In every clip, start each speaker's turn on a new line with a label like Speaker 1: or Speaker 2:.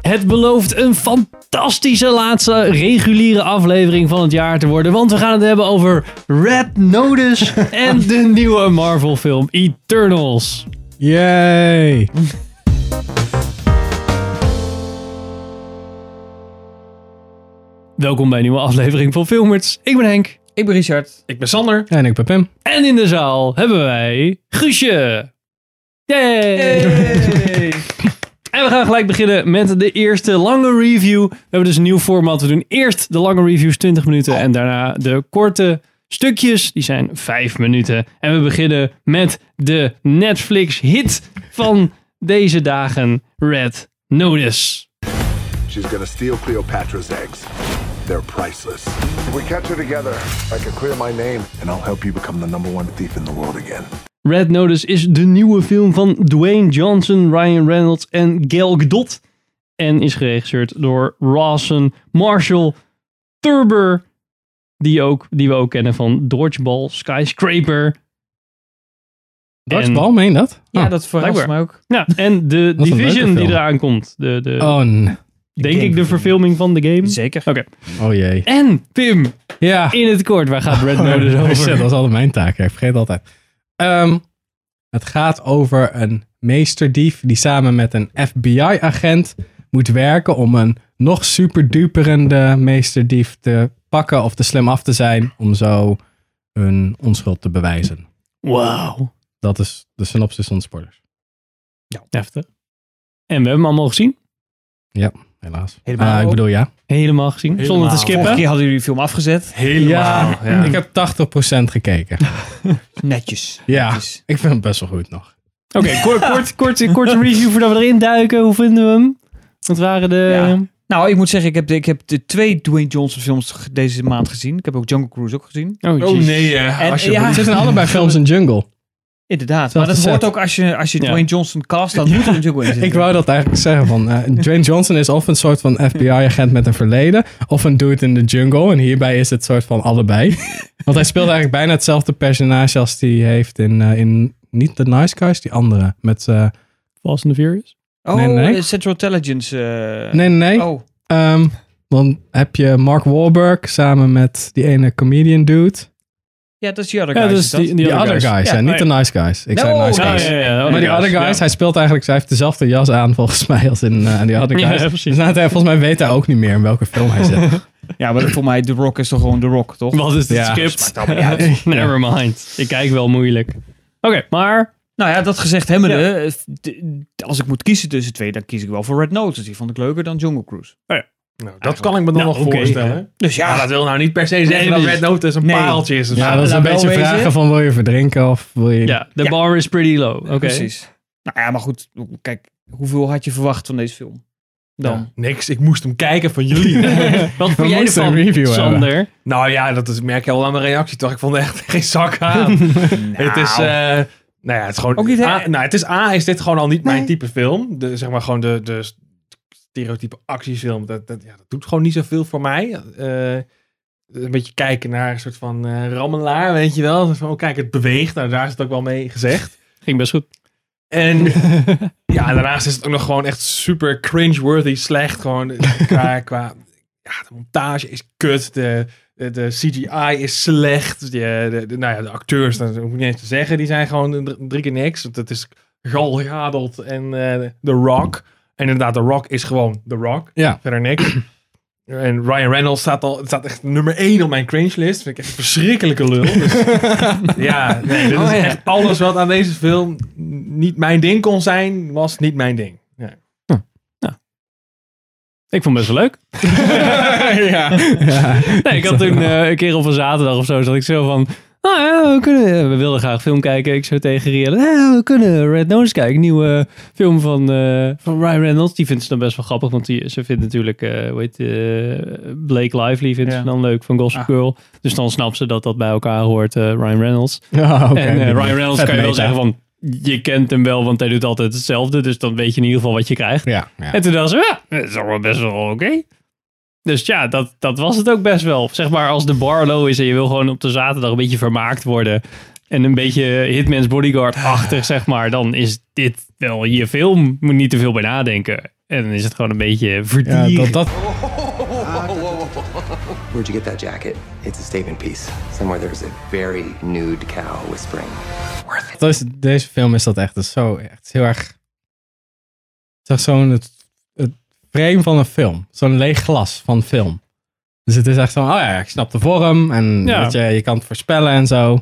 Speaker 1: Het belooft een fantastische laatste reguliere aflevering van het jaar te worden. Want we gaan het hebben over Red Notice en de nieuwe Marvel film Eternals.
Speaker 2: Yay!
Speaker 1: Welkom bij een nieuwe aflevering van Filmers. Ik ben Henk.
Speaker 3: Ik ben Richard.
Speaker 4: Ik ben Sander.
Speaker 2: En ik ben Pim.
Speaker 1: En in de zaal hebben wij Guusje. Yay! En we gaan gelijk beginnen met de eerste lange review. We hebben dus een nieuw format. We doen eerst de lange reviews 20 minuten en daarna de korte stukjes. Die zijn 5 minuten. En we beginnen met de Netflix hit van deze dagen, Red Notice.
Speaker 5: She's gonna steal Cleopatra's eggs. They're priceless. If we catch her together, I can clear my name, and I'll help you become the number one thief in the world again.
Speaker 1: Red Notice is de nieuwe film van Dwayne Johnson, Ryan Reynolds en Gal Gadot. En is geregisseerd door Rawson Marshall Thurber. Die, ook, die we ook kennen van Dodgeball Skyscraper.
Speaker 2: Darts
Speaker 1: En-
Speaker 2: bal, meen je dat?
Speaker 3: Ja,
Speaker 2: Oh.
Speaker 3: dat verrast
Speaker 1: blijkbaar.
Speaker 3: me ook.
Speaker 1: Ja, en de
Speaker 2: Wat een
Speaker 1: Division
Speaker 2: leuke
Speaker 1: die
Speaker 2: film.
Speaker 1: eraan komt. De, de,
Speaker 2: Oh, nee.
Speaker 1: denk ik de
Speaker 3: gameverfilming.
Speaker 1: verfilming van de game.
Speaker 3: Zeker.
Speaker 1: Oké.
Speaker 2: oh jee.
Speaker 1: En Pim,
Speaker 2: Ja.
Speaker 1: in het kort, waar gaat Red Notice
Speaker 2: Oh, shit, dat
Speaker 1: over?
Speaker 2: was altijd mijn taak. hè. Ik vergeet het altijd. Ehm, het gaat over een meesterdief die samen met een FBI-agent moet werken om een nog superduperende meesterdief te pakken of te slim af te zijn om zo hun onschuld te bewijzen.
Speaker 1: Wauw.
Speaker 2: Dat is de synopsis van de spoilers,
Speaker 1: Heftig. En we hebben hem allemaal gezien.
Speaker 2: helaas.
Speaker 3: Helemaal.
Speaker 2: Ah, ik bedoel, ja.
Speaker 1: Helemaal gezien. Zonder
Speaker 4: Helemaal.
Speaker 1: te
Speaker 3: Vorige
Speaker 1: skippen.
Speaker 3: keer hadden jullie de film afgezet.
Speaker 4: Helemaal.
Speaker 2: Ja, ik heb 80% gekeken.
Speaker 3: Netjes.
Speaker 2: Ja,
Speaker 3: Netjes.
Speaker 2: ik vind het best wel goed nog.
Speaker 1: Oké, kort, kort, kort, kort een review voordat we erin duiken. Hoe vinden we hem? Wat waren de...
Speaker 3: Ja. Nou, ik moet zeggen, ik heb, ik heb de twee Dwayne Johnson films ge- deze maand gezien. Ik heb ook Jungle Cruise ook gezien.
Speaker 1: Oh,
Speaker 4: Oh
Speaker 1: jeez.
Speaker 4: nee, hè.
Speaker 3: En-
Speaker 4: Alsjeblieft.
Speaker 3: ja.
Speaker 2: Het zijn allebei films in jungle.
Speaker 3: Inderdaad.
Speaker 2: Zelfde
Speaker 3: Maar dat hoort
Speaker 2: set.
Speaker 3: ook als je, als je
Speaker 1: Ja.
Speaker 3: Dwayne Johnson cast, dan moet er een Jungle in zitten.
Speaker 2: Ik wou dat eigenlijk zeggen. Van, eh, Dwayne Johnson is of een soort van FBI-agent met een verleden. Of een dude in de jungle. En hierbij is het soort van allebei. Want hij speelt eigenlijk bijna hetzelfde personage als die heeft in... eh, in niet de Nice Guys, die andere. Met, eh,
Speaker 1: Fast and the Furious?
Speaker 3: Oh,
Speaker 2: Nee, nee.
Speaker 3: eh, Central Intelligence. eh,
Speaker 2: nee, nee, nee.
Speaker 3: Oh,
Speaker 2: Ehm, dan heb je Mark Wahlberg samen met die ene comedian dude.
Speaker 3: ja, dat is die other
Speaker 1: Ja,
Speaker 3: guy.
Speaker 1: dat
Speaker 3: is
Speaker 1: is
Speaker 3: dat?
Speaker 1: die-
Speaker 2: Die
Speaker 1: die
Speaker 2: other, guys,
Speaker 1: Ja,
Speaker 2: hè, niet
Speaker 1: nee.
Speaker 2: de Nice Guys. Ik
Speaker 3: No,
Speaker 2: zei
Speaker 4: Oh,
Speaker 2: Nice
Speaker 3: ja,
Speaker 2: Guys.
Speaker 3: ja,
Speaker 1: Oh,
Speaker 2: Maar die other guys, hij speelt eigenlijk, hij heeft dezelfde jas aan volgens mij als in eh, die other
Speaker 1: Ja,
Speaker 2: guys.
Speaker 1: precies.
Speaker 2: dus nou, hij- volgens mij weet hij ook niet meer in welke film hij zit.
Speaker 3: Ja, maar voor mij, The Rock is toch gewoon The Rock, toch?
Speaker 1: Wat is dit
Speaker 2: Ja.
Speaker 1: script?
Speaker 3: allemaal niet uit.
Speaker 1: Never mind. Ik kijk wel moeilijk. Oké, maar...
Speaker 3: Nou ja, dat gezegd hebbende, eh, f- de- de- als ik moet kiezen tussen twee, dan kies ik wel voor Red Notice. Die vond ik leuker dan Jungle Cruise.
Speaker 4: Nou, dat kan ik me dan
Speaker 1: Nou,
Speaker 4: nog
Speaker 1: oké.
Speaker 4: voorstellen.
Speaker 3: Dus ja,
Speaker 4: Ja, dat wil nou niet per se zeggen dat
Speaker 1: Nee.
Speaker 4: Red Notice een
Speaker 3: Nee.
Speaker 4: paaltje is. of
Speaker 2: Ja,
Speaker 4: zo.
Speaker 2: dat is een
Speaker 3: laat wel
Speaker 2: beetje
Speaker 3: wezen.
Speaker 2: vragen van wil je verdrinken of wil je...
Speaker 1: Ja, de
Speaker 3: Ja.
Speaker 1: bar is pretty low. Oké.
Speaker 3: precies. Nou ja, maar goed, kijk, hoeveel had je verwacht van deze film? Dan.
Speaker 4: Ja, niks. Ik moest hem kijken van jullie.
Speaker 1: Wat
Speaker 2: We
Speaker 1: vond jij
Speaker 2: moesten
Speaker 1: ervan,
Speaker 2: een review
Speaker 1: Sander?
Speaker 4: nou ja, dat is, merk je al aan mijn reactie toch. Ik vond er echt geen zak aan. Het is... eh, nou ja, het is gewoon...
Speaker 3: Nou. Ook niet, hè?
Speaker 4: A, nou, het is A, is dit gewoon al niet mijn
Speaker 3: Nee.
Speaker 4: type film. De, zeg maar gewoon de, de st- stereotype actiefilm. Dat, dat, ja, dat doet gewoon niet zoveel voor mij. Eh, een beetje kijken naar een soort van eh, rammelaar, weet je wel. Van, oh, kijk, het beweegt. Nou, daar is het ook wel mee gezegd.
Speaker 1: Ging best goed.
Speaker 4: En ja, en daarnaast is het ook nog gewoon echt super cringe-worthy slecht. Gewoon qua, qua ja, de montage is kut. De, de, de CGI is slecht. De, de, de- nou ja, de acteurs, dat hoef ik niet eens te zeggen, die zijn gewoon dr- drie keer niks. Want het is Gal Gadot en eh, The Rock. En inderdaad, The Rock is gewoon The Rock.
Speaker 2: Ja.
Speaker 4: Verder niks. En Ryan Reynolds staat al staat echt nummer 1 op mijn cringe list. Vind ik echt een verschrikkelijke lul. Dus, ja, nee, dit is
Speaker 3: Oh, ja.
Speaker 4: echt alles wat aan deze film niet mijn ding kon zijn, was niet mijn ding. Ja.
Speaker 1: Ik vond het best wel leuk. Nee, ik had toen eh, een keer op een zaterdag of zo, zat ik zo van... Nou ja, we, kunnen, we wilden graag film kijken. Ik zo tegen Rielle, "Ja, we kunnen Red Notice kijken. Nieuwe film van, eh, van Ryan Reynolds. Die vindt ze dan best wel grappig, want die, ze vindt natuurlijk... eh hoe heet, eh, Blake Lively vindt
Speaker 3: Ja.
Speaker 1: ze dan leuk van Gossip
Speaker 3: Ah.
Speaker 1: Girl. Dus dan snapt ze dat dat bij elkaar hoort, eh, Ryan Reynolds.
Speaker 2: Ja, Oh, oké.
Speaker 1: en eh, Ryan Reynolds
Speaker 2: Vet
Speaker 1: kan je wel
Speaker 2: meta.
Speaker 1: zeggen van... Je kent hem wel, want hij doet altijd hetzelfde. Dus dan weet je in ieder geval wat je krijgt.
Speaker 2: Ja, ja.
Speaker 1: En toen dacht ze, ja, dat is allemaal best wel oké. Dus ja, dat, dat was het ook best wel. Zeg maar, als de bar low is en je wil gewoon op de zaterdag een beetje vermaakt worden. En een beetje Hitman's Bodyguard-achtig, zeg maar. Dan is dit wel je film. Moet niet te veel bij nadenken. En dan is het gewoon een beetje
Speaker 2: Ja,
Speaker 1: verdier.
Speaker 2: dat, dat,
Speaker 6: Where'd you get that jacket? It's a statement piece. Somewhere there's a very nude cow whispering. Worth it.
Speaker 2: dat is, deze film is dat echt. Dat is zo echt heel erg. Het is echt zo'n. Het, het frame van een film. Zo'n leeg glas van film. Dus het is echt zo. Oh ja, ik snap de vorm. En
Speaker 1: Ja.
Speaker 2: weet je, je kan het voorspellen en zo.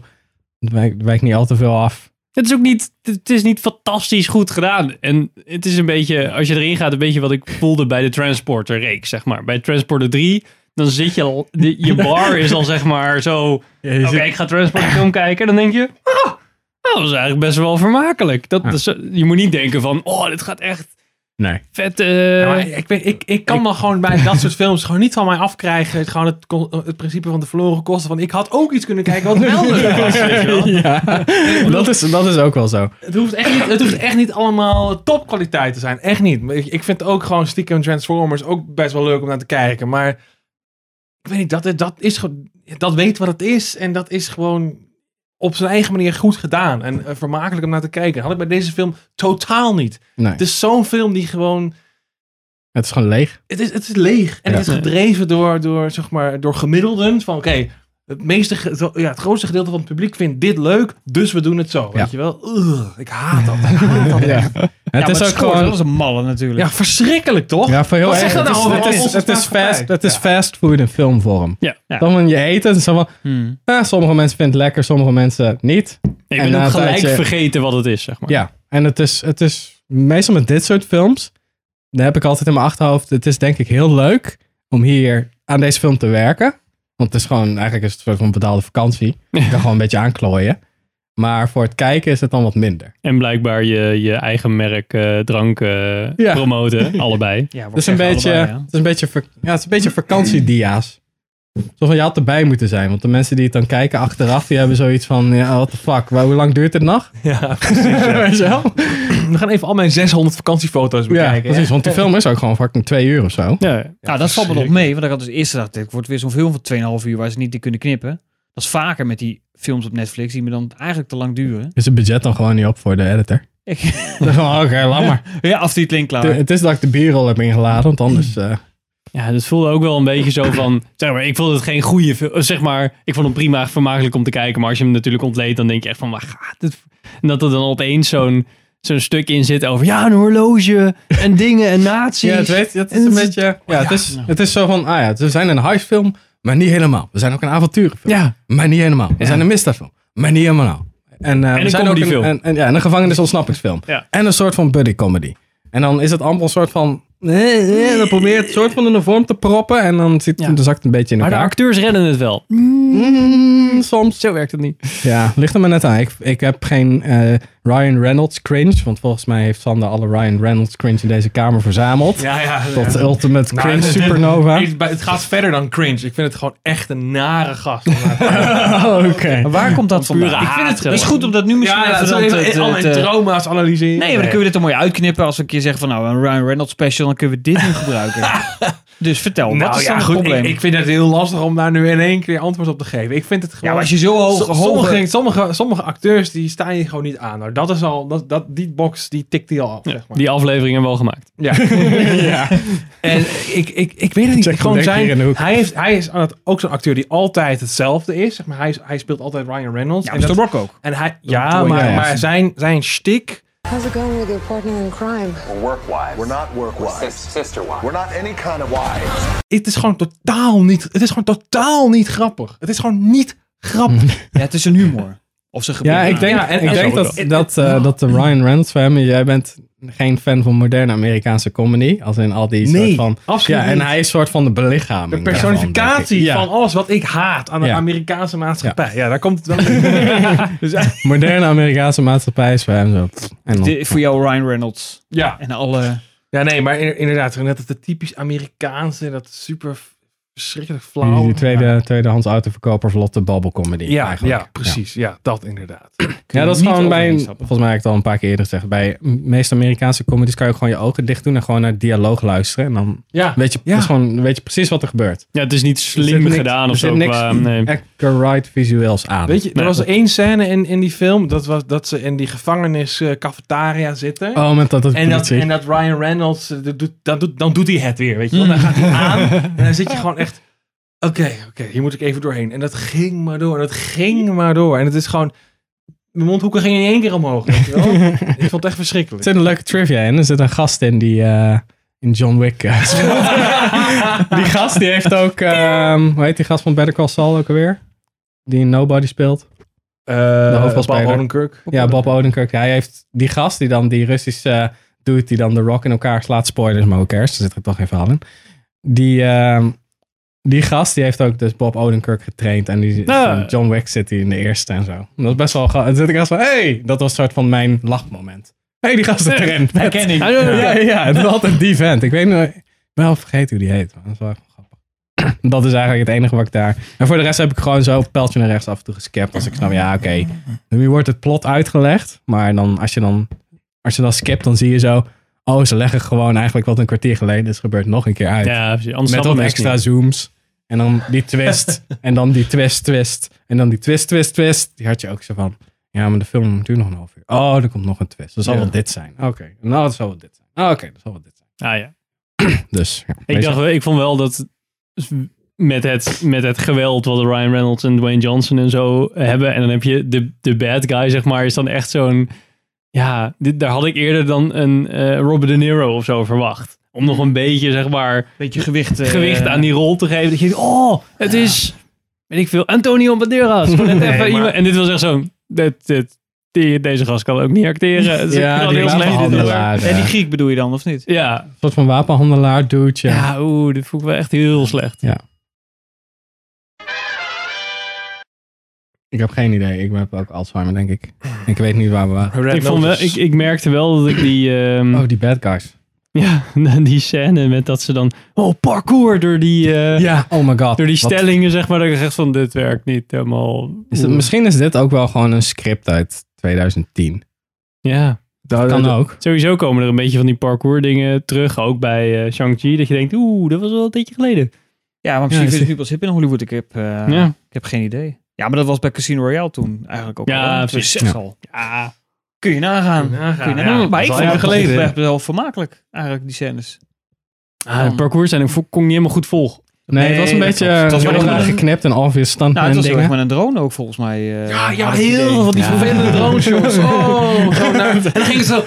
Speaker 2: Het wijkt, wijkt niet al te veel af.
Speaker 1: Het is ook niet, het is niet fantastisch goed gedaan. En het is een beetje, als je erin gaat, een beetje wat ik voelde bij de Transporter reeks, zeg maar. Bij Transporter 3, dan zit je al, de- je bar is al zeg maar zo, oké, ik ga Transporter film kijken. Dan denk je, ah, dat was eigenlijk best wel vermakelijk. Dat, is- je moet niet denken van, oh, dit gaat echt
Speaker 2: Nee.
Speaker 1: vet. eh,
Speaker 4: Ja, maar ik, weet- ik, ik kan dan gewoon bij dat soort films gewoon niet van mij afkrijgen. Het, gewoon het, kon- het principe van de verloren kosten. Want ik had ook iets kunnen kijken wat wel leuk was. weet je wel.
Speaker 2: Ja, dat is, dat is ook wel zo.
Speaker 4: Het hoeft, echt niet, het hoeft echt niet allemaal topkwaliteit te zijn. Echt niet. Maar Ik, ik vind ook gewoon stiekem Transformers ook best wel leuk om naar te kijken. Maar ik weet niet, dat, dat, is, ge- dat weet wat het is. En dat is gewoon op zijn eigen manier goed gedaan. En eh, vermakelijk om naar te kijken. Had ik bij deze film totaal niet.
Speaker 2: Nee.
Speaker 4: Het is zo'n film die gewoon...
Speaker 2: Het is gewoon leeg.
Speaker 4: Het is, het is leeg. En
Speaker 2: Ja.
Speaker 4: het is gedreven door, door, zeg maar, door gemiddelden. Van oké, het, meeste ge- zo- ja, het grootste gedeelte van het publiek vindt dit leuk. Dus we doen het zo. Weet je wel? Ugh, ik haat dat. Ik haat dat.
Speaker 2: Ja. Het is ook
Speaker 3: Dat is
Speaker 2: gewoon.
Speaker 3: een malle natuurlijk.
Speaker 4: Ja, verschrikkelijk toch?
Speaker 2: Ja, voor heel
Speaker 4: Wat
Speaker 2: erg.
Speaker 4: zegt dat
Speaker 2: Het is,
Speaker 4: nou over
Speaker 2: het is,
Speaker 4: onze
Speaker 2: het is,
Speaker 4: maatschappij?
Speaker 2: fast, het is fast food in filmvorm.
Speaker 1: ja, ja.
Speaker 2: Dan moet je eten. en zo van,
Speaker 3: Hmm.
Speaker 2: eh, sommige mensen vinden het lekker, sommige mensen niet.
Speaker 1: Ik
Speaker 2: En
Speaker 1: ben
Speaker 2: na
Speaker 1: ook
Speaker 2: een
Speaker 1: gelijk
Speaker 2: tijdje-
Speaker 1: vergeten wat het is, zeg maar.
Speaker 2: Ja, en het is, het is meestal met dit soort films, daar heb ik altijd in mijn achterhoofd, het is denk ik heel leuk om hier aan deze film te werken. Want het is gewoon, eigenlijk is het een soort van betaalde vakantie. Je kan gewoon een beetje aanklooien. Maar voor het kijken is het dan wat minder.
Speaker 1: En blijkbaar je, je eigen merk eh, drank eh,
Speaker 2: Ja.
Speaker 1: promoten, allebei.
Speaker 3: Ja, wordt
Speaker 2: Het is een
Speaker 3: echt
Speaker 2: beetje,
Speaker 3: allebei,
Speaker 4: eh,
Speaker 3: ja.
Speaker 2: het is een beetje, ver- ja, het is een beetje vakantiedia's. Zo van, je had erbij moeten zijn. Want de mensen die het dan kijken achteraf, die hebben zoiets van, ja, what the fuck, waar- hoe lang duurt dit nog?
Speaker 4: Ja.
Speaker 2: Weet je wel?
Speaker 4: We gaan even al mijn 600 vakantiefoto's
Speaker 2: Ja,
Speaker 4: bekijken.
Speaker 2: precies. Want de film is ook gewoon fucking twee uur of zo.
Speaker 1: Ja,
Speaker 3: Nou, dat valt me nog mee. Want ik had dus eerst gedacht, dit wordt weer zo'n film van 2,5 uur waar ze niet in kunnen knippen. Dat is vaker met die films op Netflix die me dan eigenlijk te lang duren.
Speaker 2: Is het budget dan gewoon niet op voor de editor?
Speaker 3: Ik,
Speaker 2: Dan gewoon, Oké, laat maar.
Speaker 3: ja, aftiteling klaar.
Speaker 2: De- het is dat ik de bierrol heb ingeladen, want anders... eh,
Speaker 1: Ja, dat voelde ook wel een beetje zo van. Zeg maar, ik vond het geen goede. fil- eh, Zeg maar, ik vond hem prima vermakelijk om te kijken. Maar als je hem natuurlijk ontleedt, dan denk je echt van waar gaat het? voor? En dat er dan opeens zo'n zo'n stuk in zit over. Ja, een horloge en dingen en nazi's.
Speaker 2: ja, het, weet, het is
Speaker 1: En
Speaker 2: een
Speaker 1: het-
Speaker 2: beetje... Ja, het is, het is zo van, ah ja, we zijn een heistfilm, maar niet helemaal. We zijn ook een avonturenfilm,
Speaker 1: Ja,
Speaker 2: maar niet helemaal. We zijn een misdaadfilm, maar niet helemaal. En, eh, we
Speaker 1: een
Speaker 2: zijn ook
Speaker 1: comedyfilm.
Speaker 2: en, en, ja, en een gevangenisontsnappingsfilm.
Speaker 1: Ja.
Speaker 2: En een soort van buddy-comedy. En dan is het allemaal een soort van... Eh, eh, dan probeer je het soort van in een vorm te proppen en dan zit
Speaker 1: Ja.
Speaker 2: de zak een beetje in
Speaker 1: maar de
Speaker 2: elkaar.
Speaker 1: acteurs redden het wel.
Speaker 2: Mm, soms.
Speaker 1: Zo werkt het niet.
Speaker 2: Ja, ligt er maar net aan. Ik, ik heb geen eh, Ryan Reynolds cringe. Want volgens mij heeft Sander alle Ryan Reynolds cringe in deze kamer verzameld.
Speaker 4: Ja, ja. ja.
Speaker 2: Tot Ultimate
Speaker 4: Nou,
Speaker 2: Cringe
Speaker 4: het-
Speaker 2: Supernova.
Speaker 4: Het, het gaat verder dan cringe. Ik vind het gewoon echt een nare gast.
Speaker 2: Oké.
Speaker 3: Maar waar komt dat
Speaker 1: Pure
Speaker 3: vandaan? Ik vind
Speaker 1: haat,
Speaker 3: het,
Speaker 1: zeg
Speaker 3: het is
Speaker 1: maar.
Speaker 3: goed om dat nu misschien
Speaker 4: ja,
Speaker 3: even
Speaker 4: zo
Speaker 3: dan
Speaker 4: even
Speaker 3: te- te-
Speaker 4: al mijn
Speaker 3: te-
Speaker 4: trauma's
Speaker 3: Nee,
Speaker 4: analyseren.
Speaker 3: maar dan kunnen we dit er mooi uitknippen als we een keer zeggen van nou, een Ryan Reynolds special, dan kunnen we dit nu gebruiken. dus vertel,
Speaker 4: Nou
Speaker 3: wat is
Speaker 4: ja,
Speaker 3: dan het
Speaker 4: goed,
Speaker 3: probleem?
Speaker 4: Ik, ik vind het heel lastig om daar nu in één keer antwoord op te geven. Ik vind het
Speaker 3: ja,
Speaker 4: gewoon...
Speaker 3: maar als je zo hoog...
Speaker 4: So-
Speaker 3: hoog
Speaker 4: sommige, sommige, sommige acteurs die staan je gewoon niet aan. Nou, dat is al, dat, dat, die box die tikt die al af. zeg maar.
Speaker 1: Die aflevering hebben we al gemaakt.
Speaker 4: Ja. En ik, ik, ik weet het niet.
Speaker 2: Jack
Speaker 4: gewoon
Speaker 2: van Dijk hier in
Speaker 4: zijn,
Speaker 2: de hoek.
Speaker 4: hij, heeft, hij is aan het, ook zo'n acteur die altijd hetzelfde is. Zeg maar, hij, is- hij speelt altijd Ryan Reynolds.
Speaker 3: ja,
Speaker 4: en,
Speaker 3: Mr.
Speaker 4: dat-
Speaker 3: Rock ook.
Speaker 4: en hij, ja,
Speaker 2: Rock,
Speaker 4: maar,
Speaker 2: ja, ja.
Speaker 4: maar zijn, zijn shtick...
Speaker 7: How's it going with your partner in crime?
Speaker 6: We're work wives. We're
Speaker 5: not work
Speaker 6: We're
Speaker 5: wives.
Speaker 6: sis- sister wives.
Speaker 5: We're not any kind of wives.
Speaker 4: Het is gewoon totaal niet... Het is gewoon totaal niet grappig. Het is gewoon niet grappig.
Speaker 3: Ja, het is een humor. Of ze
Speaker 2: Ja, ik denk,
Speaker 4: Ja, en-
Speaker 2: ik
Speaker 4: en
Speaker 2: denk
Speaker 4: zo
Speaker 2: dat, dat, eh, dat de Ryan Reynolds fan, jij bent geen fan van moderne Amerikaanse comedy. Als in al die
Speaker 4: Nee,
Speaker 2: soort van...
Speaker 4: absoluut
Speaker 2: Ja, en
Speaker 4: niet.
Speaker 2: hij is soort van de belichaming.
Speaker 4: De
Speaker 2: daarvan, denk ik.
Speaker 4: personificatie
Speaker 2: Ja.
Speaker 4: van alles wat ik haat aan de
Speaker 2: Ja.
Speaker 4: Amerikaanse maatschappij. Ja, daar komt het wel dus, hij-
Speaker 2: Moderne Amerikaanse maatschappij is voor hem zo. En dan-
Speaker 3: De- voor jou Ryan Reynolds
Speaker 4: ja.
Speaker 3: en alle...
Speaker 4: ja, nee, maar in- inderdaad. Net het typisch Amerikaanse, dat super verschrikkelijk
Speaker 2: Die,
Speaker 4: flauw.
Speaker 2: die tweede, tweedehands autoverkoper vlotte babbelcomedy.
Speaker 4: Ja, ja,
Speaker 2: eigenlijk.
Speaker 4: precies. Ja. dat inderdaad.
Speaker 2: Ja, dat is
Speaker 3: niet
Speaker 2: gewoon bij,
Speaker 3: overheen
Speaker 2: een-
Speaker 3: stappen.
Speaker 2: volgens mij heb ik het al een paar keer eerder gezegd, bij de meeste Amerikaanse comedies kan je ook gewoon je ogen dicht doen en gewoon naar dialoog luisteren. En dan
Speaker 4: Ja,
Speaker 2: weet je,
Speaker 4: Ja.
Speaker 2: dat is gewoon, weet je precies wat er gebeurt.
Speaker 1: Ja, het is niet
Speaker 2: Er
Speaker 1: slim
Speaker 2: zit niks-
Speaker 1: gedaan of
Speaker 2: er zit
Speaker 1: zo.
Speaker 2: niks
Speaker 1: qua- nee.
Speaker 2: accurate visueels aan.
Speaker 4: Weet je, er
Speaker 1: Nee.
Speaker 4: was één scène in, in die film dat, was, dat ze in die gevangenis eh, cafetaria zitten.
Speaker 2: oh, met dat, dat
Speaker 4: En dat,
Speaker 2: politie.
Speaker 4: en dat Ryan Reynolds, eh, dat doet, dan, doet, dan doet hij het weer, weet je wel. Dan gaat hij aan en dan zit je gewoon echt, oké, oké, hier moet ik even doorheen. En dat ging maar door, en dat ging maar door. En het is gewoon, mijn mondhoeken gingen in één keer omhoog, weet je wel. ik vond het echt
Speaker 2: Er
Speaker 4: verschrikkelijk.
Speaker 2: zit een leuke trivia in. Er zit een gast in die eh, in John Wick eh, speelt. die gast die heeft ook, ehm, hoe heet die gast van Better Call Saul ook alweer? Die in Nobody speelt.
Speaker 4: de
Speaker 2: hoofdrolspeler.
Speaker 4: Bob Odenkirk.
Speaker 2: ja, Bob Odenkirk. Hij heeft die gast die dan die Russische eh, dude die dan de rock in elkaar slaat. Spoilers, maar who cares? Er zit er toch geen verhaal in. Die, ehm, die gast die heeft ook dus Bob Odenkirk getraind. En die
Speaker 1: Ah.
Speaker 2: van John Wick zit hij in de eerste en zo. En dat is best wel grappig. En toen zit ik echt van, hey, dat was een soort van mijn lachmoment. hey, die gast is erin. Vet.
Speaker 3: Herken ik.
Speaker 1: Ah, ja, ja,
Speaker 2: Ja,
Speaker 1: ja.
Speaker 2: ja, het is altijd die vent. Ik weet nog, ik ben wel vergeten hoe die heet. Maar dat is wel echt wel grappig. Dat is eigenlijk het enige wat ik daar... En voor de rest heb ik gewoon zo een pijltje naar rechts af en toe gescapt. Als ik snap, ja, oké. Nu wordt het plot uitgelegd. Maar dan, als je dan, als je dan skipt, dan zie je zo... Oh, ze leggen gewoon eigenlijk wat een kwartier geleden is gebeurd nog een keer uit.
Speaker 1: Ja, precies. anders
Speaker 2: Met
Speaker 1: snappen
Speaker 2: wat
Speaker 1: mensen
Speaker 2: extra
Speaker 1: niet.
Speaker 2: zooms. En dan die twist. en dan die twist, twist. En dan die twist, twist, twist. Die had je ook zo van. Ja, maar de film duurt nog een half uur. Oh, er komt nog een twist. Dat zal
Speaker 4: Ja.
Speaker 2: wel dit zijn. Oké. Nou, dat zal wel dit zijn. Ah, Oké, dat zal wel dit zijn.
Speaker 1: Ah, ja.
Speaker 2: Dus. ja,
Speaker 1: Ik,
Speaker 2: wees-
Speaker 1: dacht, wel- ik vond wel dat met het, met het geweld wat Ryan Reynolds en Dwayne Johnson en zo hebben. En dan heb je de, de bad guy, zeg maar, is dan echt zo'n... Ja, dit, daar had ik eerder dan een eh, Robert De Niro of zo verwacht. Om nog een beetje, zeg maar,
Speaker 3: Beetje gewicht. eh,
Speaker 1: gewicht aan die rol te geven. Dat je denkt, oh, het is, weet ik veel, Antonio Banderas. Gewoon net even
Speaker 4: maar-
Speaker 1: iemand- En dit was echt zo'n... dit- dit- die- deze gast kan ook niet acteren. Dus Het is
Speaker 2: Ja,
Speaker 1: gewoon
Speaker 2: die
Speaker 1: heel
Speaker 2: laat
Speaker 1: slecht.
Speaker 2: me handelen.
Speaker 3: Ja, die Griek bedoel je dan, of niet?
Speaker 1: Ja,
Speaker 2: Een soort van wapenhandelaar, dude. Ja.
Speaker 1: ja oeh, dit vond ik wel echt heel slecht.
Speaker 2: Ik heb geen idee. Ik heb ook Alzheimer, denk ik. Ik weet niet waar we waren.
Speaker 1: Ik, vond wel, ik, ik merkte wel dat ik die, ehm,
Speaker 2: Oh, die bad guys.
Speaker 1: ja, die scène met dat ze dan, oh parkour door die, eh,
Speaker 2: Ja. Oh my god.
Speaker 1: door die
Speaker 2: Wat-
Speaker 1: stellingen zeg maar, dat ik echt van dit werkt niet helemaal.
Speaker 2: Is het, misschien is dit ook wel gewoon een script uit 2010.
Speaker 1: Ja,
Speaker 2: Kan ook.
Speaker 1: sowieso komen er een beetje van die parkour dingen terug, ook bij eh, Shang-Chi, dat je denkt, oeh, dat was wel een tijdje geleden.
Speaker 3: Ja, maar
Speaker 1: Ja,
Speaker 3: misschien
Speaker 1: is
Speaker 3: vind
Speaker 1: die-
Speaker 3: ik nu pas hip in Hollywood. Ik heb, eh,
Speaker 1: Ja.
Speaker 3: ik heb geen idee. Ja, maar dat was bij Casino Royale toen eigenlijk ook.
Speaker 1: Ja,
Speaker 3: al, hè?
Speaker 1: precies.
Speaker 3: 2006 al.
Speaker 1: Ja,
Speaker 3: Kun je nagaan. Kun je nagaan. maar ik
Speaker 1: al
Speaker 3: vond
Speaker 1: jaren
Speaker 3: het geleden.
Speaker 1: geleden.
Speaker 3: echt wel vermakelijk, eigenlijk, die scènes.
Speaker 1: ah, parcours zijn, ik vo- kon ik niet helemaal goed volgen.
Speaker 2: Nee, het was een
Speaker 3: dat
Speaker 2: beetje
Speaker 3: klopt. Het was
Speaker 2: heel
Speaker 3: wel
Speaker 2: erg
Speaker 3: een-
Speaker 2: geknipt en obvious stuntman
Speaker 3: Nou, het was heel erg
Speaker 2: dingen.
Speaker 3: met een drone ook, volgens mij. eh,
Speaker 4: Ja, ja,
Speaker 3: had ik het
Speaker 4: heel,
Speaker 3: idee.
Speaker 4: wat die
Speaker 2: Ja.
Speaker 4: vervelende drone shots. Oh, zo naar- en dan ging ze zo...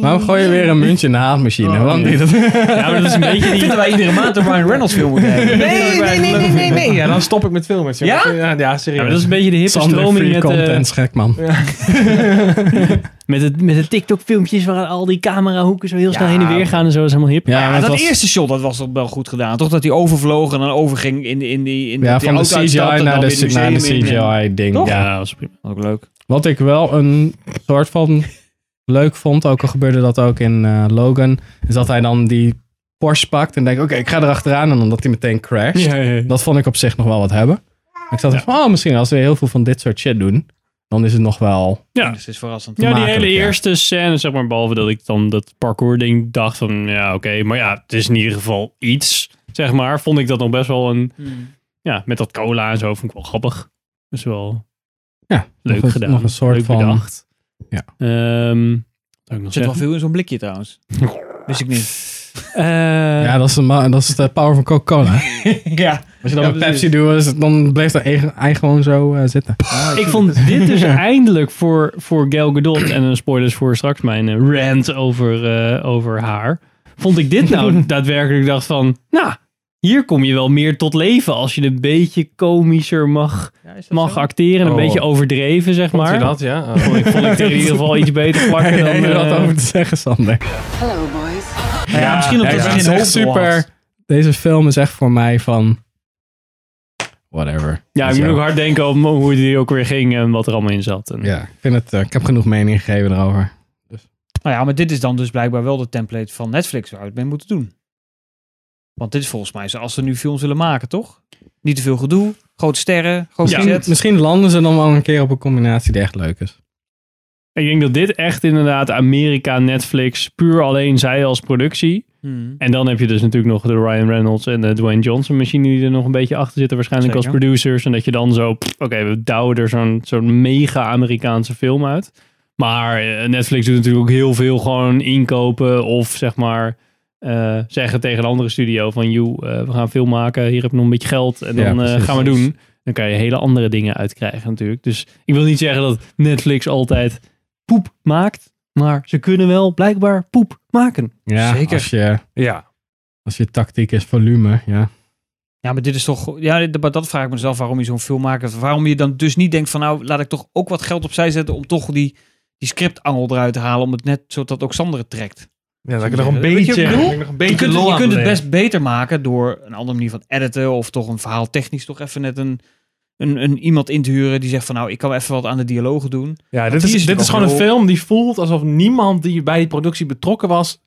Speaker 2: Waarom gooi je weer een muntje in de haatmachine?
Speaker 3: Oh,
Speaker 2: Want die, dat,
Speaker 1: Ah. Ja, maar dat is een beetje die...
Speaker 3: Vinden wij iedere maand een Ryan Reynolds film moeten hebben?
Speaker 4: Nee, nee, nee, nee, nee, nee. Ja, dan stop ik met filmen. zeg maar. Ja, ja
Speaker 1: Ja,
Speaker 4: serieus.
Speaker 1: maar dat is een beetje de hippe
Speaker 2: Sander
Speaker 1: stroming
Speaker 2: free
Speaker 1: met, eh,
Speaker 2: content, gek man.
Speaker 1: met, het, met de TikTok-filmpjes waar al die camerahoeken zo heel snel
Speaker 3: Ja.
Speaker 1: heen en weer gaan en zo. Dat is helemaal hip.
Speaker 2: Ja, maar
Speaker 3: Ja,
Speaker 2: het
Speaker 3: dat
Speaker 2: was-
Speaker 3: eerste shot dat was toch wel goed gedaan. Toch dat hij overvloog en dan overging in, in die in
Speaker 2: ja,
Speaker 3: die
Speaker 2: van de
Speaker 3: auto
Speaker 2: CGI
Speaker 3: uitstapte en
Speaker 2: naar
Speaker 3: dan
Speaker 2: de,
Speaker 3: weer het
Speaker 2: naar de
Speaker 3: museum in.
Speaker 2: CGI-ding.
Speaker 3: Toch?
Speaker 2: Ja.
Speaker 1: dat was prima.
Speaker 3: Ook leuk.
Speaker 2: Wat ik wel een soort van leuk vond, ook al gebeurde dat ook in eh, Logan, is dat hij dan die Porsche pakt en denkt, oké, ik ga erachteraan. En omdat hij meteen crasht. Dat vond ik op zich nog wel wat hebben. Maar ik zat echt van, oh, misschien als we heel veel van dit soort shit doen, dan is het nog wel...
Speaker 1: Ja.
Speaker 3: Dus het is verrassend.
Speaker 1: Ja, die
Speaker 2: Makkelijk,
Speaker 1: hele
Speaker 2: ja.
Speaker 1: eerste scène, zeg maar, behalve dat ik dan dat parcours ding dacht van, ja, oké, maar ja, het is in ieder geval iets, zeg maar. Vond ik dat nog best wel een,
Speaker 3: Hmm.
Speaker 1: ja, met dat cola en zo, vond ik wel grappig. Dus wel
Speaker 2: Ja,
Speaker 1: leuk
Speaker 2: nog een-
Speaker 1: gedaan.
Speaker 2: Nog een soort
Speaker 1: leuk
Speaker 2: van...
Speaker 1: bedacht.
Speaker 2: ja.
Speaker 1: Ehm, wat wou ik nog
Speaker 3: Er zit wel
Speaker 1: zeggen?
Speaker 3: veel in zo'n blikje trouwens. Wist ik niet.
Speaker 1: Eh,
Speaker 2: Ja, dat is, de ma- dat is de power van Coca-Cola.
Speaker 3: ja.
Speaker 2: Als je dan
Speaker 3: Ja,
Speaker 2: met
Speaker 3: precies.
Speaker 2: Pepsi doet, is het- dan blijft dat eigen, ei gewoon zo eh, zitten.
Speaker 1: ik vond dit dus eindelijk voor, voor Gal Gadot en een spoilers voor straks mijn eh, rant over, eh, over haar. Vond ik dit nou daadwerkelijk dacht van, nou, hier kom je wel meer tot leven als je een beetje komischer mag, mag acteren. Een
Speaker 4: Oh.
Speaker 1: beetje overdreven, zeg
Speaker 4: Vond je
Speaker 1: maar.
Speaker 4: dat, ja? Oh.
Speaker 1: Vond ik, vond ik er in ieder geval iets beter
Speaker 2: Heb
Speaker 1: pakken
Speaker 2: je
Speaker 1: dan...
Speaker 2: er
Speaker 1: eh,
Speaker 2: wat over te zeggen, Sander?
Speaker 7: Hello, boys.
Speaker 3: Ja, misschien
Speaker 2: Ja,
Speaker 3: omdat
Speaker 2: ik
Speaker 3: ze
Speaker 2: ben
Speaker 3: geen
Speaker 2: echt
Speaker 3: hoofdrol
Speaker 2: super...
Speaker 3: had.
Speaker 2: Deze film is echt voor mij van... Whatever. Dus
Speaker 1: ja, ik
Speaker 2: Zo.
Speaker 1: moet ook hard denken om hoe die ook weer ging en wat er allemaal in zat. En,
Speaker 2: Ja, ik, vind het, eh, ik heb genoeg mening gegeven erover.
Speaker 3: Nou ja, maar dit is dan dus blijkbaar wel de template van Netflix waar we het mee moeten doen. Want dit is volgens mij zoals ze nu films willen maken, toch? Niet te veel gedoe, grote sterren, groot
Speaker 1: Ja.
Speaker 3: budget.
Speaker 2: Misschien, misschien landen ze dan wel een keer op een combinatie die echt leuk is.
Speaker 1: Ik denk dat dit echt inderdaad Amerika, Netflix, puur alleen zij als productie.
Speaker 3: Hmm.
Speaker 2: Mhm.
Speaker 1: En dan heb je dus natuurlijk nog de Ryan Reynolds en de Dwayne Johnson machine die er nog een beetje achter zitten. Waarschijnlijk
Speaker 3: Zeker.
Speaker 1: als producers. En dat je dan zo, pff, oké, we douwen er zo'n zo'n mega Amerikaanse film uit. Maar eh, Netflix doet natuurlijk ook heel veel gewoon inkopen of zeg maar eh, zeggen tegen een andere studio van, joh, eh, we gaan een film maken, hier heb je nog een beetje geld en
Speaker 2: Ja,
Speaker 1: dan eh,
Speaker 2: precies.
Speaker 1: gaan we doen. Dan kan je hele andere dingen uitkrijgen natuurlijk. Dus ik wil niet zeggen dat Netflix altijd poep maakt, maar ze kunnen wel blijkbaar poep maken.
Speaker 2: Ja,
Speaker 3: Zeker.
Speaker 2: Als je,
Speaker 4: Ja.
Speaker 2: als je tactiek is volume, ja.
Speaker 3: Ja, maar dit is toch... Ja, dit- maar dat vraag ik mezelf waarom je zo'n film maakt. Waarom je dan dus niet denkt van nou, laat ik toch ook wat geld opzij zetten om toch die, die scriptangel eruit te halen. Om het net, zodat ook Sander het trekt.
Speaker 4: Ja, dat ik er nog een
Speaker 3: Weet je wat ik
Speaker 4: beetje...
Speaker 3: bedoel?
Speaker 4: dat ik nog een beetje
Speaker 3: Je kunt,
Speaker 4: lol
Speaker 3: het, je
Speaker 4: aan
Speaker 3: kunt het
Speaker 4: beleven.
Speaker 3: best beter maken door een andere manier van editen of toch een verhaal technisch toch even net een, een, een iemand in te huren die zegt van nou ik kan even wat aan de dialogen doen.
Speaker 4: Ja, dit
Speaker 3: hier
Speaker 4: is,
Speaker 3: is
Speaker 4: dit
Speaker 3: het
Speaker 4: is
Speaker 3: ook
Speaker 4: gewoon een
Speaker 3: heel-
Speaker 4: film die voelt alsof niemand die bij die productie betrokken was,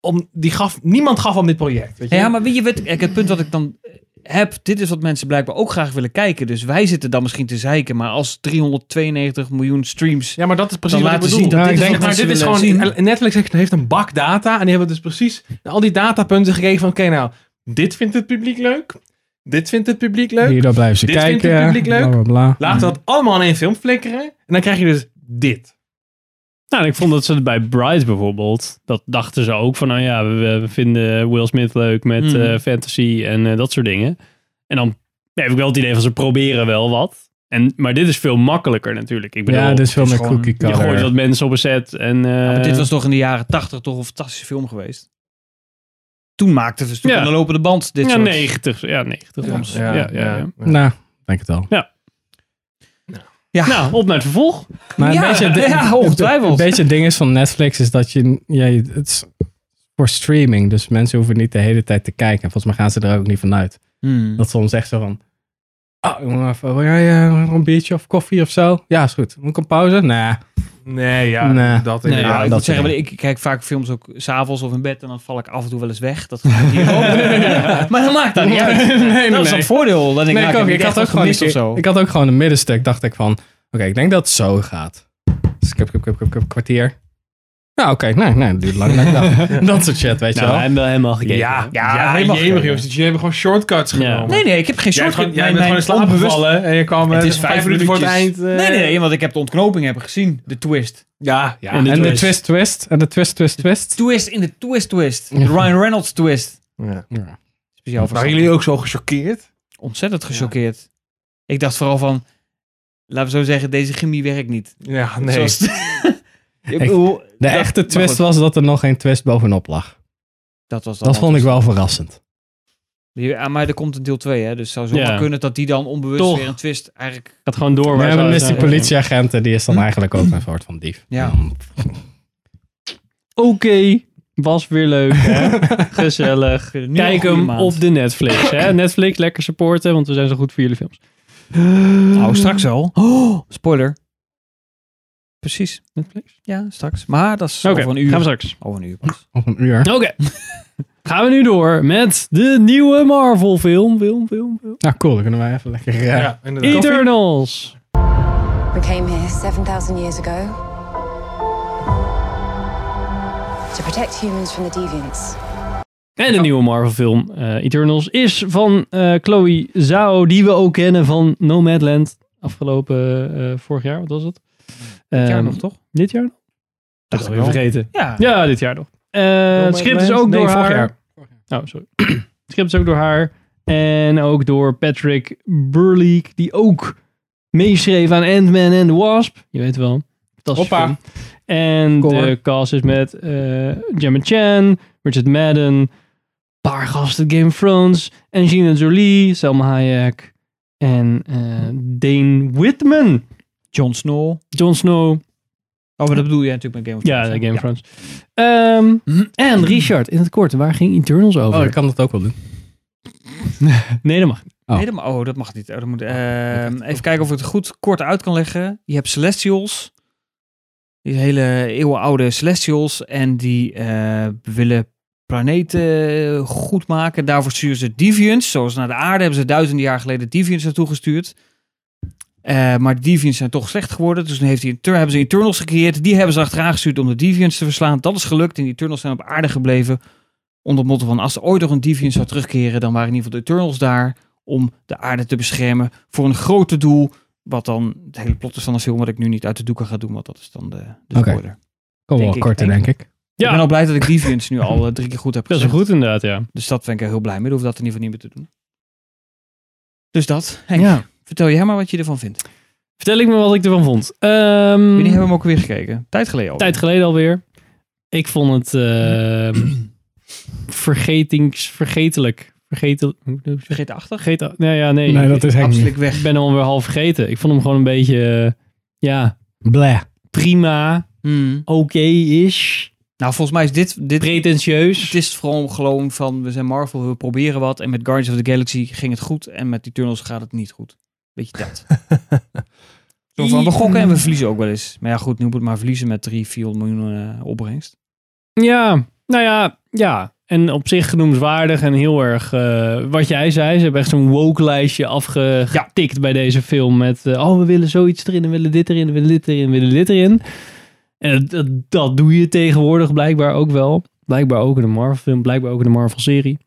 Speaker 4: om, die gaf, niemand gaf om dit project. Weet je?
Speaker 3: Ja, maar weet je, weet, kijk, het punt wat ik dan eh, heb, dit is wat mensen blijkbaar ook graag willen kijken. Dus wij zitten dan misschien te zeiken, maar als 392 miljoen streams,
Speaker 4: Ja, maar dat is precies
Speaker 3: Dan
Speaker 4: wat ik
Speaker 3: laten
Speaker 4: bedoel.
Speaker 3: zien dat
Speaker 2: Ja,
Speaker 4: ik
Speaker 2: dit is
Speaker 4: denk,
Speaker 3: wat
Speaker 4: maar dit is
Speaker 3: mensen
Speaker 4: gewoon,
Speaker 3: willen
Speaker 4: Netflix heeft, heeft een bak data en die hebben dus precies al die datapunten gegeven van, oké nou, dit vindt het publiek leuk, dit vindt het publiek leuk,
Speaker 2: Hierdoor blijven ze
Speaker 4: Dit vindt het
Speaker 2: kijken.
Speaker 4: publiek leuk.
Speaker 2: Bla, bla, bla.
Speaker 4: laten we dat allemaal in één film flikkeren en dan krijg je dus dit.
Speaker 1: Nou, en ik vond dat ze het bij Bright bijvoorbeeld, dat dachten ze ook van, nou ja, we, we vinden Will Smith leuk met
Speaker 3: Mm.
Speaker 1: eh, fantasy en eh, dat soort dingen. En dan heb ik wel het idee van ze proberen wel wat. En, maar dit is veel makkelijker natuurlijk. Ik bedoel,
Speaker 2: ja, dus veel
Speaker 3: is
Speaker 2: meer
Speaker 3: gewoon-
Speaker 2: cookie
Speaker 1: je gooit
Speaker 2: cutter.
Speaker 1: wat mensen op een set en...
Speaker 3: Ja,
Speaker 1: eh,
Speaker 3: maar dit was toch in de jaren 80 toch een fantastische film geweest. Toen maakten we toen
Speaker 1: Ja.
Speaker 3: aan de lopende band dit
Speaker 1: ja,
Speaker 3: soort.
Speaker 1: 90. Ja, 90 soms. Ja, ja, ja.
Speaker 2: Nou, denk het wel.
Speaker 3: Ja.
Speaker 1: Nou, op naar het vervolg.
Speaker 2: Maar
Speaker 3: Ja, ja, ongetwijfeld.
Speaker 2: Een beetje het ding is van Netflix is dat je, ja, je- het is voor streaming, dus mensen hoeven niet de hele tijd te kijken. En volgens mij gaan ze er ook niet vanuit.
Speaker 3: Hmm.
Speaker 2: Dat soms echt zo van, ah, jongen, even- wil jij eh, een biertje of koffie of zo? Ja, is goed. Moet ik een pauze? Nee.
Speaker 4: Nee, ja,
Speaker 2: Nee.
Speaker 4: dat
Speaker 3: Nee,
Speaker 4: inderdaad.
Speaker 3: ja, ik
Speaker 2: dat
Speaker 3: moet zeggen,
Speaker 2: soort
Speaker 3: maar ik kijk vaak films ook s'avonds of in bed en dan val ik af en toe wel eens weg. Dat gebeurt hier ook. maar dat maakt dat niet uit.
Speaker 2: nee,
Speaker 3: dat is een voordeel. Dan denk
Speaker 2: Nee, ik,
Speaker 3: nou,
Speaker 2: ook. Ik
Speaker 3: heb het
Speaker 2: had
Speaker 3: echt
Speaker 2: ook gewoon
Speaker 3: gemist
Speaker 2: een
Speaker 3: of
Speaker 2: keer-
Speaker 3: zo.
Speaker 2: ik had ook gewoon een middenstuk. Dacht ik van, oké, ik denk dat het zo gaat. Dus ik heb, ik heb, ik heb, ik heb een kwartier. Nou, oké, nee, nee, dat duurt lang. dan ik dacht. dat soort shit, weet je
Speaker 1: Nou, we
Speaker 2: wel.
Speaker 1: hebben wel helemaal gekeken.
Speaker 4: ja,
Speaker 3: Ja,
Speaker 4: ja,
Speaker 3: helemaal
Speaker 4: jemig, jongens. Jullie hebben gewoon shortcuts
Speaker 1: Ja.
Speaker 4: genomen.
Speaker 3: Nee, nee, ik heb geen
Speaker 4: Jij
Speaker 3: soort.
Speaker 4: hebt gewoon, jij
Speaker 3: mijn-
Speaker 4: bent gewoon
Speaker 3: mijn
Speaker 4: in slaap
Speaker 3: onbewust-
Speaker 4: gevallen en je kwam
Speaker 3: Het
Speaker 4: eh,
Speaker 3: is vijf
Speaker 4: minuten voor het eind.
Speaker 3: minuutjes.
Speaker 4: eh,
Speaker 3: Nee, nee, nee, want ik heb de ontknoping heb ik gezien. De twist.
Speaker 4: Ja, ja.
Speaker 1: En de
Speaker 2: En de
Speaker 1: twist.
Speaker 2: twist, twist. En de twist, twist, twist.
Speaker 3: Twist in de twist twist. De Ryan Reynolds twist.
Speaker 2: Ja.
Speaker 3: Speciaal voor
Speaker 4: Waren
Speaker 3: Sander.
Speaker 4: jullie ook zo gechoqueerd?
Speaker 3: Ontzettend gechoqueerd. Ik dacht vooral van, laten we zo zeggen, deze chemie werkt niet.
Speaker 4: Ja,
Speaker 3: Zoals- Ik
Speaker 2: Ik-
Speaker 3: bedoel,
Speaker 2: De
Speaker 3: dat-
Speaker 2: echte
Speaker 3: maar
Speaker 2: twist
Speaker 3: goed,
Speaker 2: was dat er nog geen twist bovenop lag.
Speaker 3: Dat dus- was dan
Speaker 2: Dat vond ik wel verrassend.
Speaker 3: Ja, maar er komt een deel 2, hè? Dus het zou zomaar
Speaker 1: Ja.
Speaker 3: kunnen dat die dan onbewust
Speaker 1: Toch.
Speaker 3: weer een twist eigenlijk...
Speaker 1: Gaat gewoon door.
Speaker 2: Maar
Speaker 1: waar
Speaker 2: ja, dan
Speaker 1: ze-
Speaker 2: is die
Speaker 1: ja.
Speaker 2: politieagent, en die is dan
Speaker 3: Hm?
Speaker 2: eigenlijk ook een soort van dief.
Speaker 3: Ja.
Speaker 1: Oké, was weer leuk. Hè? Gezellig.
Speaker 3: Nu een
Speaker 1: Kijk
Speaker 3: goede
Speaker 1: hem
Speaker 3: maand.
Speaker 1: op de Netflix. Hè? Netflix, lekker supporten, want we zijn zo goed voor jullie films.
Speaker 3: Nou, straks al. Oh, spoiler. Precies.
Speaker 1: Netflix?
Speaker 3: Ja, straks. Maar dat is
Speaker 1: Oké,
Speaker 3: over een uur.
Speaker 1: gaan we straks.
Speaker 3: Over een uur pas.
Speaker 2: Op een uur.
Speaker 1: Oké. gaan we nu door met de nieuwe Marvel film. film, film, film.
Speaker 2: Nou, cool. Dan kunnen wij even lekker... eh,
Speaker 4: Ja, inderdaad.
Speaker 1: Eternals.
Speaker 7: We came here 7,000 years ago to protect humans from the deviants.
Speaker 1: En de nieuwe Marvel film eh, Eternals is van eh, Chloe Zhao, die we ook kennen van Nomadland. Afgelopen eh, vorig jaar, wat was het?
Speaker 3: Dit jaar
Speaker 1: Ehm,
Speaker 3: nog, toch?
Speaker 1: Dit jaar nog? Dat
Speaker 3: ik
Speaker 1: is weer
Speaker 3: wel.
Speaker 1: vergeten.
Speaker 3: Ja.
Speaker 1: Ja, dus- dit jaar nog. Eh het script is ook
Speaker 2: nee,
Speaker 1: door
Speaker 2: vorig
Speaker 1: haar.
Speaker 2: jaar.
Speaker 1: Oh, sorry. het script is ook door haar. En ook door Patrick Burleek, die ook meeschreef aan Ant-Man en The Wasp. Je weet wel. Fantastisch.
Speaker 2: Hoppa.
Speaker 1: film. En
Speaker 2: Kom hoor.
Speaker 1: de cast is met eh Gemma Chan, Richard Madden, een paar gasten Game of Thrones, Angelina Jolie, Selma Hayek en eh, Dane Whitman.
Speaker 3: Jon Snow.
Speaker 1: Jon Snow.
Speaker 3: Oh, maar dat bedoel jij natuurlijk met Game of
Speaker 1: Ja,
Speaker 3: Thrones.
Speaker 1: de Game of Thrones. Ehm, en Richard, in het kort, waar ging Eternals over?
Speaker 2: Oh, ik kan dat ook wel doen.
Speaker 1: Nee, dat mag niet.
Speaker 2: Oh.
Speaker 3: Nee, dat ma- oh, dat mag niet. Oh, dat moet, ehm, even kijken of ik het goed kort uit kan leggen. Je hebt Celestials. Die hele eeuwenoude Celestials. En die eh, willen planeet eh, goed maken. Daarvoor sturen ze deviants. Zoals naar de aarde hebben ze duizenden jaar geleden deviants naartoe gestuurd. Eh, maar de deviants zijn toch slecht geworden. Dus toen heeft hij inter- hebben ze internals gecreëerd. Die hebben ze achteraan gestuurd om de deviants te verslaan. Dat is gelukt en die internals zijn op aarde gebleven. Onder het motto van als er ooit nog een deviant zou terugkeren... dan waren in ieder geval de internals daar om de aarde te beschermen. Voor een grote doel. Wat dan het hele plot is van de film, wat ik nu niet uit de doeken ga doen, want dat is dan de, de
Speaker 2: Oké.
Speaker 3: spoiler.
Speaker 2: Kom
Speaker 3: Denk
Speaker 2: wel
Speaker 3: ik,
Speaker 2: korter,
Speaker 3: denk
Speaker 2: denk ik.
Speaker 1: Ja.
Speaker 3: Ik ben al blij dat ik Deviants nu al eh, drie keer goed heb
Speaker 1: Dat is wel
Speaker 3: gezegd.
Speaker 1: goed inderdaad, ja.
Speaker 3: Dus dat ben ik er heel blij mee. Dan hoef ik dat in ieder geval niet meer te doen. Dus dat. Henk,
Speaker 1: Ja.
Speaker 3: vertel jij maar wat je ervan vindt.
Speaker 1: Vertel ik me wat ik ervan vond. Ehm,
Speaker 3: Wanneer hebben we hem ook weer gekeken? Tijd geleden al.
Speaker 1: Tijd geleden alweer. Ik vond het ehm, vergetings... Vergetelijk. Vergetel... hoe- hoe-
Speaker 3: Vergeetachtig?
Speaker 1: Vergeten... Nee, ja, nee.
Speaker 2: Nee, dat is Henk niet.
Speaker 3: Absoluut weg.
Speaker 1: Ik ben hem alweer half vergeten. Ik vond hem gewoon een beetje... eh, ja,
Speaker 2: Bleh.
Speaker 1: prima.
Speaker 3: Hmm.
Speaker 1: Oké-ish.
Speaker 3: Nou, volgens mij is dit... dit het
Speaker 1: Pretentieus.
Speaker 3: is vooral gewoon van, we zijn Marvel, we proberen wat. En met Guardians of the Galaxy ging het goed. En met die Eternals gaat het niet goed. Weet je dat? Zo van, we gokken en we verliezen ook wel eens. Maar ja, goed, nu moet het maar verliezen met 3, 400 miljoen eh, opbrengst.
Speaker 1: Ja, nou ja, ja. En op zich genoemswaardig en heel erg eh, wat jij zei. Ze hebben echt zo'n woke-lijstje afgetikt bij deze film. Met, eh, oh, we willen zoiets erin, we willen dit erin, we willen dit erin, we willen dit erin. En dat, dat doe je tegenwoordig blijkbaar ook wel. Blijkbaar ook in de Marvel-film, blijkbaar ook in de Marvel-serie.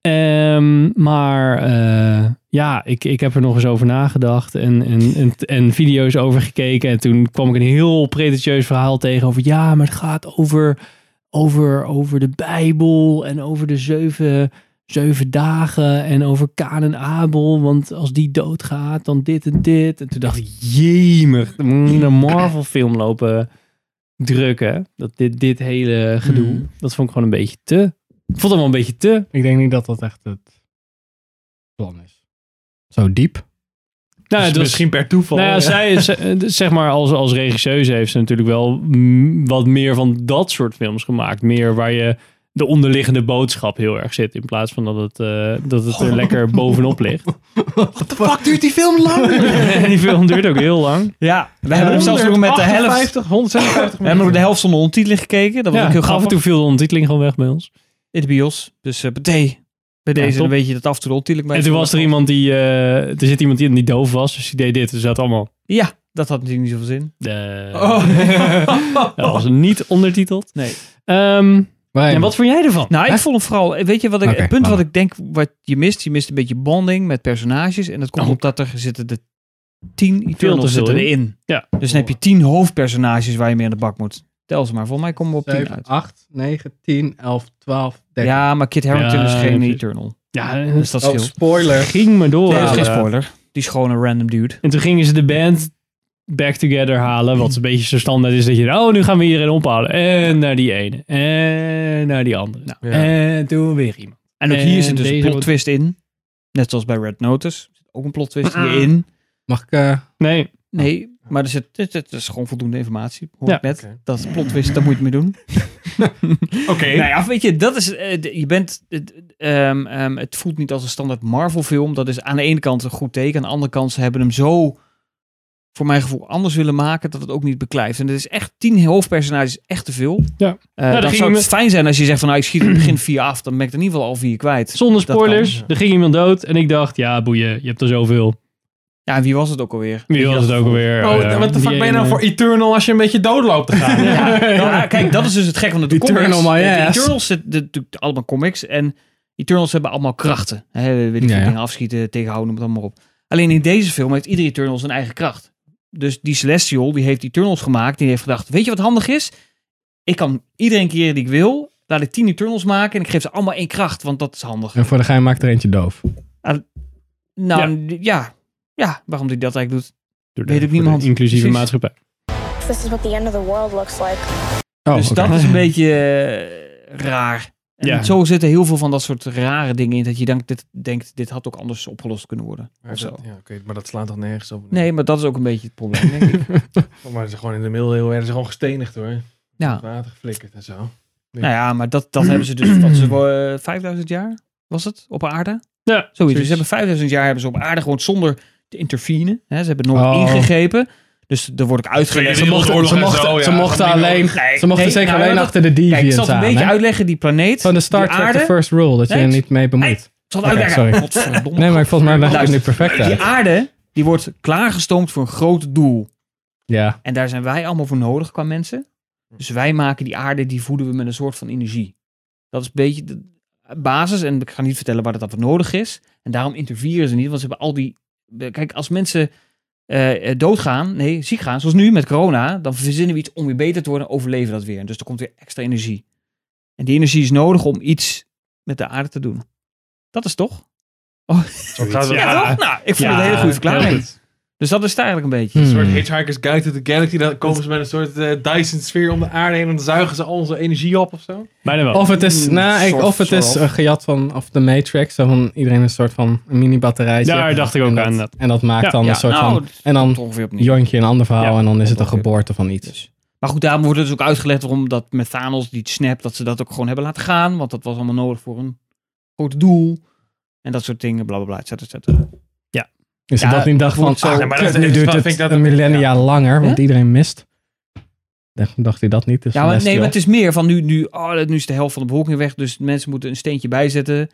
Speaker 1: Ehm, maar eh, ja, ik, ik heb er nog eens over nagedacht en, en, en, en video's over gekeken. En toen kwam ik een heel pretentieus verhaal tegen over... ja, maar het gaat over, over, over de Bijbel en over de zeven, zeven dagen... en over Kaan en Abel, want als die doodgaat, dan dit en dit. En toen dacht ik, jemig, dan moet ik in een Marvel-film lopen drukken. Dat dit, dit hele gedoe,
Speaker 3: Mm.
Speaker 1: dat vond ik gewoon een beetje te... Ik vond het wel een beetje te...
Speaker 2: Ik denk niet dat dat echt het plan is. Zo diep.
Speaker 1: Nou,
Speaker 4: Dus
Speaker 1: het was-
Speaker 4: misschien per toeval.
Speaker 1: nou ja,
Speaker 4: ja.
Speaker 1: zij, ze- eh, zeg maar, als, als regisseuse heeft ze natuurlijk wel mm, wat meer van dat soort films gemaakt. Meer waar je de onderliggende boodschap heel erg zit. In plaats van dat het, eh, dat het er lekker bovenop ligt.
Speaker 4: Fuck, duurt die film lang?
Speaker 1: En die film duurt ook heel lang.
Speaker 3: Ja, we hebben hem zelfs nog met de helft
Speaker 4: 158, 156
Speaker 3: We hebben nog de helft zonder ondertiteling gekeken. Dat was
Speaker 1: Ja,
Speaker 3: ook heel
Speaker 1: af en
Speaker 3: grappig.
Speaker 1: toe viel de ondertiteling gewoon weg bij ons.
Speaker 3: In de bios. Dus eh, bij bij deze
Speaker 1: top.
Speaker 3: dan weet je dat af en toe de ondertiteling bij
Speaker 1: En
Speaker 3: is.
Speaker 1: toen was er iemand die, eh, er zit iemand die, die doof was, dus die deed dit. Dus dat allemaal...
Speaker 3: Ja, dat had natuurlijk niet zoveel zin.
Speaker 1: eh, Dat was niet ondertiteld.
Speaker 3: Nee.
Speaker 1: Ehm,
Speaker 2: Maar
Speaker 1: en wat vond jij ervan?
Speaker 3: Nou, ik
Speaker 2: Hè?
Speaker 3: vond hem vooral... Weet je wat ik...
Speaker 2: Oké,
Speaker 3: het punt
Speaker 2: laat
Speaker 3: wat ik denk wat je mist, je mist een beetje bonding met personages. En dat komt
Speaker 1: Oh.
Speaker 3: omdat er zitten de tien Eternals
Speaker 1: veel
Speaker 3: zitten
Speaker 1: in.
Speaker 3: erin.
Speaker 1: Ja.
Speaker 3: Dus dan heb je tien hoofdpersonages waar je mee aan de bak moet. Tel ze maar. Volgens mij komen we op tien
Speaker 2: 7,
Speaker 3: uit.
Speaker 2: 8, 9, 10, 11, 12, 13.
Speaker 3: Ja, maar Kit Harington
Speaker 1: Ja,
Speaker 3: is geen
Speaker 1: precies.
Speaker 3: Eternal.
Speaker 1: Ja,
Speaker 3: Dus dat
Speaker 2: oh,
Speaker 3: scheelt.
Speaker 2: spoiler.
Speaker 1: ging maar door.
Speaker 3: Nee, dat is geen
Speaker 1: oh, Ja.
Speaker 3: spoiler. Die is gewoon een random dude.
Speaker 1: En toen gingen ze de band back together halen. Wat een beetje zo standaard is dat je... Oh, nu gaan we hierin ophalen. En naar die ene. En naar die andere.
Speaker 3: Nou,
Speaker 4: Ja.
Speaker 1: En toen weer iemand.
Speaker 3: En ook hier zit
Speaker 1: En
Speaker 3: dus een
Speaker 1: deze
Speaker 3: plot
Speaker 1: wordt-
Speaker 3: twist in. Net zoals bij Red Notice. Zit ook een plot twist hierin.
Speaker 2: Mag ik... eh,
Speaker 1: Nee,
Speaker 3: Nee, maar er zit, het, het is gewoon voldoende informatie. Hoor
Speaker 1: Ja.
Speaker 3: ik net.
Speaker 4: Oké.
Speaker 3: Dat is plot twist, daar moet je het mee doen.
Speaker 4: Oké.
Speaker 3: Nou ja, weet je, dat is, eh, de- je bent, het, ehm, ehm, het voelt niet als een standaard Marvel film. Dat is aan de ene kant een goed teken. Aan de andere kant, ze hebben hem zo, voor mijn gevoel, anders willen maken dat het ook niet beklijft. En het is echt tien hoofdpersonages echt te veel.
Speaker 1: Ja.
Speaker 3: Eh,
Speaker 1: dan
Speaker 3: dan
Speaker 1: ging
Speaker 3: zou het
Speaker 1: je-
Speaker 3: fijn zijn als je zegt van, nou, ik schiet in het begin vier af. Dan ben ik er in ieder geval al vier kwijt.
Speaker 1: zonder
Speaker 3: Dat
Speaker 1: spoilers.
Speaker 4: kan.
Speaker 1: Er ging iemand dood. En ik dacht, ja boeien, je hebt er zoveel.
Speaker 3: Ja, en wie was het ook alweer?
Speaker 1: Wie was het ook alweer?
Speaker 4: Oh,
Speaker 1: Eh,
Speaker 4: wat de
Speaker 1: die
Speaker 4: fuck ben je nou
Speaker 1: ene-
Speaker 4: voor Eternal als je een beetje dood loopt te gaan?
Speaker 3: Ja, nou, kijk, dat is dus het gek van de
Speaker 2: Eternal
Speaker 3: comics.
Speaker 2: my
Speaker 3: De
Speaker 2: ass.
Speaker 3: Eternals zitten natuurlijk allemaal comics en Eternals hebben allemaal krachten. Hè, weet
Speaker 2: Ja,
Speaker 3: ik, veel,
Speaker 2: ja.
Speaker 3: Dingen afschieten, tegenhouden, noem het allemaal op. Alleen in deze film heeft iedere Eternal zijn eigen kracht. Dus die Celestial, die heeft Eternals gemaakt. Die heeft gedacht, weet je wat handig is? Ik kan iedereen keren die ik wil. Laat ik tien Eternals maken en ik geef ze allemaal één kracht, want dat is handig.
Speaker 2: en voor de gein maakt er eentje doof.
Speaker 3: Nou, ja. ja. waarom die dat eigenlijk doet.
Speaker 1: Door
Speaker 3: Weet ook
Speaker 1: voor
Speaker 3: niemand.
Speaker 1: Inclusieve
Speaker 3: Precies.
Speaker 1: maatschappij.
Speaker 8: This is what the end of the world looks like.
Speaker 2: Oh,
Speaker 3: dus
Speaker 2: oké.
Speaker 3: dat is een beetje eh, raar. En
Speaker 1: Ja.
Speaker 3: zo zitten heel veel van dat soort rare dingen in. Dat je denkt, dit, denkt, dit had ook anders opgelost kunnen worden.
Speaker 4: Ja,
Speaker 3: Of zo.
Speaker 4: oké, maar dat slaat toch nergens op?
Speaker 3: Nee, maar dat is ook een beetje het probleem, denk ik.
Speaker 4: Maar ze gewoon in de middeleeuwen werden ze gewoon gestenigd hoor.
Speaker 3: Ja.
Speaker 4: Het water geflikkerd en zo.
Speaker 3: Nou ja, maar dat, dat hebben ze dus... Dat ze, eh, 5000 jaar was het op aarde?
Speaker 1: Ja,
Speaker 3: Zoiets. Dus ze hebben 5000 jaar hebben ze op aarde gewoon zonder te intervenen. Hè, ze hebben nooit
Speaker 2: Oh.
Speaker 3: ingegrepen. Dus daar word ik uitgelegd.
Speaker 4: Ze mochten-
Speaker 2: Ze
Speaker 4: Oorlog en
Speaker 2: mochten,
Speaker 4: zo, ja.
Speaker 2: ze mochten
Speaker 4: Niet
Speaker 2: alleen,
Speaker 4: nodig.
Speaker 2: ze mochten
Speaker 3: nee,
Speaker 2: zeker
Speaker 3: nou,
Speaker 2: alleen
Speaker 3: dat-
Speaker 2: achter de
Speaker 3: Kijk, ik
Speaker 2: deviants
Speaker 3: zal het
Speaker 2: aan.
Speaker 3: een beetje
Speaker 2: hè?
Speaker 3: uitleggen, die planeet.
Speaker 2: Van de Star
Speaker 3: die
Speaker 2: Trek,
Speaker 3: aarde.
Speaker 2: de first rule, dat je
Speaker 3: Nee,
Speaker 2: er niet mee
Speaker 3: Nee, ik
Speaker 2: bemoeit.
Speaker 3: zal het
Speaker 2: Oké,
Speaker 3: uitleggen.
Speaker 2: sorry.
Speaker 3: Godverdomme.
Speaker 2: Nee, maar volgens mij leg ik het nu
Speaker 3: Luister,
Speaker 2: perfect
Speaker 3: Die
Speaker 2: uit.
Speaker 3: aarde, die wordt klaargestoomd voor een groot doel.
Speaker 2: Ja,
Speaker 3: En daar zijn wij allemaal voor nodig qua mensen. Dus wij maken die aarde, die voeden we met een soort van energie. Dat is een beetje de basis. En ik ga niet vertellen waar dat dan voor nodig is. En daarom intervieren ze niet, want ze hebben al die... Kijk, als mensen eh, eh, doodgaan, nee, ziek gaan, zoals nu met corona... dan verzinnen we iets om weer beter te worden en overleven dat weer. En dus er komt weer extra energie. En die energie is nodig om iets met de aarde te doen. Dat is toch?
Speaker 4: Zo gaat het.
Speaker 1: Ja,
Speaker 4: Ja,
Speaker 3: toch? Nou, ik vond het een hele
Speaker 1: heel
Speaker 3: goede verklaring.
Speaker 1: goed.
Speaker 3: Dus dat is het eigenlijk een beetje.
Speaker 2: Hmm.
Speaker 4: Een soort Hitchhiker's Guide to the Galaxy. Dan komen ze met een soort eh, Dyson-sfeer om de aarde heen en dan zuigen ze al onze energie op of zo.
Speaker 1: Bijna wel.
Speaker 2: Of het is, nou, ik,
Speaker 3: soort
Speaker 2: of het is
Speaker 3: van.
Speaker 2: eh, gejat van of de Matrix. Zo van iedereen een soort van mini-batterijtje.
Speaker 1: Daar dacht ik ook
Speaker 2: en
Speaker 1: aan,
Speaker 2: Dat,
Speaker 1: dat.
Speaker 2: en dat maakt
Speaker 1: Ja,
Speaker 2: dan
Speaker 1: ja,
Speaker 2: een soort
Speaker 3: nou,
Speaker 2: van...
Speaker 3: dat
Speaker 2: En
Speaker 3: komt
Speaker 2: dan
Speaker 3: ongeveer opnieuw.
Speaker 2: jontje een ander verhaal
Speaker 1: Ja,
Speaker 2: en dan is het een
Speaker 3: dat ongeveer.
Speaker 2: geboorte van iets.
Speaker 3: Dus. Maar goed, daarom wordt het dus ook uitgelegd waarom dat met Thanos die snap, dat ze dat ook gewoon hebben laten gaan. Want dat was allemaal nodig voor een groot doel. En dat soort dingen, bla bla bla, et cetera, et cetera.
Speaker 2: Is
Speaker 3: Ja,
Speaker 2: dat niet dacht van,
Speaker 3: wordt zo-
Speaker 2: ah,
Speaker 4: Ja, maar
Speaker 2: kut,
Speaker 4: dat-
Speaker 2: nu
Speaker 4: dat
Speaker 2: duurt
Speaker 4: vind
Speaker 2: het
Speaker 4: ik dat-
Speaker 2: een millennia langer, want
Speaker 3: Ja?
Speaker 2: iedereen mist. Dacht- Dacht hij dat niet? Dus
Speaker 3: Ja, maar, nee, maar
Speaker 2: Celestial.
Speaker 3: het is meer van nu, nu, oh, dat- nu is de helft van de bevolking weg. Dus mensen moeten een steentje bijzetten.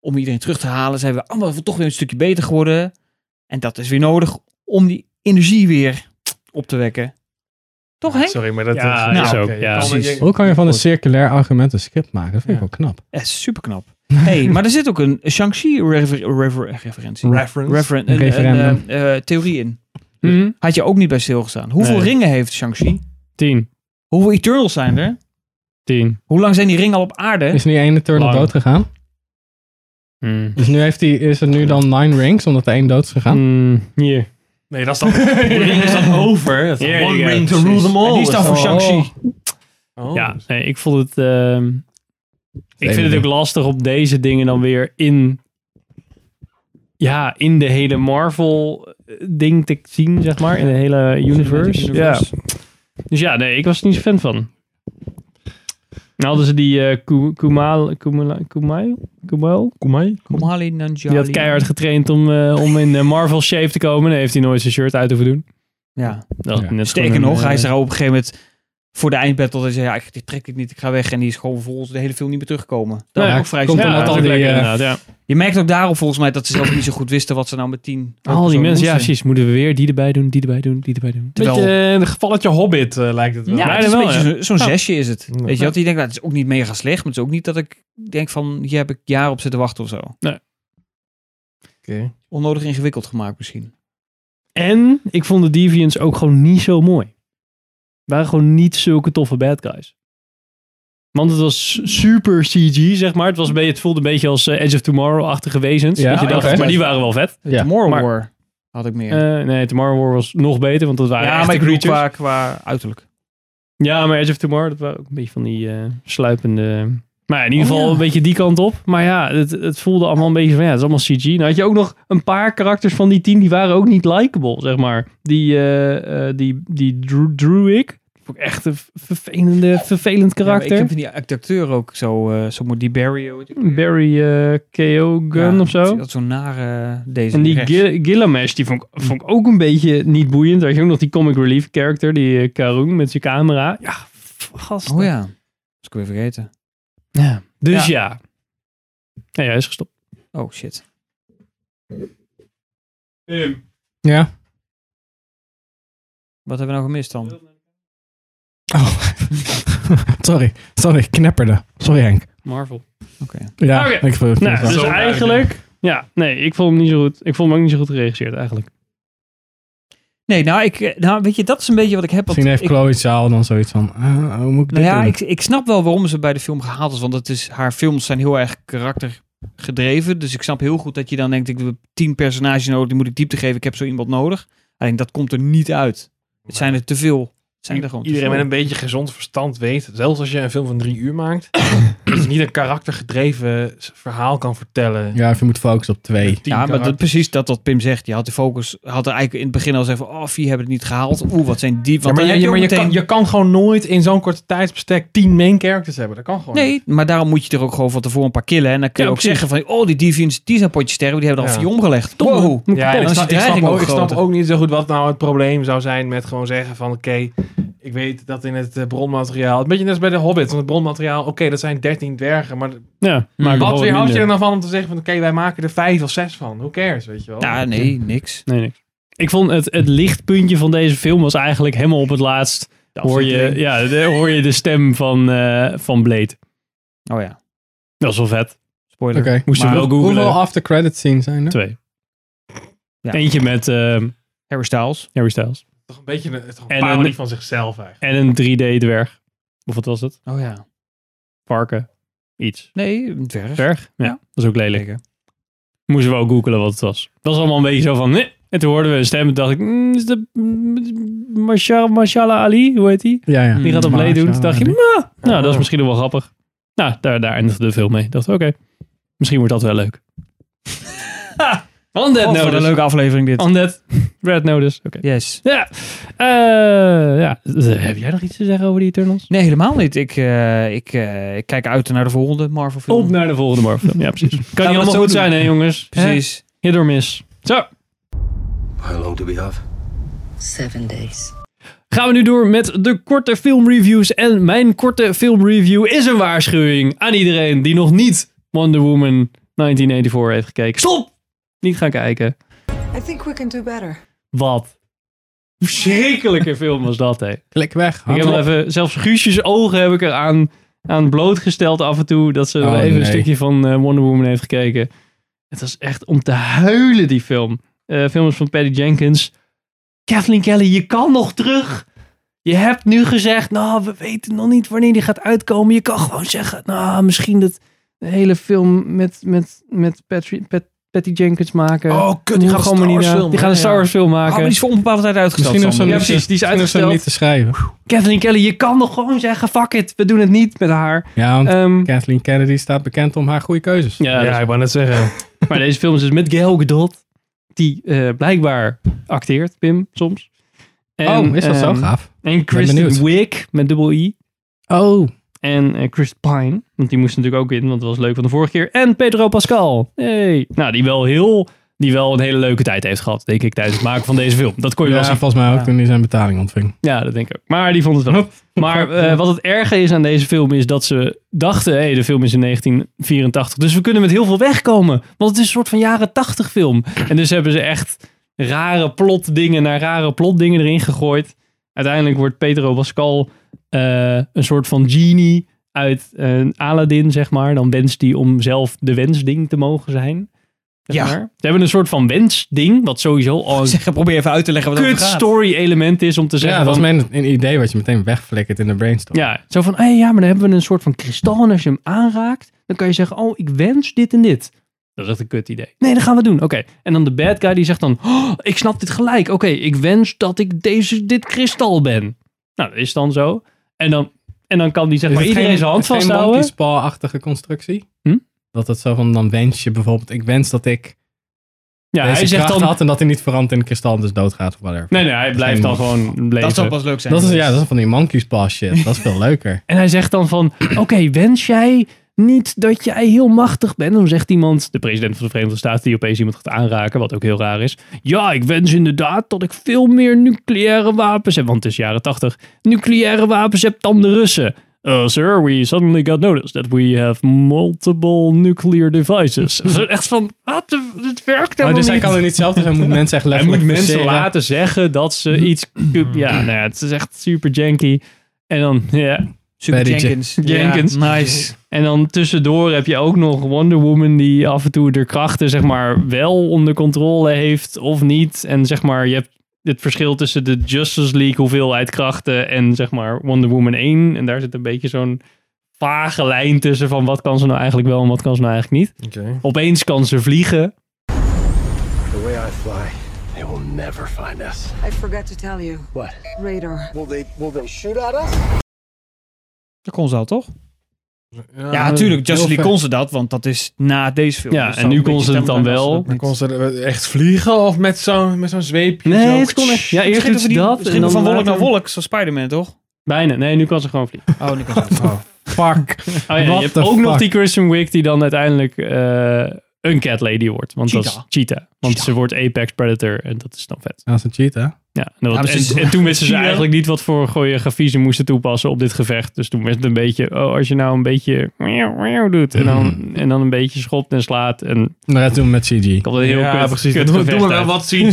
Speaker 3: Om iedereen terug te halen. Zijn we allemaal toch weer een stukje beter geworden. En dat is weer nodig om die energie weer op te wekken. Toch, hè?
Speaker 4: Sorry, maar dat
Speaker 1: Ja,
Speaker 4: is...
Speaker 3: is
Speaker 4: oké,
Speaker 1: ook,
Speaker 4: je
Speaker 1: ja.
Speaker 4: kan-
Speaker 1: Precies.
Speaker 4: je-
Speaker 2: Hoe kan je van een circulair argument een script maken? Dat vind ik
Speaker 4: Ja.
Speaker 2: wel knap.
Speaker 3: Ja, super knap. Eh, hey, maar er zit ook een Shang-Chi refer- refer- referentie.
Speaker 4: Reference.
Speaker 3: Referen- een-
Speaker 2: Referendum.
Speaker 3: een, eh, eh, theorie in.
Speaker 1: Mhm.
Speaker 3: Had je ook niet bij stilgestaan. Hoeveel
Speaker 1: Nee.
Speaker 3: ringen heeft Shang-Chi?
Speaker 1: Tien.
Speaker 3: Hoeveel Eternals zijn er?
Speaker 1: Tien.
Speaker 3: Hoe lang zijn die ringen al op aarde?
Speaker 2: Is nu één Eternal
Speaker 1: Lang.
Speaker 2: dood gegaan?
Speaker 1: Mm.
Speaker 2: Dus nu heeft hij, is er nu dan Nine Rings, omdat er één dood is gegaan?
Speaker 1: Mm, Hier.
Speaker 4: Nee, dat is dan... De ring is dan over. Dat is
Speaker 1: Ja,
Speaker 4: one
Speaker 1: ja,
Speaker 4: ring to
Speaker 1: precies.
Speaker 4: rule them all.
Speaker 3: En die is dan voor
Speaker 4: Oh.
Speaker 3: Shang-Chi.
Speaker 4: Oh.
Speaker 1: Ja, nee, ik vond het. ehm, ik vind
Speaker 2: idee.
Speaker 1: het ook lastig om deze dingen dan weer in. Ja, in de hele Marvel-ding te zien, zeg maar. In de hele universe.
Speaker 3: universe.
Speaker 1: Ja. Dus ja, nee, ik was er niet zo fan van. Nou hadden ze die eh, Ku- Kumail, Kumail, Kumail, Kumail, Kumail?
Speaker 3: Kumali Nanjali.
Speaker 1: Die had keihard getraind om, eh, om in eh, Marvel shape te komen. En heeft hij nooit zijn shirt uit hoeven doen.
Speaker 3: Ja.
Speaker 1: Dat
Speaker 2: Ja.
Speaker 1: net
Speaker 3: Sterker
Speaker 1: gewoon een,
Speaker 3: nog, hij
Speaker 1: eh,
Speaker 3: is er op een gegeven moment voor de eindbattle. Hij zei, ja, ik die trek dit niet, ik ga weg. En die is gewoon volgens de hele film niet meer teruggekomen. Dat
Speaker 1: Nee,
Speaker 3: ook vrij
Speaker 2: komt
Speaker 3: snel.
Speaker 1: Nou Ja,
Speaker 2: omdat
Speaker 1: dat
Speaker 2: al
Speaker 1: is ook
Speaker 2: die,
Speaker 1: lekker
Speaker 2: eh,
Speaker 1: inderdaad, ja.
Speaker 3: Je merkt ook daarop volgens mij dat ze zelf niet zo goed wisten wat ze nou met tien...
Speaker 1: Al die
Speaker 3: personen
Speaker 1: mensen, ja
Speaker 3: moesten.
Speaker 1: precies. Moeten we weer die erbij doen, die erbij doen, die erbij doen.
Speaker 3: Terwijl-
Speaker 1: Beetje, eh,
Speaker 4: Een gevalletje Hobbit eh, lijkt het wel.
Speaker 1: Ja,
Speaker 3: Ja,
Speaker 1: bijna
Speaker 3: het is
Speaker 1: wel,
Speaker 3: een beetje
Speaker 1: ja.
Speaker 3: zo- zo'n
Speaker 1: Ja.
Speaker 3: zesje is het.
Speaker 4: Ja.
Speaker 3: Weet je wat? Die denkt, nou, het is ook niet mega slecht. Maar het is ook niet dat ik denk van, hier heb ik jaren op zitten wachten of zo.
Speaker 4: Oké.
Speaker 3: Onnodig ingewikkeld gemaakt misschien.
Speaker 1: En ik vond de Deviants ook gewoon niet zo mooi. Waren gewoon niet zulke toffe bad guys. Want het was su- super CG, zeg maar. Het, was een beetje, het voelde een beetje als eh, Edge of Tomorrow-achtige wezens.
Speaker 2: Ja,
Speaker 1: dat je dacht,
Speaker 2: oké.
Speaker 1: maar die waren wel vet.
Speaker 2: Ja.
Speaker 3: Tomorrow
Speaker 1: maar-
Speaker 3: War had ik meer.
Speaker 1: Eh, nee, Tomorrow War was nog beter, want dat waren
Speaker 3: ja,
Speaker 1: echte
Speaker 3: maar ik bedoel
Speaker 1: creatures.
Speaker 3: qua, qua uiterlijk.
Speaker 1: Ja, maar Edge of Tomorrow, dat waren ook een beetje van die eh, sluipende... Maar ja, in ieder
Speaker 3: Oh,
Speaker 1: geval
Speaker 3: ja.
Speaker 1: een beetje die kant op. Maar ja, het, het voelde allemaal een beetje van, ja, het is allemaal CG. Nou had je ook nog een paar karakters van die tien, die waren ook niet likable, zeg maar. Die, eh eh die, die Drew, Druig, vond ik echt een v- vervelende, vervelend
Speaker 3: Ja, maar
Speaker 1: karakter.
Speaker 3: ik heb die act- acteur ook zo, eh zo moet die Barry. hoe heet die?
Speaker 1: Barry eh, Keoghan
Speaker 3: Ja,
Speaker 1: of zo.
Speaker 3: die had zo'n nare eh, deze.
Speaker 1: En die
Speaker 3: rechts.
Speaker 1: Gil Gilgamesh, die vond ik, vond ik ook een beetje niet boeiend. Daar is ook nog die comic relief character, die eh, Karung met zijn camera. Ja, f- gast.
Speaker 3: Oh ja, dat is ik weer vergeten.
Speaker 1: Ja. Dus ja. ja. hij is gestopt.
Speaker 3: Oh shit.
Speaker 2: Ja.
Speaker 3: Wat hebben we nou gemist dan?
Speaker 2: Oh. sorry, sorry, ik knepperde. Sorry Henk.
Speaker 1: Marvel.
Speaker 2: Ja,
Speaker 1: Oké.
Speaker 2: ik voel het
Speaker 1: Nou, dus
Speaker 4: Zo
Speaker 1: eigenlijk... Ja, nee, ik vond hem niet zo goed. Ik vond hem ook niet zo goed geregisseerd eigenlijk.
Speaker 3: Nee, nou, ik, eh, nou weet je, dat is een beetje wat ik heb. want
Speaker 2: Misschien heeft
Speaker 3: ik-
Speaker 2: Chloe Zaal dan zoiets van, ah, hoe moet ik dit
Speaker 3: Nou ja,
Speaker 2: doen?
Speaker 3: ik, ik snap wel waarom ze bij de film gehaald is. Want het is, haar films zijn heel erg karaktergedreven. Dus ik snap heel goed dat je dan denkt... ik heb tien personages nodig, die moet ik diepte geven. Ik heb zo iemand nodig. Alleen dat komt er niet uit. Het zijn er te veel zijn er gewoon te
Speaker 4: Iedereen met
Speaker 3: veel.
Speaker 4: een beetje gezond verstand weet, zelfs als je een film van drie uur maakt, dat je niet een karaktergedreven s- verhaal kan vertellen.
Speaker 2: Ja, of je moet focussen op twee.
Speaker 4: Tien
Speaker 3: Ja, maar dat,
Speaker 4: karakter-
Speaker 3: precies dat wat Pim zegt. Je had de focus, had er eigenlijk in het begin al eens even, oh, vier hebben het niet gehaald. Oeh, wat zijn die?
Speaker 4: Ja,
Speaker 3: Want
Speaker 4: maar,
Speaker 3: dan
Speaker 4: je,
Speaker 3: heb
Speaker 4: maar je,
Speaker 3: ook
Speaker 4: kan,
Speaker 3: meteen-
Speaker 4: je kan gewoon nooit in zo'n korte tijdsbestek tien main characters hebben. Dat kan gewoon niet.
Speaker 3: Nee, maar daarom moet je er ook gewoon van tevoren een paar killen. En dan kun je
Speaker 1: Ja,
Speaker 3: ook zeggen van, oh, die deviants, die zijn potje sterven. Die hebben er al
Speaker 4: Ja.
Speaker 3: vier omgelegd. Wow.
Speaker 4: Ja, en
Speaker 3: Dan
Speaker 4: ik,
Speaker 3: is
Speaker 4: snap,
Speaker 3: die
Speaker 4: ik, snap
Speaker 3: dreiging
Speaker 4: ook,
Speaker 3: ook
Speaker 4: ik snap
Speaker 3: groter.
Speaker 4: ook niet zo goed wat nou het probleem zou zijn met gewoon zeggen van oké, ik weet dat in het eh, bronmateriaal, een beetje net als bij de Hobbit, want het bronmateriaal, oké, dat zijn 13 dwergen, maar
Speaker 1: Ja, maar
Speaker 4: wat weerhoudt je er dan van om te zeggen van oké, wij maken er vijf of zes van, who cares, weet je wel.
Speaker 3: Ja, Nou, nee, niks.
Speaker 1: Nee, niks. Ik vond het, het lichtpuntje van deze film was eigenlijk helemaal op het laatst. Hoor je, ja, de, hoor je de stem van, eh, van Blade.
Speaker 3: Oh ja,
Speaker 1: Dat was wel vet.
Speaker 3: spoiler.
Speaker 2: Oké.
Speaker 1: Moesten we
Speaker 3: Maar
Speaker 1: wel googlen.
Speaker 2: Hoeveel after credit scenes zijn er?
Speaker 1: Twee.
Speaker 3: Ja.
Speaker 1: Eentje met eh,
Speaker 3: Harry Styles.
Speaker 1: Harry Styles.
Speaker 4: Toch een beetje een, toch een
Speaker 1: En
Speaker 4: parodie
Speaker 1: een-
Speaker 4: van zichzelf eigenlijk.
Speaker 1: En een 3D-dwerg. Of wat was het?
Speaker 3: Oh ja.
Speaker 1: Varken. Iets.
Speaker 3: Nee, een dwerg. Oh,
Speaker 1: Dwerg? Ja,
Speaker 3: Ja.
Speaker 1: Dat is ook lelijk. Moesten we ook googelen wat het was. Het was allemaal een beetje zo van... Nee. En toen hoorden we een stem en dacht ik... mm, is dat mm, Mashal- Mashallah Ali? Hoe heet die?
Speaker 2: Ja, ja.
Speaker 1: Die gaat op
Speaker 2: Maar
Speaker 1: Blade doen. Toen dacht je...
Speaker 2: zo- eh,
Speaker 1: "Mwah." Nou, dat is misschien nog wel grappig. Nou, daar, daar eindigde de film mee. Ik dacht, oké. misschien wordt dat wel leuk. On that
Speaker 3: Oh, wat
Speaker 1: notice.
Speaker 3: een leuke aflevering dit.
Speaker 1: On that red notice. Oké.
Speaker 3: Yes.
Speaker 1: Ja. Eh, ja. Eh, Heb jij nog iets te zeggen over die Eternals?
Speaker 3: Nee, helemaal niet. Ik, eh, ik, eh, ik kijk uit naar de volgende Marvel film.
Speaker 1: Op naar de volgende Marvel. Ja, precies. Kan niet
Speaker 3: dat
Speaker 1: allemaal
Speaker 3: zo
Speaker 1: goed
Speaker 3: doen?
Speaker 1: zijn, hè, jongens?
Speaker 3: Precies.
Speaker 1: Hè? Hit or miss. Zo.
Speaker 6: How long do we have?
Speaker 7: Seven days.
Speaker 1: Gaan we nu door met de korte filmreviews. En mijn korte filmreview is een waarschuwing aan iedereen die nog niet Wonder Woman 1984 heeft gekeken. Stop! Niet gaan kijken.
Speaker 9: I think we can do better.
Speaker 1: Wat? Hoe Verschrikkelijke film was dat, hè?
Speaker 2: Klik weg.
Speaker 1: Ik heb
Speaker 2: Hand
Speaker 1: wel
Speaker 2: op.
Speaker 1: even, zelfs Guusjes ogen heb ik er aan, aan blootgesteld af en toe. Dat ze
Speaker 2: Oh,
Speaker 1: wel even een
Speaker 2: nee.
Speaker 1: stukje van eh, Wonder Woman heeft gekeken. Het was echt om te huilen, die film. Eh film is van Patty Jenkins. Kathleen Kelly, je kan nog terug. Je hebt nu gezegd, nou, we weten nog niet wanneer die gaat uitkomen. Je kan gewoon zeggen, nou, misschien dat de hele film met, met, met Patri- Pat- Patty Jenkins maken.
Speaker 3: Eh,
Speaker 4: Oh, kut,
Speaker 1: Hoe
Speaker 4: die gaat
Speaker 1: gewoon
Speaker 4: een
Speaker 1: maar
Speaker 4: Star
Speaker 1: niet
Speaker 4: Wars
Speaker 1: na-
Speaker 4: film.
Speaker 1: Die gaan een
Speaker 4: Ja,
Speaker 1: Star
Speaker 4: ja.
Speaker 1: Wars film
Speaker 3: Oh, maar
Speaker 1: maken.
Speaker 3: die is voor onbepaalde tijd uitgesteld.
Speaker 2: Misschien of ze
Speaker 3: Sander.
Speaker 2: hem
Speaker 1: Ja,
Speaker 2: niet-
Speaker 1: precies, die is
Speaker 2: misschien of ze hem
Speaker 1: uitgesteld.
Speaker 2: niet te schrijven.
Speaker 1: Kathleen Kelly, je kan nog gewoon zeggen, fuck it, we doen het niet met haar.
Speaker 2: Ja,
Speaker 3: Eh.
Speaker 2: want
Speaker 1: Ehm,
Speaker 2: Kathleen Kennedy staat bekend om haar goede keuzes.
Speaker 1: ja, dat is-
Speaker 4: ik wou net zeggen.
Speaker 1: maar deze film is dus met Gail Gadot, die eh, blijkbaar acteert, Pim, soms. En,
Speaker 2: oh, is dat zo?
Speaker 1: ehm,
Speaker 2: Gaaf.
Speaker 1: En
Speaker 2: benieuwd.
Speaker 1: Kristen Wiig, met dubbel I.
Speaker 2: Oh,
Speaker 1: En eh, Chris Pine, want die moest natuurlijk ook in, want dat was leuk van de vorige keer. En Pedro Pascal, hey. Nou, die wel heel, die wel een hele leuke tijd heeft gehad, denk ik, tijdens het maken van deze film. Dat kon je
Speaker 2: ja,
Speaker 1: wel zien.
Speaker 2: volgens mij ook toen hij zijn betaling ontving.
Speaker 1: Ja, dat denk ik ook. Maar die vond het wel. Maar eh, wat het erge is aan deze film is dat ze dachten, hé, de film is in 1984, dus we kunnen met heel veel wegkomen. Want het is een soort van jaren 80 film. En dus hebben ze echt rare plotdingen naar rare plotdingen erin gegooid. Uiteindelijk wordt Pedro Pascal eh, een soort van genie uit eh, Aladdin, zeg maar. Dan wenst hij om zelf de wensding te mogen zijn. zeg
Speaker 3: Ja.
Speaker 1: maar. Ze hebben een soort van wensding, wat sowieso al een
Speaker 3: Zeg, probeer even uit te leggen wat het
Speaker 1: kut
Speaker 3: over gaat.
Speaker 1: story element is om te zeggen
Speaker 2: Ja, dat
Speaker 1: van,
Speaker 2: is mijn een idee wat je meteen wegflikkert in de brainstorm.
Speaker 1: ja, zo van, hey, ja, maar dan hebben we een soort van kristal. En als je hem aanraakt, dan kan je zeggen, oh, ik wens dit en dit. Dat is echt een kut idee. Nee, dat gaan we doen. Oké. En dan de bad guy die zegt dan, oh, ik snap dit gelijk. Oké, ik wens dat ik deze, dit kristal ben. Nou, dat is dan zo. En dan, en dan kan die zeg
Speaker 2: Is
Speaker 1: maar
Speaker 2: het
Speaker 1: iedereen
Speaker 2: geen-
Speaker 1: zijn hand
Speaker 2: is het geen
Speaker 1: vasthouden.
Speaker 2: Monkey Spa-achtige constructie?
Speaker 1: Hm?
Speaker 2: Dat het zo van, dan wens je bijvoorbeeld, ik wens dat ik
Speaker 1: Ja,
Speaker 2: deze
Speaker 1: hij zegt
Speaker 2: kracht
Speaker 1: dan,
Speaker 2: had en dat hij niet verandert in een kristal en dus doodgaat of whatever.
Speaker 1: nee, nee, hij blijft dan gewoon leven.
Speaker 3: Dat zou pas leuk zijn.
Speaker 2: Dat is,
Speaker 3: geweest.
Speaker 2: ja, dat is van die monkey spa shit. Dat is veel leuker.
Speaker 1: En hij zegt dan van, oké, wens jij niet dat jij heel machtig bent? Dan zegt iemand, de president van de Verenigde Staten, die opeens iemand gaat aanraken, wat ook heel raar is. Ja, ik wens inderdaad dat ik veel meer nucleaire wapens heb, want het is jaren tachtig. Nucleaire wapens heb dan de Russen. Uh, sir, we suddenly got notice that we have multiple nuclear devices. Dat is echt van, wat? Het werkt helemaal
Speaker 2: Maar dus hij
Speaker 1: niet.
Speaker 2: kan er niet zelf, dus hij moet mensen echt
Speaker 1: Hij
Speaker 2: letterlijk
Speaker 1: moet mensen
Speaker 2: forceren.
Speaker 1: laten zeggen dat ze iets... Ja, nou ja, het is echt super janky. En dan, ja,
Speaker 3: Super
Speaker 2: Patty
Speaker 3: Jenkins.
Speaker 1: Jenkins.
Speaker 3: Ja, nice.
Speaker 1: En dan tussendoor heb je ook nog Wonder Woman die af en toe de krachten zeg maar wel onder controle heeft of niet. En zeg maar je hebt het verschil tussen de Justice League hoeveelheid krachten en zeg maar Wonder Woman 1. En daar zit een beetje zo'n vage lijn tussen van wat kan ze nou eigenlijk wel en wat kan ze nou eigenlijk niet. Opeens kan ze vliegen.
Speaker 5: The way I fly They will never find us.
Speaker 9: I forgot to tell you.
Speaker 5: What?
Speaker 9: Radar.
Speaker 5: Will they will they shoot at us?
Speaker 3: Dat kon ze al, toch?
Speaker 4: Ja,
Speaker 3: ja, natuurlijk. Justice
Speaker 2: heel
Speaker 3: League
Speaker 2: vet.
Speaker 3: kon ze dat, want dat is na deze film.
Speaker 1: Ja,
Speaker 3: Dus
Speaker 1: en
Speaker 3: zo'n
Speaker 1: nu kon
Speaker 3: beetje
Speaker 1: ze het dan
Speaker 3: stemmen was
Speaker 1: wel.
Speaker 3: dat
Speaker 4: Maar
Speaker 3: niet.
Speaker 4: kon ze echt vliegen of met zo'n met zo'n zweepje? zo?
Speaker 1: Nee, het kon echt. Ja, eerst
Speaker 3: Schieten
Speaker 1: doet
Speaker 3: ze
Speaker 1: ze
Speaker 3: die-
Speaker 1: dat. en
Speaker 3: schieten
Speaker 1: dan
Speaker 3: van wolk
Speaker 1: later-
Speaker 3: naar wolk, zoals Spider-Man, toch?
Speaker 1: Bijna. Nee, nu kan ze gewoon vliegen.
Speaker 3: Oh, nu kan ze
Speaker 2: Fuck.
Speaker 1: Oh ja,
Speaker 2: What
Speaker 1: je hebt
Speaker 2: the
Speaker 1: ook nog
Speaker 2: fuck?
Speaker 1: die Christian Wick die dan uiteindelijk eh, een Cat Lady wordt. Want dat is
Speaker 3: Cheetah.
Speaker 1: Cheetah. Want ze wordt Apex Predator en dat is dan vet.
Speaker 2: Dat is een cheater.
Speaker 1: Ja, en, dat-
Speaker 3: Ja, maar ze
Speaker 1: en-
Speaker 3: is-
Speaker 1: en toen wisten ze
Speaker 3: Cheetah.
Speaker 1: eigenlijk niet wat voor choreografie ze moesten toepassen op dit gevecht. Dus toen werd het een beetje, oh, als je nou een beetje meow, meow doet en
Speaker 3: Hmm.
Speaker 1: dan, en dan een beetje schopt en slaat. En
Speaker 2: Nou, dat doen we met CG.
Speaker 1: kan dat heel
Speaker 4: ja,
Speaker 1: kut,
Speaker 4: precies.
Speaker 1: kut
Speaker 4: Doe,
Speaker 1: gevecht
Speaker 4: doe maar wel
Speaker 1: uit.
Speaker 4: wat CG. Dan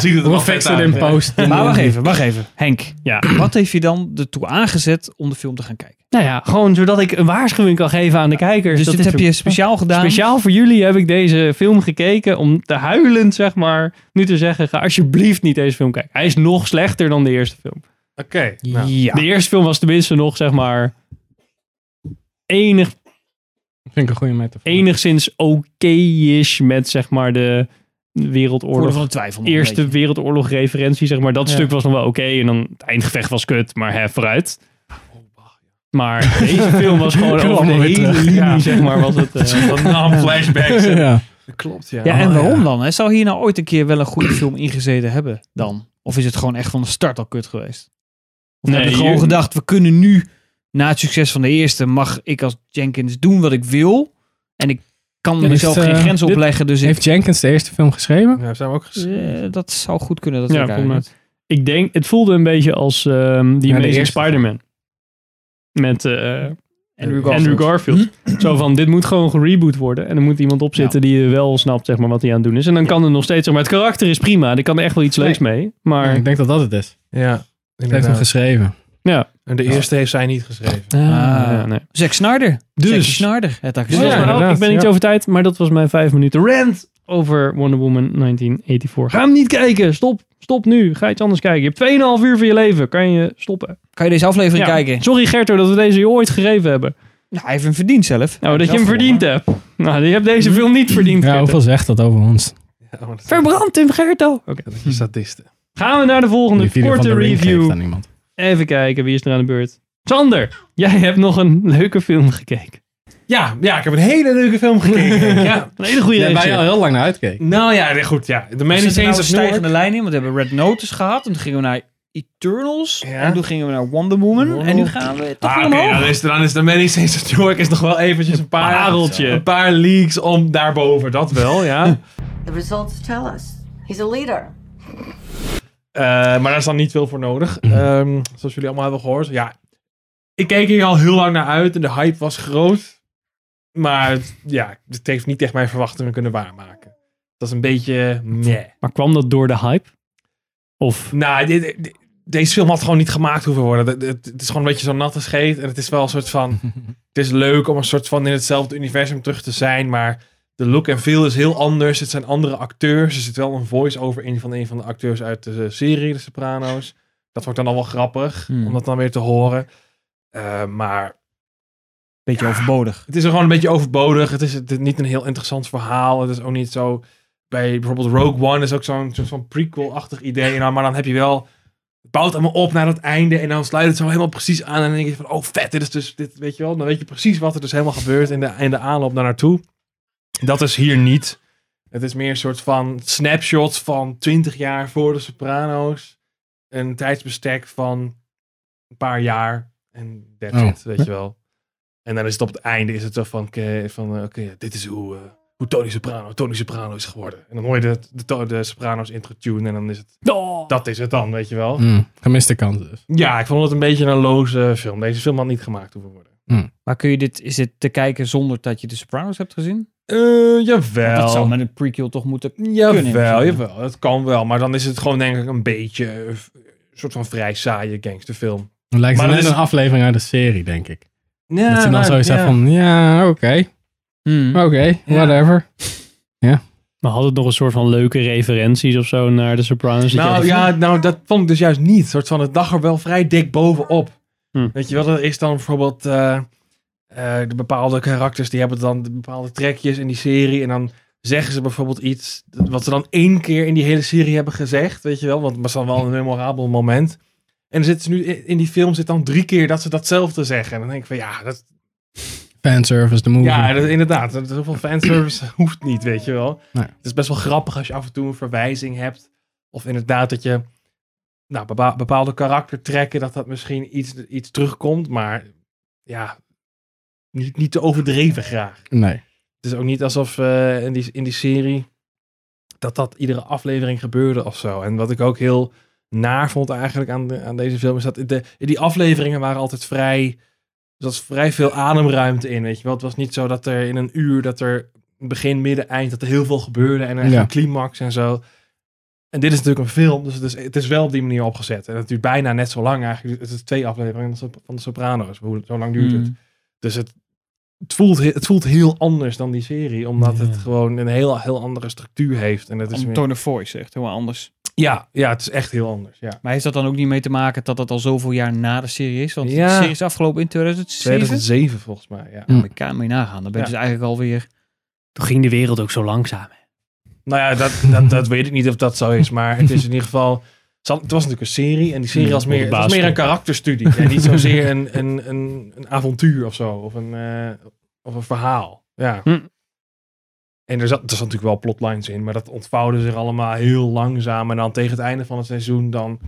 Speaker 4: ziet het er wel
Speaker 2: we
Speaker 4: vet
Speaker 2: fixen
Speaker 4: uit.
Speaker 2: het in post.
Speaker 3: Maar wacht even, wacht even. Henk,
Speaker 1: Ja.
Speaker 3: wat heeft je dan ertoe aangezet om de film te gaan kijken?
Speaker 1: Nou ja, gewoon zodat ik een waarschuwing kan geven aan de kijkers.
Speaker 3: Dus
Speaker 1: dat
Speaker 3: dit
Speaker 1: is
Speaker 3: heb je speciaal gedaan.
Speaker 1: Speciaal voor jullie heb ik deze film gekeken om te huilend, zeg maar, nu te zeggen, ga alsjeblieft niet deze film kijken. Hij is nog slechter dan de eerste film.
Speaker 4: Oké.
Speaker 3: Ja.
Speaker 4: nou.
Speaker 1: De eerste film was tenminste nog, zeg maar, enig,
Speaker 2: Vind ik een goede metafoor.
Speaker 1: enigszins oké-ish met, zeg maar, de
Speaker 3: Voordeel
Speaker 1: wereldoorlog.
Speaker 3: van de twijfel. nog een
Speaker 1: Eerste
Speaker 3: beetje.
Speaker 1: wereldoorlog referentie, zeg maar. Dat
Speaker 3: Ja.
Speaker 1: stuk was nog wel oké en dan het eindgevecht was kut, maar hè, vooruit. Maar deze film was gewoon over
Speaker 2: Kom
Speaker 1: de
Speaker 2: allemaal weer
Speaker 1: hele
Speaker 2: terug.
Speaker 1: linie,
Speaker 4: Ja.
Speaker 1: zeg maar, was het... eh,
Speaker 4: Dat naam flashbacks.
Speaker 2: ja.
Speaker 4: Dat klopt, ja.
Speaker 3: Ja,
Speaker 2: Oh,
Speaker 3: en waarom
Speaker 2: ja.
Speaker 3: dan? hè? Zou hier nou ooit een keer wel een goede film ingezeten hebben dan? Of is het gewoon echt van de start al kut geweest? Of
Speaker 1: Nee,
Speaker 3: hebben we gewoon
Speaker 1: hier-
Speaker 3: gedacht, we kunnen nu, na het succes van de eerste, mag ik als Jenkins doen wat ik wil. En ik kan
Speaker 2: Heeft,
Speaker 3: mezelf geen
Speaker 2: eh,
Speaker 3: grens
Speaker 2: dit-
Speaker 3: opleggen, dus ik...
Speaker 2: Heeft Jenkins de eerste film geschreven?
Speaker 4: Ja, zijn we ook gezien.
Speaker 3: Eh, dat zou goed kunnen. Dat
Speaker 1: Ja,
Speaker 3: weet ik
Speaker 1: volgens
Speaker 3: eigenlijk niet.
Speaker 1: Ik denk, het voelde een beetje als ehm die
Speaker 2: Ja, de
Speaker 1: Amazing
Speaker 2: eerste.
Speaker 1: Spider-Man. Met eh,
Speaker 3: Andrew
Speaker 1: Andrew Garfield. Zo van, dit moet gewoon gereboot worden. En er moet iemand op zitten die eh, wel snapt zeg maar, wat hij aan het doen is. En dan kan er nog steeds, zeg maar, het karakter is prima. Er kan er echt wel iets leuks mee. Maar
Speaker 2: Ik denk dat dat het is. Hij
Speaker 4: Ja,
Speaker 2: heeft hem
Speaker 4: inderdaad.
Speaker 2: geschreven.
Speaker 4: En de eerste heeft zij niet geschreven.
Speaker 3: Ah.
Speaker 1: ja, nee.
Speaker 3: Zack Snyder. Dus. Zack Snyder. Het
Speaker 1: Dus dat
Speaker 4: Ja,
Speaker 1: is mijn-
Speaker 4: inderdaad,
Speaker 1: ik ben niet
Speaker 4: ja.
Speaker 1: over tijd, maar dat was mijn vijf minuten rant over Wonder Woman 1984. Ga hem niet kijken. Stop. Stop nu. Ga iets anders kijken. Je hebt 2,5 uur van je leven. Kan je stoppen.
Speaker 3: Kan je deze aflevering
Speaker 1: Ja.
Speaker 3: kijken?
Speaker 1: Sorry Gerto dat we deze je ooit gegeven hebben.
Speaker 3: Nou, hij heeft hem verdiend zelf.
Speaker 1: Nou, dat je hem verdiend hebt. Nou, je hebt deze film niet verdiend.
Speaker 2: Ja,
Speaker 1: Gerto.
Speaker 2: hoeveel zegt dat over ons?
Speaker 4: Ja, maar dat-
Speaker 1: Verbrand hem, Gerto.
Speaker 4: Dat is sadisten.
Speaker 1: Gaan we naar de
Speaker 2: Die
Speaker 1: volgende
Speaker 2: video van
Speaker 1: korte
Speaker 2: de ring geeft
Speaker 1: review.
Speaker 2: aan iemand.
Speaker 1: Even kijken, wie is er aan de beurt? Sander, jij hebt nog een leuke film gekeken.
Speaker 4: Ja, ja, ik heb een hele leuke film gekeken. ja.
Speaker 1: Een hele goede
Speaker 2: Ja, waar je al
Speaker 1: regisseur.
Speaker 2: heel lang naar uitkeek.
Speaker 4: Nou ja, nee, goed, ja. De
Speaker 3: Er
Speaker 4: Man
Speaker 3: zit
Speaker 4: is
Speaker 3: nou
Speaker 4: eens
Speaker 3: een
Speaker 4: of Newark.
Speaker 3: stijgende lijn in, want we hebben Red Notice gehad. En toen gingen we naar Eternals.
Speaker 4: Ja.
Speaker 3: En toen gingen we naar Wonder Woman. En nu gaan we toch
Speaker 4: Ah,
Speaker 3: weer
Speaker 4: oké,
Speaker 3: omhoog.
Speaker 4: dan, is, dan is de Man is eens of Newark is nog wel eventjes een paar,
Speaker 1: pareltje.
Speaker 4: een paar leaks om daarboven. Dat wel, ja.
Speaker 9: The results tell us. He's a leader.
Speaker 4: Eh, maar daar is dan niet veel voor nodig. Ehm, zoals jullie allemaal hebben gehoord. Ja, ik keek hier al heel lang naar uit en de hype was groot. Maar het- ja, het heeft niet echt mijn verwachtingen kunnen waarmaken. Dat is een beetje... Nee.
Speaker 1: Maar kwam dat door de hype? Of...
Speaker 4: Nou, dit- dit- deze film had gewoon niet gemaakt hoeven worden. Het, het- het is gewoon een beetje zo'n natte scheet. En het is wel een soort van... Het is leuk om een soort van in hetzelfde universum terug te zijn. Maar de look en feel is heel anders. Het zijn andere acteurs. Er zit wel een voice-over in van een van de acteurs uit de serie De Soprano's. Dat wordt dan al wel grappig.
Speaker 3: Hmm.
Speaker 4: Om dat dan weer te horen. Eh, maar
Speaker 3: Beetje overbodig.
Speaker 4: het is er gewoon een beetje overbodig. Het is het- niet een heel interessant verhaal. Het is ook niet zo. Bij bijvoorbeeld Rogue One is ook zo'n soort van prequel-achtig idee. Nou, maar dan heb je wel. Het bouwt allemaal op naar dat einde. En dan sluit het zo helemaal precies aan. En dan denk je van: oh vet, dit is dus. Dit, weet je wel. Dan weet je precies wat er dus helemaal gebeurt in de, in de aanloop daar naartoe. Dat is hier niet. Het is meer een soort van snapshot van 20 jaar voor de Soprano's. Een tijdsbestek van een paar jaar. En that's
Speaker 2: Oh.
Speaker 4: it, weet je wel. En dan is het op het einde is het zo van, oké, van eh, oké, dit is hoe, eh, hoe Tony Soprano Tony Soprano is geworden. En dan hoor je de, de, to- de Soprano's intro tune en dan is het, dat is het dan, weet je wel.
Speaker 2: Mm, gemiste kans dus.
Speaker 4: Ja, ik vond het een beetje een loze film. Deze film had niet gemaakt hoeven worden.
Speaker 3: Maar kun je dit, is dit te kijken zonder dat je de Sopranos hebt gezien?
Speaker 4: Eh
Speaker 3: Want Dat
Speaker 4: jawel.
Speaker 3: zou met een prequel toch moeten... kunnen
Speaker 4: Jawel,
Speaker 3: misschien.
Speaker 4: jawel. Dat kan wel. Maar dan is het gewoon denk ik een beetje eh, v- een soort van vrij saaie gangsterfilm.
Speaker 2: Dan lijkt
Speaker 4: Maar
Speaker 2: het
Speaker 4: dat
Speaker 2: net
Speaker 4: is-
Speaker 2: een aflevering uit de serie, denk ik.
Speaker 4: Ja,
Speaker 2: dat ze dan
Speaker 4: nou,
Speaker 2: zo zeggen
Speaker 4: ja. Hm.
Speaker 2: van, ja, oké,
Speaker 3: Hmm.
Speaker 2: oké, whatever.
Speaker 1: Maar had het nog een soort van leuke referenties of zo naar de Sopranos? Dat je
Speaker 4: Nou
Speaker 1: had-
Speaker 4: ja, nou, dat vond ik dus juist niet. Een soort van, het dag er wel vrij dik bovenop.
Speaker 1: Hm.
Speaker 4: Weet je wel, dat is dan bijvoorbeeld eh, eh, de bepaalde karakters, die hebben dan de bepaalde trekjes in die serie. En dan zeggen ze bijvoorbeeld iets wat ze dan één keer in die hele serie hebben gezegd, weet je wel, want het was dan wel een memorabel moment. En dan zitten ze nu in die film zit dan drie keer dat ze datzelfde zeggen. En dan denk ik van ja, dat,
Speaker 2: Fanservice, de movie.
Speaker 4: ja, dat, inderdaad. Dat, zoveel fanservice hoeft niet, weet je wel.
Speaker 2: Nee.
Speaker 4: Het is best wel grappig als je af en toe een verwijzing hebt. Of inderdaad dat je nou, bepa- bepaalde karaktertrekken, dat dat misschien iets, iets terugkomt. Maar ja, niet, niet te overdreven graag.
Speaker 2: Nee.
Speaker 4: Het is ook niet alsof eh, in, die, in die serie dat dat iedere aflevering gebeurde of zo. En wat ik ook heel naar vond eigenlijk aan, de- aan deze film is dat de, die afleveringen waren altijd vrij... Er zat vrij veel ademruimte in, weet je wel. Het was niet zo dat er in een uur, dat er begin, midden, eind, dat er heel veel gebeurde en echt
Speaker 2: Ja.
Speaker 4: een climax en zo. En dit is natuurlijk een film, dus het is, het is wel op die manier opgezet. En het duurt bijna net zo lang eigenlijk. Het is twee afleveringen van de- van de Soprano's. Hoe- Zo lang duurt het. Dus het, het, voelt, he- het voelt heel anders dan die serie, omdat
Speaker 1: Ja.
Speaker 4: het gewoon een heel, heel andere structuur heeft. En het is
Speaker 3: Een
Speaker 4: meer-
Speaker 3: tone of voice, echt helemaal anders.
Speaker 4: ja, ja, het is echt heel anders. Ja.
Speaker 3: Maar heeft dat dan ook niet mee te maken dat dat al zoveel jaar na de serie is? Want de
Speaker 4: Ja.
Speaker 3: serie is afgelopen in 2007.
Speaker 4: 2007 volgens mij, ja.
Speaker 2: Mm.
Speaker 3: Ik kan mee nagaan. Dan ben je dus
Speaker 4: Ja.
Speaker 3: eigenlijk alweer...
Speaker 1: Toen ging de wereld ook zo langzaam.
Speaker 4: Nou ja, dat, dat, dat weet ik niet of dat zo is. Maar het is in ieder geval. ze had- Het was natuurlijk een serie. En die serie was meer, het was meer een karakterstudie. En niet zozeer een, een, een, een avontuur of zo. Of een, eh, of een verhaal. Ja.
Speaker 1: Hm.
Speaker 4: En er zat, er zat natuurlijk wel plotlines in. Maar dat ontvouwde zich allemaal heel langzaam. En dan tegen het einde van het seizoen. dan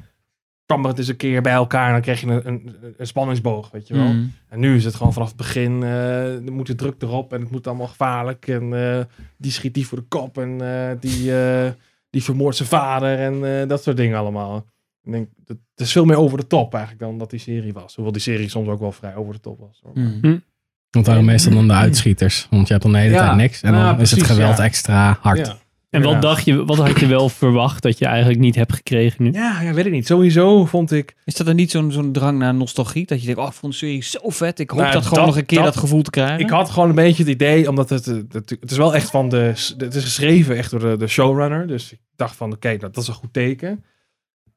Speaker 4: kwam er het eens een keer bij elkaar. En dan kreeg je een, een, een spanningsboog. Weet je wel.
Speaker 3: Mm.
Speaker 4: En nu is het gewoon vanaf het begin, eh, er moet de druk erop en het moet allemaal gevaarlijk. En eh, die schiet die voor de kop en eh, die, eh, die vermoordt zijn vader en eh, dat soort dingen allemaal. Ik denk, dat- het is veel meer over de top eigenlijk dan dat die serie was. Hoewel die serie soms ook wel vrij over de top was. hoor.
Speaker 3: Mm.
Speaker 2: Want daarom meestal dan de uitschieters. Want je hebt dan de hele
Speaker 4: Ja,
Speaker 2: tijd niks. En
Speaker 4: ja,
Speaker 2: dan is het
Speaker 4: precies,
Speaker 2: geweld
Speaker 4: ja.
Speaker 2: extra hard.
Speaker 4: Ja.
Speaker 1: En wat,
Speaker 4: Inderdaad.
Speaker 1: dacht je, wat had je wel verwacht dat je eigenlijk niet hebt gekregen nu?
Speaker 4: Ja, ja, weet ik niet. Sowieso vond ik...
Speaker 3: Is dat dan niet zo'n zo'n drang naar nostalgie? Dat je denkt, oh, ik vond de serie zo vet. Ik hoop
Speaker 4: Nou,
Speaker 3: dat gewoon
Speaker 4: dat-
Speaker 3: nog een keer dat,
Speaker 4: dat-
Speaker 3: gevoel te krijgen.
Speaker 4: Ik had gewoon een beetje het idee, omdat het, eh, dat- het is wel echt van de, het is geschreven echt door de, de showrunner. Dus ik dacht van, oké, dat, dat is een goed teken.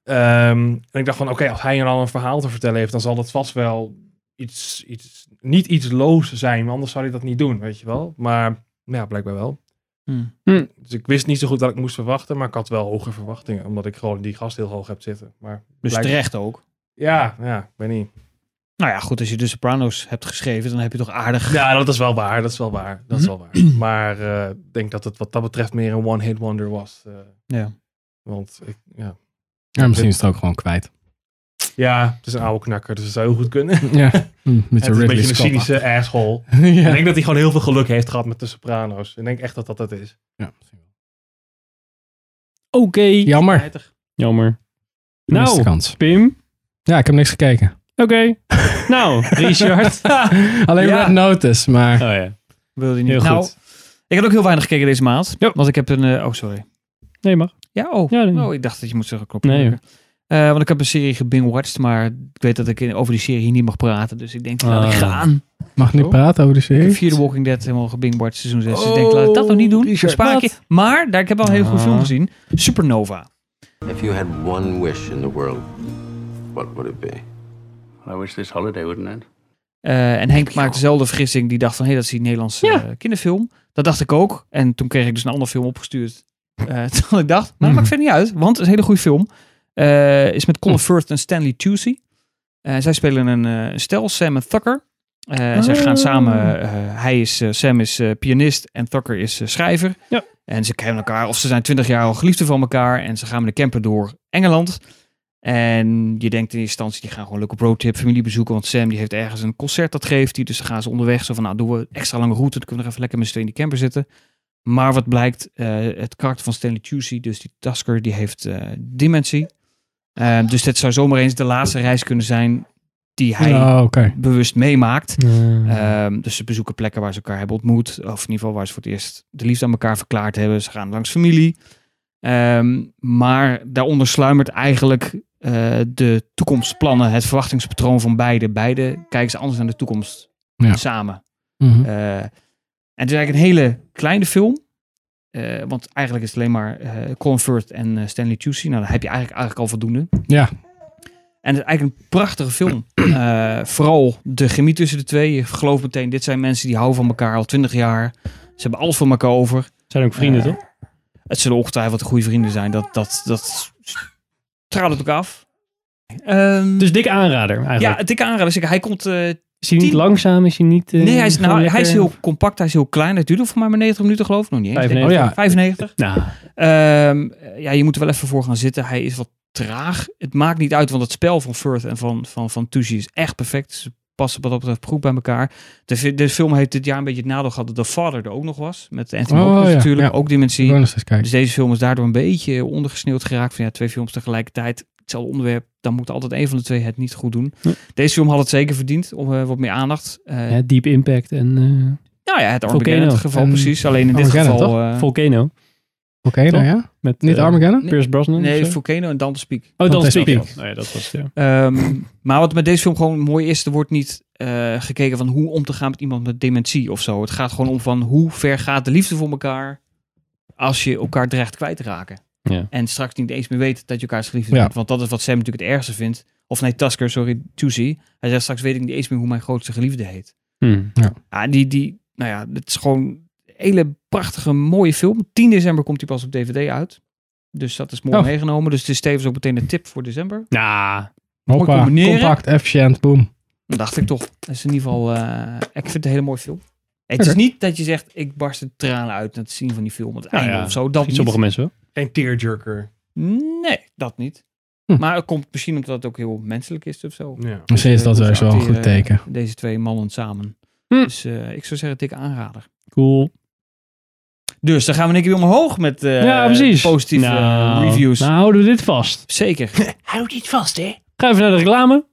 Speaker 4: Ehm, en ik dacht van, oké, als hij er al een verhaal te vertellen heeft, dan zal dat vast wel iets, iets, niet iets loos zijn. want Anders zou hij dat niet doen, weet je wel. Maar ja, blijkbaar wel.
Speaker 3: Hmm.
Speaker 4: Dus ik wist niet zo goed wat ik moest verwachten, maar ik had wel hoge verwachtingen. Omdat ik gewoon die gast heel hoog heb zitten. Maar
Speaker 3: Dus
Speaker 4: blijkt-
Speaker 3: terecht ook.
Speaker 4: ja, ja, ik weet niet.
Speaker 3: Nou ja, goed, als je de Sopranos hebt geschreven, dan heb je toch aardig...
Speaker 4: Ja, dat is wel waar. Dat is wel waar. Dat is wel waar. Maar eh, ik denk dat het wat dat betreft meer een one-hit wonder was. eh,
Speaker 3: Ja.
Speaker 4: want ik, ja.
Speaker 2: Ja, misschien is het ook gewoon kwijt.
Speaker 4: ja, het is een oude knakker, dus het zou heel goed kunnen.
Speaker 2: Ja. Hm, Met
Speaker 4: Het
Speaker 2: de
Speaker 4: is een
Speaker 2: Ridley
Speaker 4: beetje een
Speaker 2: Scott.
Speaker 4: cynische asshole.
Speaker 2: ja.
Speaker 4: Ik denk dat hij gewoon heel veel geluk heeft gehad met de Soprano's. Ik denk echt dat dat het is.
Speaker 2: Ja.
Speaker 1: Oké.
Speaker 2: Jammer.
Speaker 4: Spijtig.
Speaker 1: Jammer.
Speaker 2: Gemiste
Speaker 1: Nou,
Speaker 2: kans.
Speaker 1: Pim.
Speaker 2: Ja, ik heb niks gekeken.
Speaker 1: Oké. nou, Richard.
Speaker 2: Oh, Alleen
Speaker 1: Ja.
Speaker 2: Red Notice, maar...
Speaker 1: Oh ja.
Speaker 3: Wil je niet.
Speaker 1: Heel
Speaker 3: nou,
Speaker 1: goed.
Speaker 3: ik had ook heel weinig gekeken deze maand.
Speaker 1: Ja.
Speaker 3: Want ik heb een... eh, oh, sorry.
Speaker 1: Nee, mag.
Speaker 3: Ja, oh.
Speaker 1: Ja, nee.
Speaker 3: oh, ik dacht dat je moet zeggen klopt.
Speaker 1: Nee, hoor.
Speaker 3: Eh, want ik heb een serie gebingewatcht, maar ik weet dat ik in- over die serie hier niet mag praten. Dus ik denk, laat ik
Speaker 1: Ah.
Speaker 3: gaan.
Speaker 2: eh, Mag niet
Speaker 4: Oh.
Speaker 2: praten over de
Speaker 3: Ik heb
Speaker 2: serie?
Speaker 3: via The Walking Dead helemaal gebingewatcht seizoen 6. dus ik denk, laat ik dat nog niet doen.
Speaker 1: Oh, Richard,
Speaker 3: Spaar ik
Speaker 1: wat?
Speaker 3: je. Maar, daar, ik heb al een hele goede
Speaker 1: Ah.
Speaker 3: film gezien. Supernova.
Speaker 6: If you had one wish in the world, what would it be? I wish this holiday wouldn't end.
Speaker 3: Eh, en Henk maakte dezelfde vergissing. Die dacht van, hé, dat is die Nederlandse
Speaker 1: Ja.
Speaker 3: eh, kinderfilm. Dat dacht ik ook. En toen kreeg ik dus een andere film opgestuurd. Eh toen ik dacht, maar dat
Speaker 1: Mhm.
Speaker 3: maakt verder niet uit. Want het is een hele goede film. Eh, is met
Speaker 1: Oh.
Speaker 3: Colin Firth en Stanley Tucci. Eh, zij spelen een eh, stel, Sam en Tucker. Eh, en Zij gaan samen, eh, hij is, eh, Sam is eh, pianist en Tucker is eh, schrijver.
Speaker 1: Ja.
Speaker 3: En ze kennen elkaar, of ze zijn twintig jaar al geliefden van elkaar. En ze gaan met een camper door Engeland. En je denkt in eerste instantie, die gaan gewoon leuk op roadtrip familie bezoeken. Want Sam die heeft ergens een concert, dat geeft hij. Dus dan gaan ze onderweg zo van, nou doen we een extra lange route. Dan kunnen we nog even lekker met z'n tweeën in die camper zitten. Maar wat blijkt, eh, het karakter van Stanley Tucci, dus die Tasker, die heeft eh, dementie. Eh, dus dit zou zomaar eens de laatste reis kunnen zijn die hij
Speaker 2: Oh, oké.
Speaker 3: bewust meemaakt.
Speaker 2: Mhm.
Speaker 1: Eh,
Speaker 3: Ehm, dus ze bezoeken plekken waar ze elkaar hebben ontmoet. Of in ieder geval waar ze voor het eerst de liefde aan elkaar verklaard hebben. Ze gaan langs familie. Ehm, maar daaronder sluimert eigenlijk eh, de toekomstplannen, het verwachtingspatroon van beide. Beide kijken ze anders naar de toekomst
Speaker 2: Ja.
Speaker 3: samen.
Speaker 2: Mhm.
Speaker 3: Eh, en het is eigenlijk een hele kleine film. Eh, want eigenlijk is het alleen maar eh Colin Firth en eh, Stanley Tucci. Nou, dan heb je eigenlijk, eigenlijk al voldoende.
Speaker 2: Ja.
Speaker 3: En het is eigenlijk een prachtige film. Eh, vooral de chemie tussen de twee. Je gelooft meteen, dit zijn mensen die houden van elkaar al twintig jaar. Ze hebben alles van elkaar over.
Speaker 1: Zijn ook vrienden, toch?
Speaker 3: Het zullen ongetwijfeld goede vrienden zijn. Dat, dat, dat straalt het ook af. Ehm,
Speaker 1: Dus dik aanrader
Speaker 3: ja,
Speaker 1: eigenlijk.
Speaker 3: het dikke aanrader. is zeker, Hij komt... eh,
Speaker 1: is hij niet
Speaker 3: tien-
Speaker 1: langzaam? Is hij niet... eh,
Speaker 3: nee, hij is,
Speaker 1: gewoon
Speaker 3: nou,
Speaker 1: lekker-
Speaker 3: hij is heel compact. Hij is heel klein. Het duurde voor mij maar 90 minuten geloof ik nog niet eens.
Speaker 1: 95.
Speaker 2: Oh ja,
Speaker 3: 95.
Speaker 1: Nou,
Speaker 3: Ehm, ja, je moet er wel even voor gaan zitten. Hij is wat traag. Het maakt niet uit, want het spel van Firth en van, van, van Tucci is echt perfect. Ze passen wat dat betreft goed bij elkaar. De, fi- de film heeft dit jaar een beetje het nadeel gehad dat The Father er ook nog was. Met Anthony
Speaker 2: Oh,
Speaker 3: Hopkins
Speaker 2: ja,
Speaker 3: natuurlijk,
Speaker 2: ja.
Speaker 3: ook
Speaker 2: ik
Speaker 3: dimensie.
Speaker 2: wil nog eens kijken.
Speaker 3: Dus deze film is daardoor een beetje ondergesneeuwd geraakt. Van ja, twee films tegelijkertijd, hetzelfde onderwerp. Dan moet altijd één van de twee het niet goed doen.
Speaker 1: Ja.
Speaker 3: Deze film had het zeker verdiend, om eh, wat meer aandacht. Eh,
Speaker 1: ja, Deep Impact en eh,
Speaker 3: Nou ja, het
Speaker 1: Volcano.
Speaker 3: Armageddon geval
Speaker 2: En
Speaker 3: precies. Alleen in dit
Speaker 2: Armageddon,
Speaker 3: geval... eh,
Speaker 1: Volcano.
Speaker 2: Oké, nou ja.
Speaker 1: Met,
Speaker 2: Niet
Speaker 1: eh,
Speaker 2: Armageddon?
Speaker 1: Pierce Brosnan?
Speaker 3: nee,
Speaker 1: of zo?
Speaker 3: Volcano en Dante's Peak.
Speaker 1: Oh, dan
Speaker 2: Dante's
Speaker 1: Peak.
Speaker 2: Peak.
Speaker 1: Oh, ja, dat was het, ja.
Speaker 3: Ehm, maar wat met deze film gewoon mooi is, er wordt niet eh, gekeken van hoe om te gaan met iemand met dementie of zo. Het gaat gewoon om van hoe ver gaat de liefde voor elkaar als je elkaar dreigt kwijt te raken.
Speaker 1: Ja.
Speaker 3: En straks niet eens meer weet dat je elkaars geliefde
Speaker 2: Ja.
Speaker 3: bent. Want dat is wat Sam natuurlijk het ergste vindt. Of nee, Tusker, sorry, Tusi. Hij zegt straks weet ik niet eens meer hoe mijn grootste geliefde heet.
Speaker 1: Hmm.
Speaker 3: Ja, die, die, nou ja, het is gewoon een hele prachtige, mooie film. 10 december komt hij pas op DVD uit. Dus dat is mooi
Speaker 2: Oh.
Speaker 3: meegenomen. Dus het is tevens ook meteen een tip voor december.
Speaker 1: Nou,
Speaker 3: Mooi
Speaker 2: Hoppa,
Speaker 3: combineren.
Speaker 2: compact, efficiënt, boom.
Speaker 3: Dat dacht ik toch. Dat is in ieder geval, eh, ik vind het een hele mooie film. Het is
Speaker 2: Oké. Nou
Speaker 3: niet dat je zegt, ik barst de tranen uit na het zien van die film. Het
Speaker 1: Ja,
Speaker 3: einde
Speaker 1: ja.
Speaker 3: of zo. Dat
Speaker 1: misschien sommige
Speaker 3: niet.
Speaker 1: mensen wel.
Speaker 4: Geen tearjerker.
Speaker 3: Nee, dat niet.
Speaker 2: Hm.
Speaker 3: Maar het komt misschien omdat het ook heel menselijk is of zo.
Speaker 4: Ja.
Speaker 2: Dus is dat
Speaker 3: Eh,
Speaker 2: sowieso
Speaker 3: hoe ze
Speaker 2: wel een goed
Speaker 3: acteren,
Speaker 2: teken.
Speaker 3: Deze twee mannen samen.
Speaker 1: Hm.
Speaker 3: Dus eh, ik zou zeggen, dikke aanrader.
Speaker 1: Cool.
Speaker 3: Dus dan gaan we een keer weer omhoog met eh,
Speaker 1: ja, precies.
Speaker 3: positieve eh,
Speaker 1: Nou,
Speaker 3: reviews.
Speaker 1: Nou, houden we dit vast.
Speaker 3: Zeker.
Speaker 1: Ga even naar de reclame.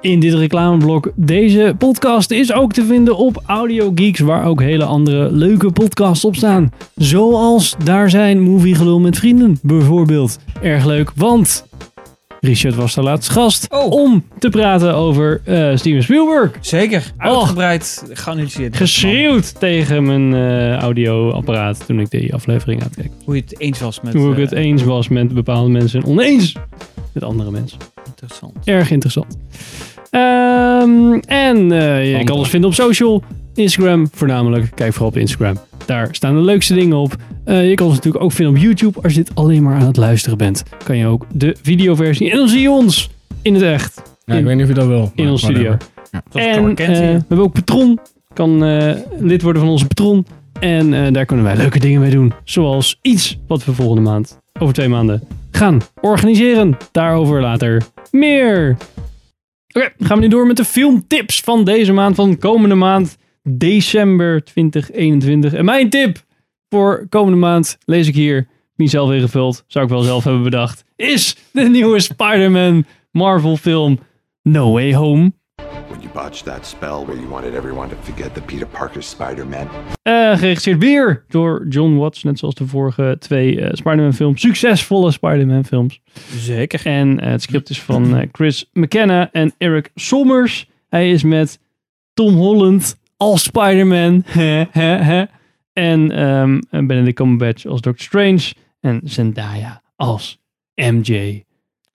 Speaker 1: In dit reclameblok. Deze podcast is ook te vinden op Audio Geeks, waar ook hele andere leuke podcasts op staan. Zoals daar zijn Movie Gelul met Vrienden bijvoorbeeld. Erg leuk, want Richard was de laatste gast
Speaker 3: Oh.
Speaker 1: om te praten over eh, Steven Spielberg.
Speaker 3: Zeker. Uitgebreid geanalyseerd.
Speaker 1: Oh. Geschreeuwd tegen mijn eh, audioapparaat toen ik die aflevering aan het kijken.
Speaker 3: Hoe je het eens was met...
Speaker 1: Toen ik
Speaker 3: eh,
Speaker 1: het eens was met bepaalde mensen en oneens met andere mensen.
Speaker 3: Interessant.
Speaker 1: Erg interessant. Ehm, en eh, je kan ons vinden op social. Instagram voornamelijk. Kijk vooral op Instagram. Daar staan de leukste dingen op. Eh, je kan ons natuurlijk ook vinden op YouTube. Als je dit alleen maar aan het luisteren bent, kan je ook de videoversie. En dan zie je ons in het echt.
Speaker 2: Ja, ik weet niet of je dat wil.
Speaker 1: In
Speaker 2: maar
Speaker 1: ons
Speaker 2: whatever.
Speaker 1: studio.
Speaker 3: Zoals
Speaker 1: en
Speaker 3: Clark Kent
Speaker 1: eh,
Speaker 3: hier.
Speaker 1: we hebben ook Patron. Kan eh, lid worden van onze Patron. En eh, daar kunnen wij leuke dingen mee doen. Zoals iets wat we volgende maand, over twee maanden, gaan organiseren. Daarover later meer. Oké, dan gaan we nu door met de filmtips van deze maand, van komende maand, december 2021. En mijn tip voor komende maand, lees ik hier, niet zelf ingevuld, zou ik wel zelf hebben bedacht, is de nieuwe Spider-Man Marvel film No Way Home.
Speaker 5: When you botched that spell where you wanted everyone to forget that Peter Parker's Spider-Man
Speaker 1: Eh, geregisseerd weer door John Watts, net zoals de vorige twee eh, Spider-Man films. Succesvolle Spider-Man films.
Speaker 3: Zeker.
Speaker 1: En eh, het script is van eh, Chris McKenna en Eric Sommers. Hij is met Tom Holland als Spider-Man. Hè, hè, hè. en ehm, en Benedict Cumberbatch als Doctor Strange. En Zendaya als MJ.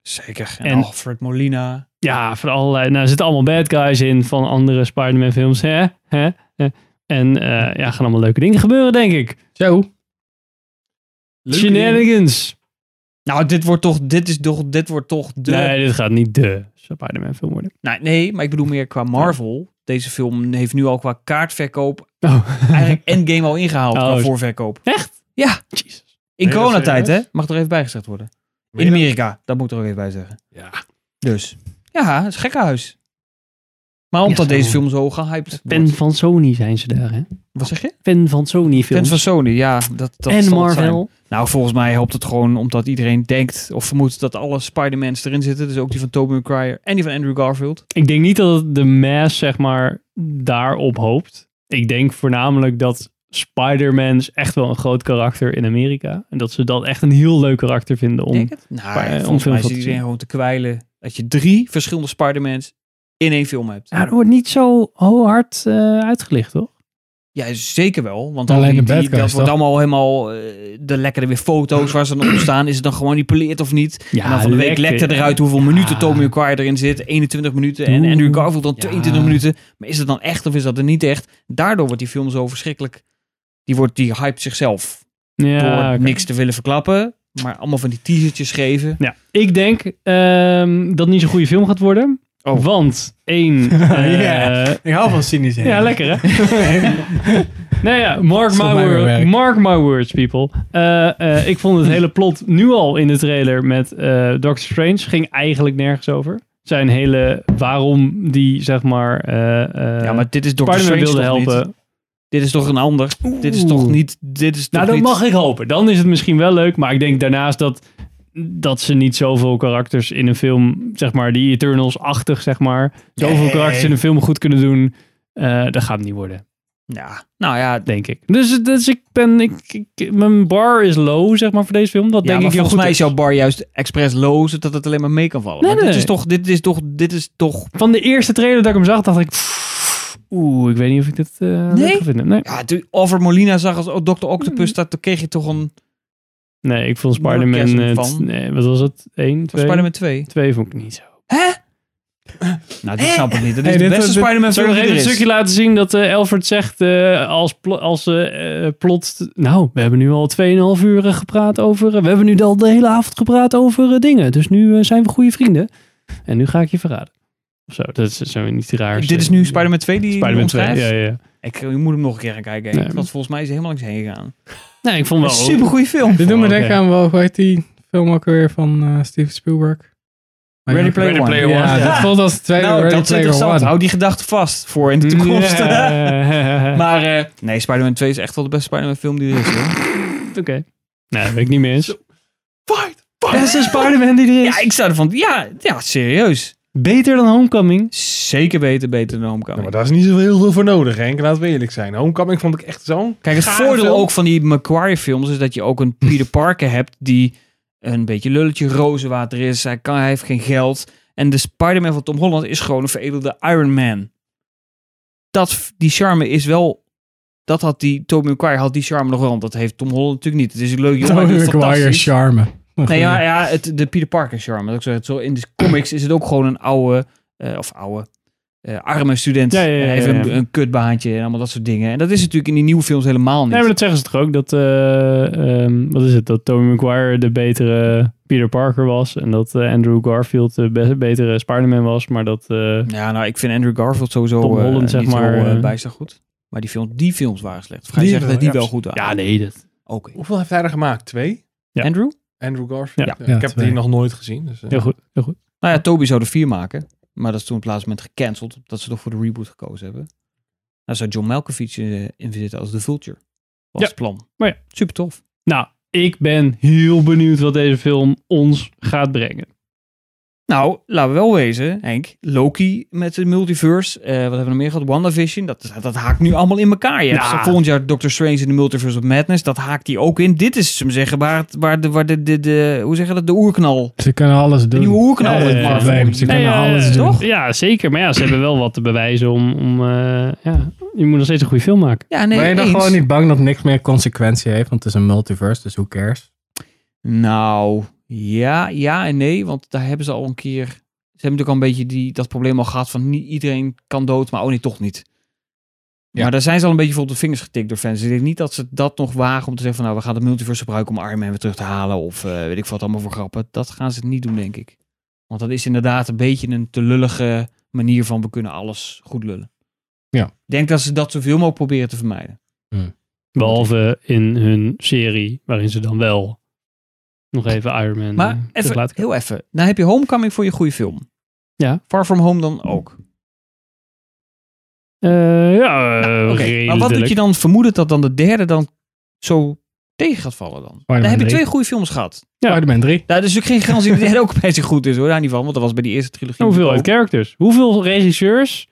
Speaker 3: Zeker. En,
Speaker 1: En-
Speaker 3: Alfred Molina.
Speaker 1: Ja, van allerlei. Nou, er zitten allemaal bad guys in van andere Spider-Man films. Hè, hè, hè. En eh, ja, gaan allemaal leuke dingen gebeuren, denk ik.
Speaker 2: Zo.
Speaker 1: Shenanigans.
Speaker 3: Nou, dit wordt toch, dit is toch, dit wordt toch de... Nee.
Speaker 1: Nee, dit gaat niet de Spider-Man film worden.
Speaker 3: Nee, maar ik bedoel meer qua Marvel. Deze film heeft nu al qua kaartverkoop
Speaker 1: Oh.
Speaker 3: eigenlijk Endgame al ingehaald
Speaker 1: Oh,
Speaker 3: qua
Speaker 1: is-
Speaker 3: voorverkoop.
Speaker 1: Echt?
Speaker 3: Ja.
Speaker 1: Jezus.
Speaker 3: In
Speaker 4: Nee, dat is
Speaker 3: coronatijd, hè?
Speaker 4: serieus.
Speaker 3: Mag er even bijgezegd worden. In Amerika, dat moet ik er ook even bij zeggen.
Speaker 4: Ja.
Speaker 3: Dus. Ja, het is gekkenhuis. Maar omdat
Speaker 1: Ja, zo.
Speaker 3: deze film zo gehyped
Speaker 1: Fan
Speaker 3: wordt.
Speaker 1: van Sony zijn ze daar, hè?
Speaker 3: Wat zeg je?
Speaker 1: Fan van Sony
Speaker 3: Fans
Speaker 1: films.
Speaker 3: van Sony, ja. Dat, dat
Speaker 1: en
Speaker 3: zal het zijn.
Speaker 1: Marvel.
Speaker 3: Nou, volgens mij helpt het gewoon omdat iedereen denkt of vermoedt dat alle Spider-Mans erin zitten. Dus ook die van Tobey Maguire en die van Andrew Garfield.
Speaker 1: Ik denk niet dat het de mass, zeg maar, daarop hoopt. Ik denk voornamelijk dat Spider-Man is echt wel een groot karakter in Amerika. En dat ze dat echt een heel leuk karakter vinden om...
Speaker 3: Denk het? Nou,
Speaker 1: eh, om
Speaker 3: volgens
Speaker 1: films
Speaker 3: mij
Speaker 1: wat te
Speaker 3: zit iedereen
Speaker 1: zien.
Speaker 3: gewoon te kwijlen dat je drie verschillende Spider-Mans in één film hebt.
Speaker 1: Nou, dat wordt niet zo hard eh, uitgelicht, toch?
Speaker 3: Ja, zeker wel. Want
Speaker 2: Alleen
Speaker 3: al die,
Speaker 2: de bad
Speaker 3: die- dat
Speaker 2: guys,
Speaker 3: wordt
Speaker 2: toch?
Speaker 3: allemaal helemaal eh, de lekkere weer foto's waar ze dan op staan. Is het dan gewoon die poleerd of niet?
Speaker 1: Ja,
Speaker 3: en dan van de week
Speaker 1: lekte.
Speaker 3: lekte eruit hoeveel
Speaker 1: Ja.
Speaker 3: minuten Tommy Maguire erin zit. 21 minuten. En
Speaker 1: Oeh.
Speaker 3: Andrew Garfield dan
Speaker 1: Ja.
Speaker 3: 22 minuten. Maar is dat dan echt of is dat er niet echt? Daardoor wordt die film zo verschrikkelijk die, wordt, die hypt zichzelf
Speaker 1: Ja,
Speaker 3: door
Speaker 1: oké.
Speaker 3: niks te willen verklappen. Maar allemaal van die teasertjes geven.
Speaker 1: Ja, ik denk ehm, dat het niet zo'n goede film gaat worden.
Speaker 3: Oh.
Speaker 1: Want één... eh,
Speaker 2: Yeah. Ik hou van cynisch.
Speaker 1: Ja, lekker hè? nou ja, mark
Speaker 2: is
Speaker 1: my,
Speaker 2: toch mijn
Speaker 1: wor-
Speaker 2: werk.
Speaker 1: mark my words, people. Eh, eh, ik vond het hele plot nu al in de trailer met eh Doctor Strange ging eigenlijk nergens over. Zijn hele waarom die, zeg maar... eh, eh,
Speaker 3: Ja, maar dit is Doctor
Speaker 1: Spider-Man
Speaker 3: Strange
Speaker 1: wilde
Speaker 3: toch niet?
Speaker 1: helpen.
Speaker 3: Dit is toch een ander? Dit is toch niet... Dit is toch
Speaker 1: Nou, dat
Speaker 3: niet-
Speaker 1: mag ik hopen. Dan is het misschien wel leuk. Maar ik denk daarnaast dat, dat ze niet zoveel karakters in een film, zeg maar, die Eternals-achtig, zeg maar, zoveel karakters in een film goed kunnen doen. eh, dat gaat niet worden,
Speaker 3: Ja, nou ja,
Speaker 1: denk ik. Dus, dus ik ben, ik, ik- mijn bar is low, zeg maar, voor deze film. Dat
Speaker 3: Ja,
Speaker 1: denk
Speaker 3: maar
Speaker 1: ik heel
Speaker 3: volgens
Speaker 1: goed
Speaker 3: mij
Speaker 1: is.
Speaker 3: is jouw bar juist expres low, zodat het alleen maar mee kan vallen.
Speaker 1: Nee,
Speaker 3: maar
Speaker 1: nee.
Speaker 3: Dit, is toch, dit is toch, dit is toch...
Speaker 1: Van de eerste trailer dat ik hem zag, dacht ik, pff, oeh, ik weet niet of ik dit eh leuk ga vinden. Nee.
Speaker 3: Ja, toen Over Molina zag als Dr.
Speaker 1: Mm.
Speaker 3: Octopus, dat, toen kreeg je toch een...
Speaker 1: nee, ik vond
Speaker 3: Word ik
Speaker 1: Spider-Man,
Speaker 3: kerst
Speaker 1: eh,
Speaker 3: van.
Speaker 1: t- nee, wat was het? 1,
Speaker 3: Van
Speaker 1: 2?
Speaker 3: Spider-Man 2.
Speaker 1: twee vond ik niet zo.
Speaker 3: Nou, dat snap ik niet. Dat is
Speaker 2: Hey,
Speaker 3: de
Speaker 2: dit-
Speaker 3: beste
Speaker 2: dit-
Speaker 3: Spider-Man
Speaker 1: Zal ik nog
Speaker 3: film die
Speaker 1: even
Speaker 3: er
Speaker 1: een
Speaker 3: is.
Speaker 1: stukje laten zien dat eh Elfred zegt eh, als, plo- als eh, eh, plot... Nou, we hebben nu al 2,5 uur eh, gepraat over... eh, we hebben nu al de hele avond gepraat over eh, dingen. Dus nu eh, zijn we goede vrienden. En nu ga ik je verraden. Of zo, dat is zo niet raar.
Speaker 3: Dit is nu Spider-Man 2 die
Speaker 1: Spider-Man 2, ja,
Speaker 3: omschrijft?
Speaker 1: ja. ja.
Speaker 3: Ik, je moet hem nog een keer gaan kijken.
Speaker 1: Nee.
Speaker 3: Want volgens mij is hij helemaal langs heen gegaan.
Speaker 1: Nee, ik vond wel...
Speaker 3: Super goede film.
Speaker 2: Dit doet me
Speaker 1: Oké.
Speaker 2: denken aan, wel, hoe heet die film ook weer van eh, Steven Spielberg?
Speaker 3: Ready Player
Speaker 4: Ready
Speaker 3: One.
Speaker 4: Player
Speaker 2: Ja,
Speaker 4: One.
Speaker 2: dat voelt als de tweede
Speaker 3: Nou,
Speaker 2: Ready
Speaker 3: dat is
Speaker 2: Player
Speaker 3: interessant.
Speaker 2: One.
Speaker 3: Hou die gedachte vast voor in de toekomst.
Speaker 1: Ja.
Speaker 3: Maar eh, nee, Spider-Man 2 is echt wel de beste Spider-Man film die er is. Hoor.
Speaker 1: Oké. Nee, dat ben ik niet meer eens.
Speaker 4: Fight!
Speaker 1: Beste Spider-Man die er is.
Speaker 3: Ja, ik sta ervan. Ja, ja, serieus.
Speaker 1: Beter dan Homecoming.
Speaker 3: Zeker beter, beter dan Homecoming.
Speaker 4: Ja, maar daar is niet zo heel veel voor nodig, Henk. Laten we eerlijk zijn. Homecoming vond ik echt zo'n...
Speaker 3: Kijk, het
Speaker 4: Gare
Speaker 3: voordeel
Speaker 4: film.
Speaker 3: ook van die Macquarie-films is dat je ook een Peter Parker hebt die een beetje lulletje rozenwater is. Hij, kan, hij heeft geen geld. En de Spider-Man van Tom Holland is gewoon een veredelde Iron Man. Dat, die charme is wel... Dat had die... Tobey Maguire had die charme nog wel. want Dat heeft Tom Holland natuurlijk niet. Het is een leuk jongen. hij doet het
Speaker 2: Maguire
Speaker 3: fantastisch.
Speaker 2: charme.
Speaker 3: Nee, ja, ja het, de Peter Parker charme. Dat ik zo, het zo, in de comics is het ook gewoon een oude, eh, of oude, eh, arme student.
Speaker 1: Ja, ja, ja,
Speaker 3: Hij heeft
Speaker 1: ja, ja.
Speaker 3: Een, een kutbaantje en allemaal dat soort dingen. En dat is natuurlijk in die nieuwe films helemaal niet.
Speaker 1: Nee, maar dat zeggen ze toch ook, dat, eh, ehm, wat is het, dat Tobey Maguire de betere Peter Parker was en dat eh, Andrew Garfield de be- betere Spider-Man was, maar dat... eh,
Speaker 3: Ja, nou, ik vind Andrew Garfield sowieso
Speaker 1: Tom
Speaker 3: eh,
Speaker 1: Holland, zeg
Speaker 3: niet
Speaker 1: maar,
Speaker 3: heel, eh,
Speaker 1: eh,
Speaker 3: bijster goed. Maar die, film, die films waren slecht. Ga je
Speaker 4: Die
Speaker 3: zeggen dat
Speaker 4: wel,
Speaker 3: die
Speaker 4: ja,
Speaker 3: wel goed waren?
Speaker 1: ja, nee, dat...
Speaker 3: Oké.
Speaker 4: Hoeveel heeft hij er gemaakt? Twee?
Speaker 1: Ja.
Speaker 3: Andrew?
Speaker 4: Andrew Garfield?
Speaker 1: Ja.
Speaker 2: Ja,
Speaker 4: ik heb
Speaker 2: twee.
Speaker 4: die nog nooit gezien. Dus, eh.
Speaker 1: Heel goed, heel goed.
Speaker 3: Nou ja, Toby zou er vier maken. Maar dat is toen op het laatste moment gecanceld. Omdat ze toch voor de reboot gekozen hebben. Daar zou John Malkovich eh, in zitten als The Vulture. Was
Speaker 1: Ja,
Speaker 3: het plan.
Speaker 1: maar ja.
Speaker 3: Super tof.
Speaker 1: Nou, ik ben heel benieuwd wat deze film ons gaat brengen.
Speaker 3: Nou, laten we wel wezen, Henk. Loki met de multiverse. eh, wat hebben we nog meer gehad? WandaVision. Dat, dat haakt nu allemaal in elkaar. Je hebt
Speaker 1: Ja.
Speaker 3: volgend jaar Doctor Strange in de Multiverse of Madness. Dat haakt die ook in. Dit is, zullen we zeggen, waar, het- waar, de, waar de, de, de... Hoe zeggen dat? De oerknal.
Speaker 2: Ze kunnen alles
Speaker 3: De
Speaker 2: doen.
Speaker 3: nieuwe oerknal
Speaker 1: Ja,
Speaker 3: in
Speaker 1: ja, ja.
Speaker 3: Marvel.
Speaker 2: Nee, ze kunnen
Speaker 1: Nee, ja,
Speaker 2: alles
Speaker 1: ja,
Speaker 2: doen.
Speaker 3: toch?
Speaker 1: Eh, Ja, zeker. Maar ja, ze hebben wel wat te bewijzen om... om eh, ja, je moet nog steeds een goede film maken.
Speaker 3: Ja, nee,
Speaker 2: ben je dan
Speaker 3: eens.
Speaker 2: gewoon niet bang dat niks meer consequentie heeft? Want het is een multiverse, dus who cares?
Speaker 3: Nou, ja, ja en nee. Want daar hebben ze al een keer... Ze hebben natuurlijk al een beetje die, dat probleem al gehad van niet iedereen kan dood, maar oh nee, toch niet. Maar daar zijn ze al een beetje voor op de vingers getikt door fans. Ik denk niet dat ze dat nog wagen om te zeggen van nou, we gaan de multiverse gebruiken om Iron Man weer terug te halen. Of eh, weet ik wat allemaal voor grappen. Dat gaan ze niet doen, denk ik. Want dat is inderdaad een beetje een te lullige manier van we kunnen alles goed lullen.
Speaker 2: Ja.
Speaker 3: Ik denk dat ze dat zoveel mogelijk proberen te vermijden.
Speaker 1: Behalve in hun serie, waarin ze dan wel nog even Iron Man eh,
Speaker 3: Maar
Speaker 1: terug
Speaker 3: even,
Speaker 1: laten komen.
Speaker 3: heel even. Nou heb je Homecoming voor je goede film.
Speaker 1: Ja.
Speaker 3: Far From Home dan ook.
Speaker 1: Eh, ja, eh,
Speaker 3: Oké, maar wat doet
Speaker 1: redelijk.
Speaker 3: je dan vermoeden dat dan de derde dan zo tegen gaat vallen dan? Dan heb je
Speaker 2: drie.
Speaker 3: twee goede films gehad.
Speaker 1: Ja.
Speaker 2: Spider-Man 3.
Speaker 3: Nou, dat is natuurlijk geen garantie dat de derde ook bij zich goed is hoor, daar niet van. Want dat was bij die eerste trilogie.
Speaker 1: Hoeveel
Speaker 3: ook.
Speaker 1: characters? Hoeveel regisseurs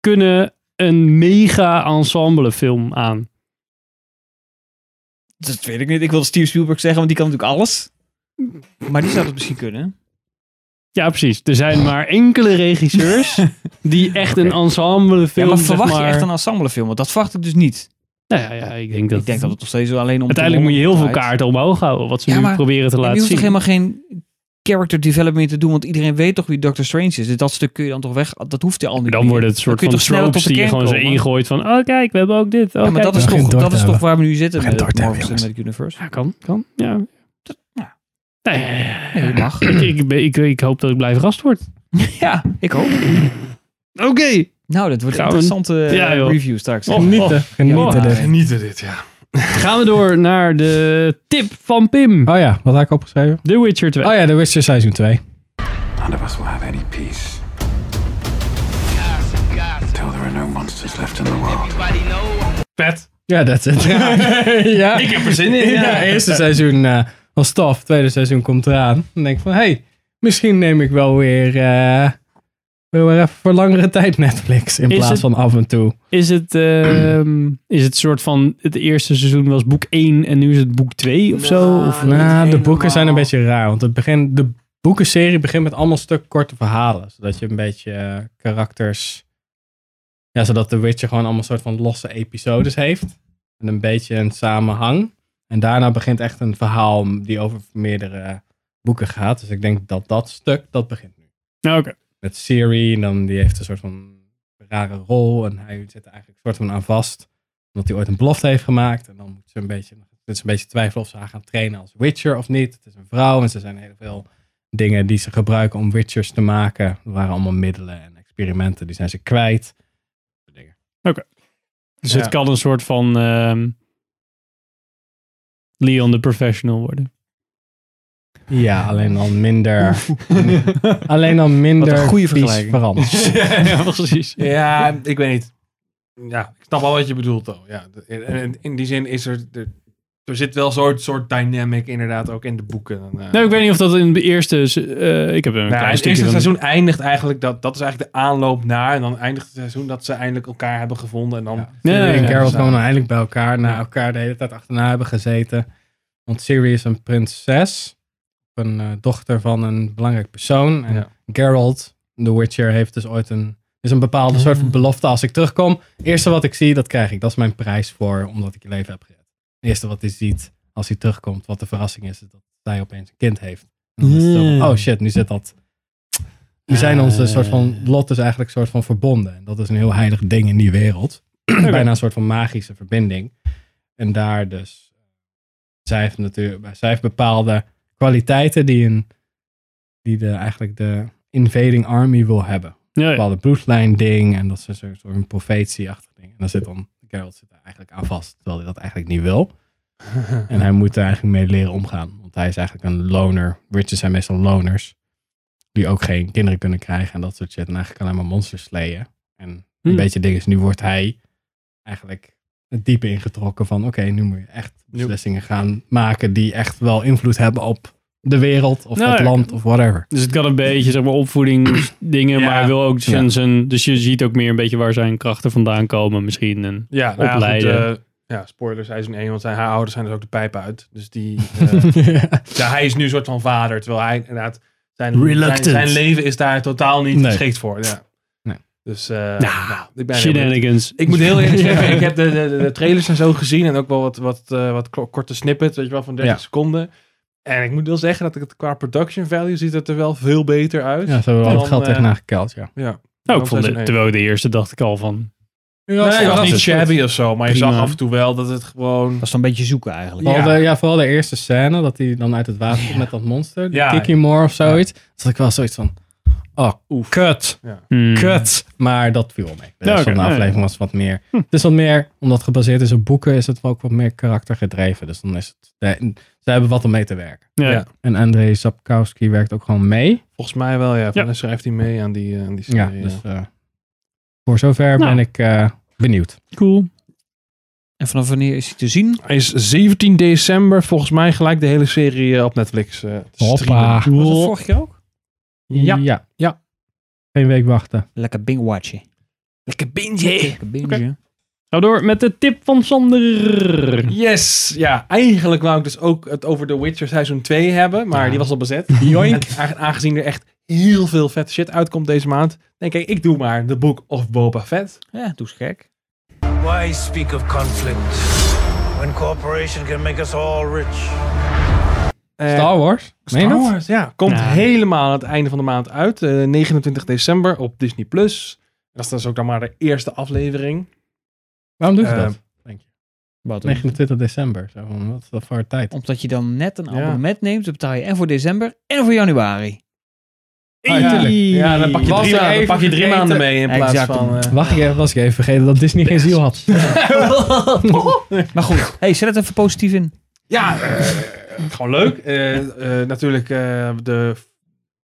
Speaker 1: kunnen een mega ensemble film aan?
Speaker 3: Dat weet ik niet. Ik wil Steve Spielberg zeggen, want die kan natuurlijk alles. Maar die zou dat misschien kunnen.
Speaker 1: Ja, precies. Er zijn maar enkele regisseurs die echt een ensemble
Speaker 3: Ja,
Speaker 1: film.
Speaker 3: maar
Speaker 1: zeg
Speaker 3: verwacht je
Speaker 1: maar-
Speaker 3: echt een ensemblefilm? Want dat verwacht ik dus niet.
Speaker 1: Nou ja, ja, ik denk dat.
Speaker 3: Ik denk dat het nog steeds wel alleen om...
Speaker 1: uiteindelijk moet je heel veel
Speaker 3: kaart.
Speaker 1: kaarten omhoog houden. Wat ze
Speaker 3: Ja,
Speaker 1: nu
Speaker 3: maar-
Speaker 1: proberen te
Speaker 3: En
Speaker 1: laten
Speaker 3: die hoeft
Speaker 1: zien.
Speaker 3: toch helemaal geen character development te doen, want iedereen weet toch wie Doctor Strange is. Dus dat stuk kun je dan toch weg, dat hoeft hij al niet
Speaker 1: Dan
Speaker 3: meer.
Speaker 1: worden het soort
Speaker 3: kun je
Speaker 1: van
Speaker 3: toch sneller
Speaker 1: tropes
Speaker 3: tot de
Speaker 1: die je
Speaker 3: kern
Speaker 1: gewoon zo
Speaker 3: komen.
Speaker 1: ingooit van, oh kijk, we hebben ook dit. Oh,
Speaker 3: Ja, maar
Speaker 1: kijk,
Speaker 3: dat is,
Speaker 1: we-
Speaker 2: gaan
Speaker 3: toch,
Speaker 2: geen
Speaker 3: dat
Speaker 2: dorp
Speaker 3: is toch
Speaker 2: hebben.
Speaker 3: waar we nu zitten
Speaker 2: We gaan
Speaker 3: met
Speaker 2: dorp
Speaker 3: het Marvel
Speaker 2: hebben, jongens.
Speaker 3: Cinematic Universe.
Speaker 1: Ja, kan, kan, ja. Dat- nou. Nee,
Speaker 3: Nee, dat mag.
Speaker 1: ik, ik, ben- ik, ik hoop dat ik blij verrast word.
Speaker 3: ja, ik ook.
Speaker 1: Oké.
Speaker 3: Nou, dat wordt een
Speaker 1: Gaan we-
Speaker 3: interessante eh,
Speaker 1: Ja, joh.
Speaker 3: review straks.
Speaker 1: Oh,
Speaker 2: Genieten,
Speaker 1: oh.
Speaker 2: genieten
Speaker 1: Ja.
Speaker 2: dit.
Speaker 4: Ah, Genieten dit, ja.
Speaker 1: Gaan we door naar de tip van Pim.
Speaker 2: Oh ja, wat had ik opgeschreven?
Speaker 1: The Witcher 2.
Speaker 4: Ah.
Speaker 2: Oh ja, The Witcher seizoen 2.
Speaker 5: None of us will have any peace. Until there are no monsters left in the world.
Speaker 4: Vet.
Speaker 2: Ja, that's it. Ja, ja.
Speaker 4: Ik heb er zin in. Ja.
Speaker 2: eerste seizoen eh, was tof, tweede seizoen komt eraan. Dan denk ik van, hé, hey, misschien neem ik wel weer, eh, wel weer even voor langere tijd Netflix in
Speaker 1: Is
Speaker 2: plaats
Speaker 1: het-
Speaker 2: van af en toe.
Speaker 1: Is het, ehm, is het soort van, het eerste seizoen was boek 1 en nu is het boek 2 of zo? Of,
Speaker 2: Nou, de boeken zijn een
Speaker 3: helemaal.
Speaker 2: beetje raar. Want het begin, de boekenserie begint met allemaal stuk korte verhalen. Zodat je een beetje eh, karakters... Ja, zodat The Witcher gewoon allemaal soort van losse episodes heeft. En een beetje een samenhang. En daarna begint echt een verhaal die over meerdere boeken gaat. Dus ik denk dat dat stuk, dat begint nu.
Speaker 1: Nou, oké.
Speaker 2: Met Siri, en dan die heeft een soort van rare rol. En hij zit er eigenlijk soort van aan vast. Omdat hij ooit een belofte heeft gemaakt. En dan moet ze een beetje, het is een beetje twijfelen of ze haar gaan trainen als Witcher of niet. Het is een vrouw en ze zijn heel veel dingen die ze gebruiken om Witchers te maken. Er waren allemaal middelen en experimenten, die zijn ze kwijt.
Speaker 1: Dus
Speaker 4: Ja.
Speaker 1: het kan een soort van ehm, Leon the Professional worden.
Speaker 2: Ja, alleen al minder. alleen al minder.
Speaker 3: Wat een goede
Speaker 2: vies
Speaker 3: vergelijking.
Speaker 2: veranderd.
Speaker 1: ja, precies.
Speaker 4: Ja, ik weet niet. Ja, ik snap wel wat je bedoelt, though. Ja, en- en in die zin is er... Er, er zit wel zo'n soort dynamic inderdaad ook in de boeken. En, eh,
Speaker 1: Nou, ik weet niet of dat in het eerste... se- eh, ik heb er een
Speaker 4: Nou,
Speaker 1: klein
Speaker 4: het
Speaker 1: stukje
Speaker 4: eerste
Speaker 1: van.
Speaker 4: seizoen eindigt eigenlijk, dat, dat is eigenlijk de aanloop naar. En dan eindigt het seizoen dat ze eindelijk elkaar hebben gevonden. En dan
Speaker 1: Ja, ja,
Speaker 2: Siri en
Speaker 1: ja.
Speaker 2: Carol
Speaker 4: dus,
Speaker 2: komen dan eindelijk bij elkaar. Na elkaar de hele tijd achterna hebben gezeten. Want Siri is een prinses. Een eh, dochter van een belangrijk persoon. En
Speaker 4: Ja.
Speaker 2: Geralt, The Witcher, heeft dus ooit een... is een bepaalde soort
Speaker 1: Mm.
Speaker 2: van belofte. Als ik terugkom, het eerste wat ik zie, dat krijg ik. Dat is mijn prijs voor, omdat ik je leven heb gered. Het eerste wat hij ziet als hij terugkomt, wat de verrassing is, is dat zij opeens een kind heeft. En dan is het zo van,
Speaker 1: Ja.
Speaker 2: oh shit, nu zit dat... Nu zijn onze soort van lot is eigenlijk soort van verbonden. En dat is een heel heilig ding in die wereld bijna een soort van magische verbinding. En daar dus. Zij heeft natuurlijk. Zij heeft bepaalde kwaliteiten die, een, die de, eigenlijk de invading army wil hebben.
Speaker 1: Ja, ja.
Speaker 2: Bepaalde bloedlijn ding en dat is een soort soort van profetie-achtig ding. En dan zit dan. Geralt zit daar eigenlijk aan vast, terwijl hij dat eigenlijk niet wil. en hij moet er eigenlijk mee leren omgaan. Want hij is eigenlijk een loner. Witches zijn meestal loners. Die ook geen kinderen kunnen krijgen en dat soort shit. En eigenlijk alleen maar monsters slayen. En een
Speaker 1: Hmm.
Speaker 2: beetje ding is, nu wordt hij eigenlijk het diepe ingetrokken van oké, nu moet je echt beslissingen gaan maken die echt wel invloed hebben op de wereld of
Speaker 1: Nou,
Speaker 2: het
Speaker 1: ja.
Speaker 2: land of whatever.
Speaker 1: Dus het kan een beetje, zeg maar, opvoedingsdingen,
Speaker 4: Ja.
Speaker 1: maar hij wil ook zijn,
Speaker 2: Ja.
Speaker 1: zijn... Dus je ziet ook meer een beetje waar zijn krachten vandaan komen misschien. En,
Speaker 4: Ja, nou ja,
Speaker 1: Opleiden.
Speaker 4: goed, eh, ja, spoilers, hij is een één, want zijn, haar ouders zijn dus ook de pijp uit. Dus die, eh, ja, hij is nu een soort van vader, terwijl hij inderdaad, zijn, zijn,
Speaker 1: Reluctant.
Speaker 4: zijn leven is daar totaal niet
Speaker 2: Nee.
Speaker 4: geschikt voor. Ja.
Speaker 2: Nee.
Speaker 4: Dus, eh, nou, ik ben heel benieuwd.
Speaker 1: shenanigans.
Speaker 4: ik moet heel eerlijk zeggen, ik heb de, de, de- de trailers en zo gezien en ook wel wat, wat, eh, wat ko- korte snippets, weet je wel, van 30
Speaker 2: Ja.
Speaker 4: seconden. En ik moet wel zeggen dat ik het qua production value ziet het er wel veel beter
Speaker 2: Ja,
Speaker 4: uit.
Speaker 2: ze hebben wel
Speaker 4: Dan,
Speaker 2: wat geld
Speaker 4: eh,
Speaker 2: tegenaan gekeld, ja.
Speaker 4: ja.
Speaker 1: Nou,
Speaker 4: Dan
Speaker 1: ik vond de,
Speaker 4: seizoen één.
Speaker 1: terwijl ik de eerste dacht ik al van...
Speaker 4: Nee, het was
Speaker 2: dat
Speaker 4: niet
Speaker 2: is goed.
Speaker 4: shabby of zo, maar je
Speaker 1: Prima.
Speaker 4: zag af en toe wel dat het gewoon...
Speaker 3: Dat is dan een beetje zoeken eigenlijk.
Speaker 2: Vooral
Speaker 4: Ja.
Speaker 2: de, ja, vooral de eerste scène, dat hij dan uit het water komt met dat monster,
Speaker 4: Ja.
Speaker 2: ja. Kiki Moore of zoiets. Dat ik wel zoiets van, oh, kut,
Speaker 1: hmm.
Speaker 2: kut. Maar dat viel wel mee. De
Speaker 1: Ja,
Speaker 2: rest
Speaker 1: oké,
Speaker 2: van de
Speaker 1: ja, ja.
Speaker 2: aflevering was wat meer.
Speaker 4: Hm.
Speaker 2: Het is wat meer, omdat het gebaseerd is op boeken, is het ook wat meer karaktergedreven. Dus dan is het, nee, ze hebben wat om mee te werken.
Speaker 1: Ja.
Speaker 4: Ja.
Speaker 2: En André Sapkowski werkt ook gewoon mee.
Speaker 4: Volgens mij wel, ja.
Speaker 1: Ja.
Speaker 4: Dan schrijft hij mee aan die, eh, aan die
Speaker 2: Ja,
Speaker 4: serie.
Speaker 2: dus eh, voor zover
Speaker 1: Nou.
Speaker 2: ben ik eh, benieuwd.
Speaker 1: Cool.
Speaker 3: En vanaf wanneer is hij te zien?
Speaker 4: Hij is 17 december volgens mij gelijk de hele serie eh, op Netflix. eh, te streamen.
Speaker 2: Hoppa.
Speaker 3: Was
Speaker 1: Oh.
Speaker 3: dat vorig jaar ook?
Speaker 2: Ja. ja. Geen week wachten.
Speaker 3: Lekker bingwatchen.
Speaker 4: Lekker bintje.
Speaker 3: Lekker bingen.
Speaker 1: Eh, Oké. Gaan we door met de tip van Sander.
Speaker 4: Yes, ja. Eigenlijk wou ik dus ook het over The Witcher seizoen 2 hebben, maar die was al bezet.
Speaker 2: Joink.
Speaker 4: En a- aangezien er echt heel veel vette shit uitkomt deze maand, denk ik, ik doe maar The Book of Boba Fett.
Speaker 3: Ja, doe eens gek.
Speaker 10: Why speak of conflict when corporation can make us all rich?
Speaker 4: Eh,
Speaker 2: Star Wars? Meen je
Speaker 4: Star
Speaker 2: dat?
Speaker 4: Wars, ja. Komt
Speaker 1: Nou.
Speaker 4: helemaal aan het einde van de maand uit. eh, 29 december op Disney+. Plus. Dat is dus ook dan maar de eerste aflevering.
Speaker 2: Waarom doen ze
Speaker 4: Eh,
Speaker 2: dat? Denk je.
Speaker 1: Wat
Speaker 2: 29 december. Zo, van, wat is dat voor tijd?
Speaker 3: Omdat je dan net een
Speaker 4: Ja.
Speaker 3: abonnement neemt, dan betaal je en voor december en voor januari.
Speaker 2: Ah, ja.
Speaker 4: Ja, dan pak je
Speaker 2: Was
Speaker 4: drie,
Speaker 2: er
Speaker 4: maanden, dan
Speaker 2: even
Speaker 4: pak je drie
Speaker 2: vergeten.
Speaker 4: maanden mee in plaats
Speaker 3: Exact.
Speaker 4: van... eh,
Speaker 2: Wacht ik even, was ik even vergeten dat Disney geen ziel had.
Speaker 3: Maar goed, hey, zet het even positief in.
Speaker 4: ja, eh, gewoon leuk. Eh, eh, natuurlijk, eh, de,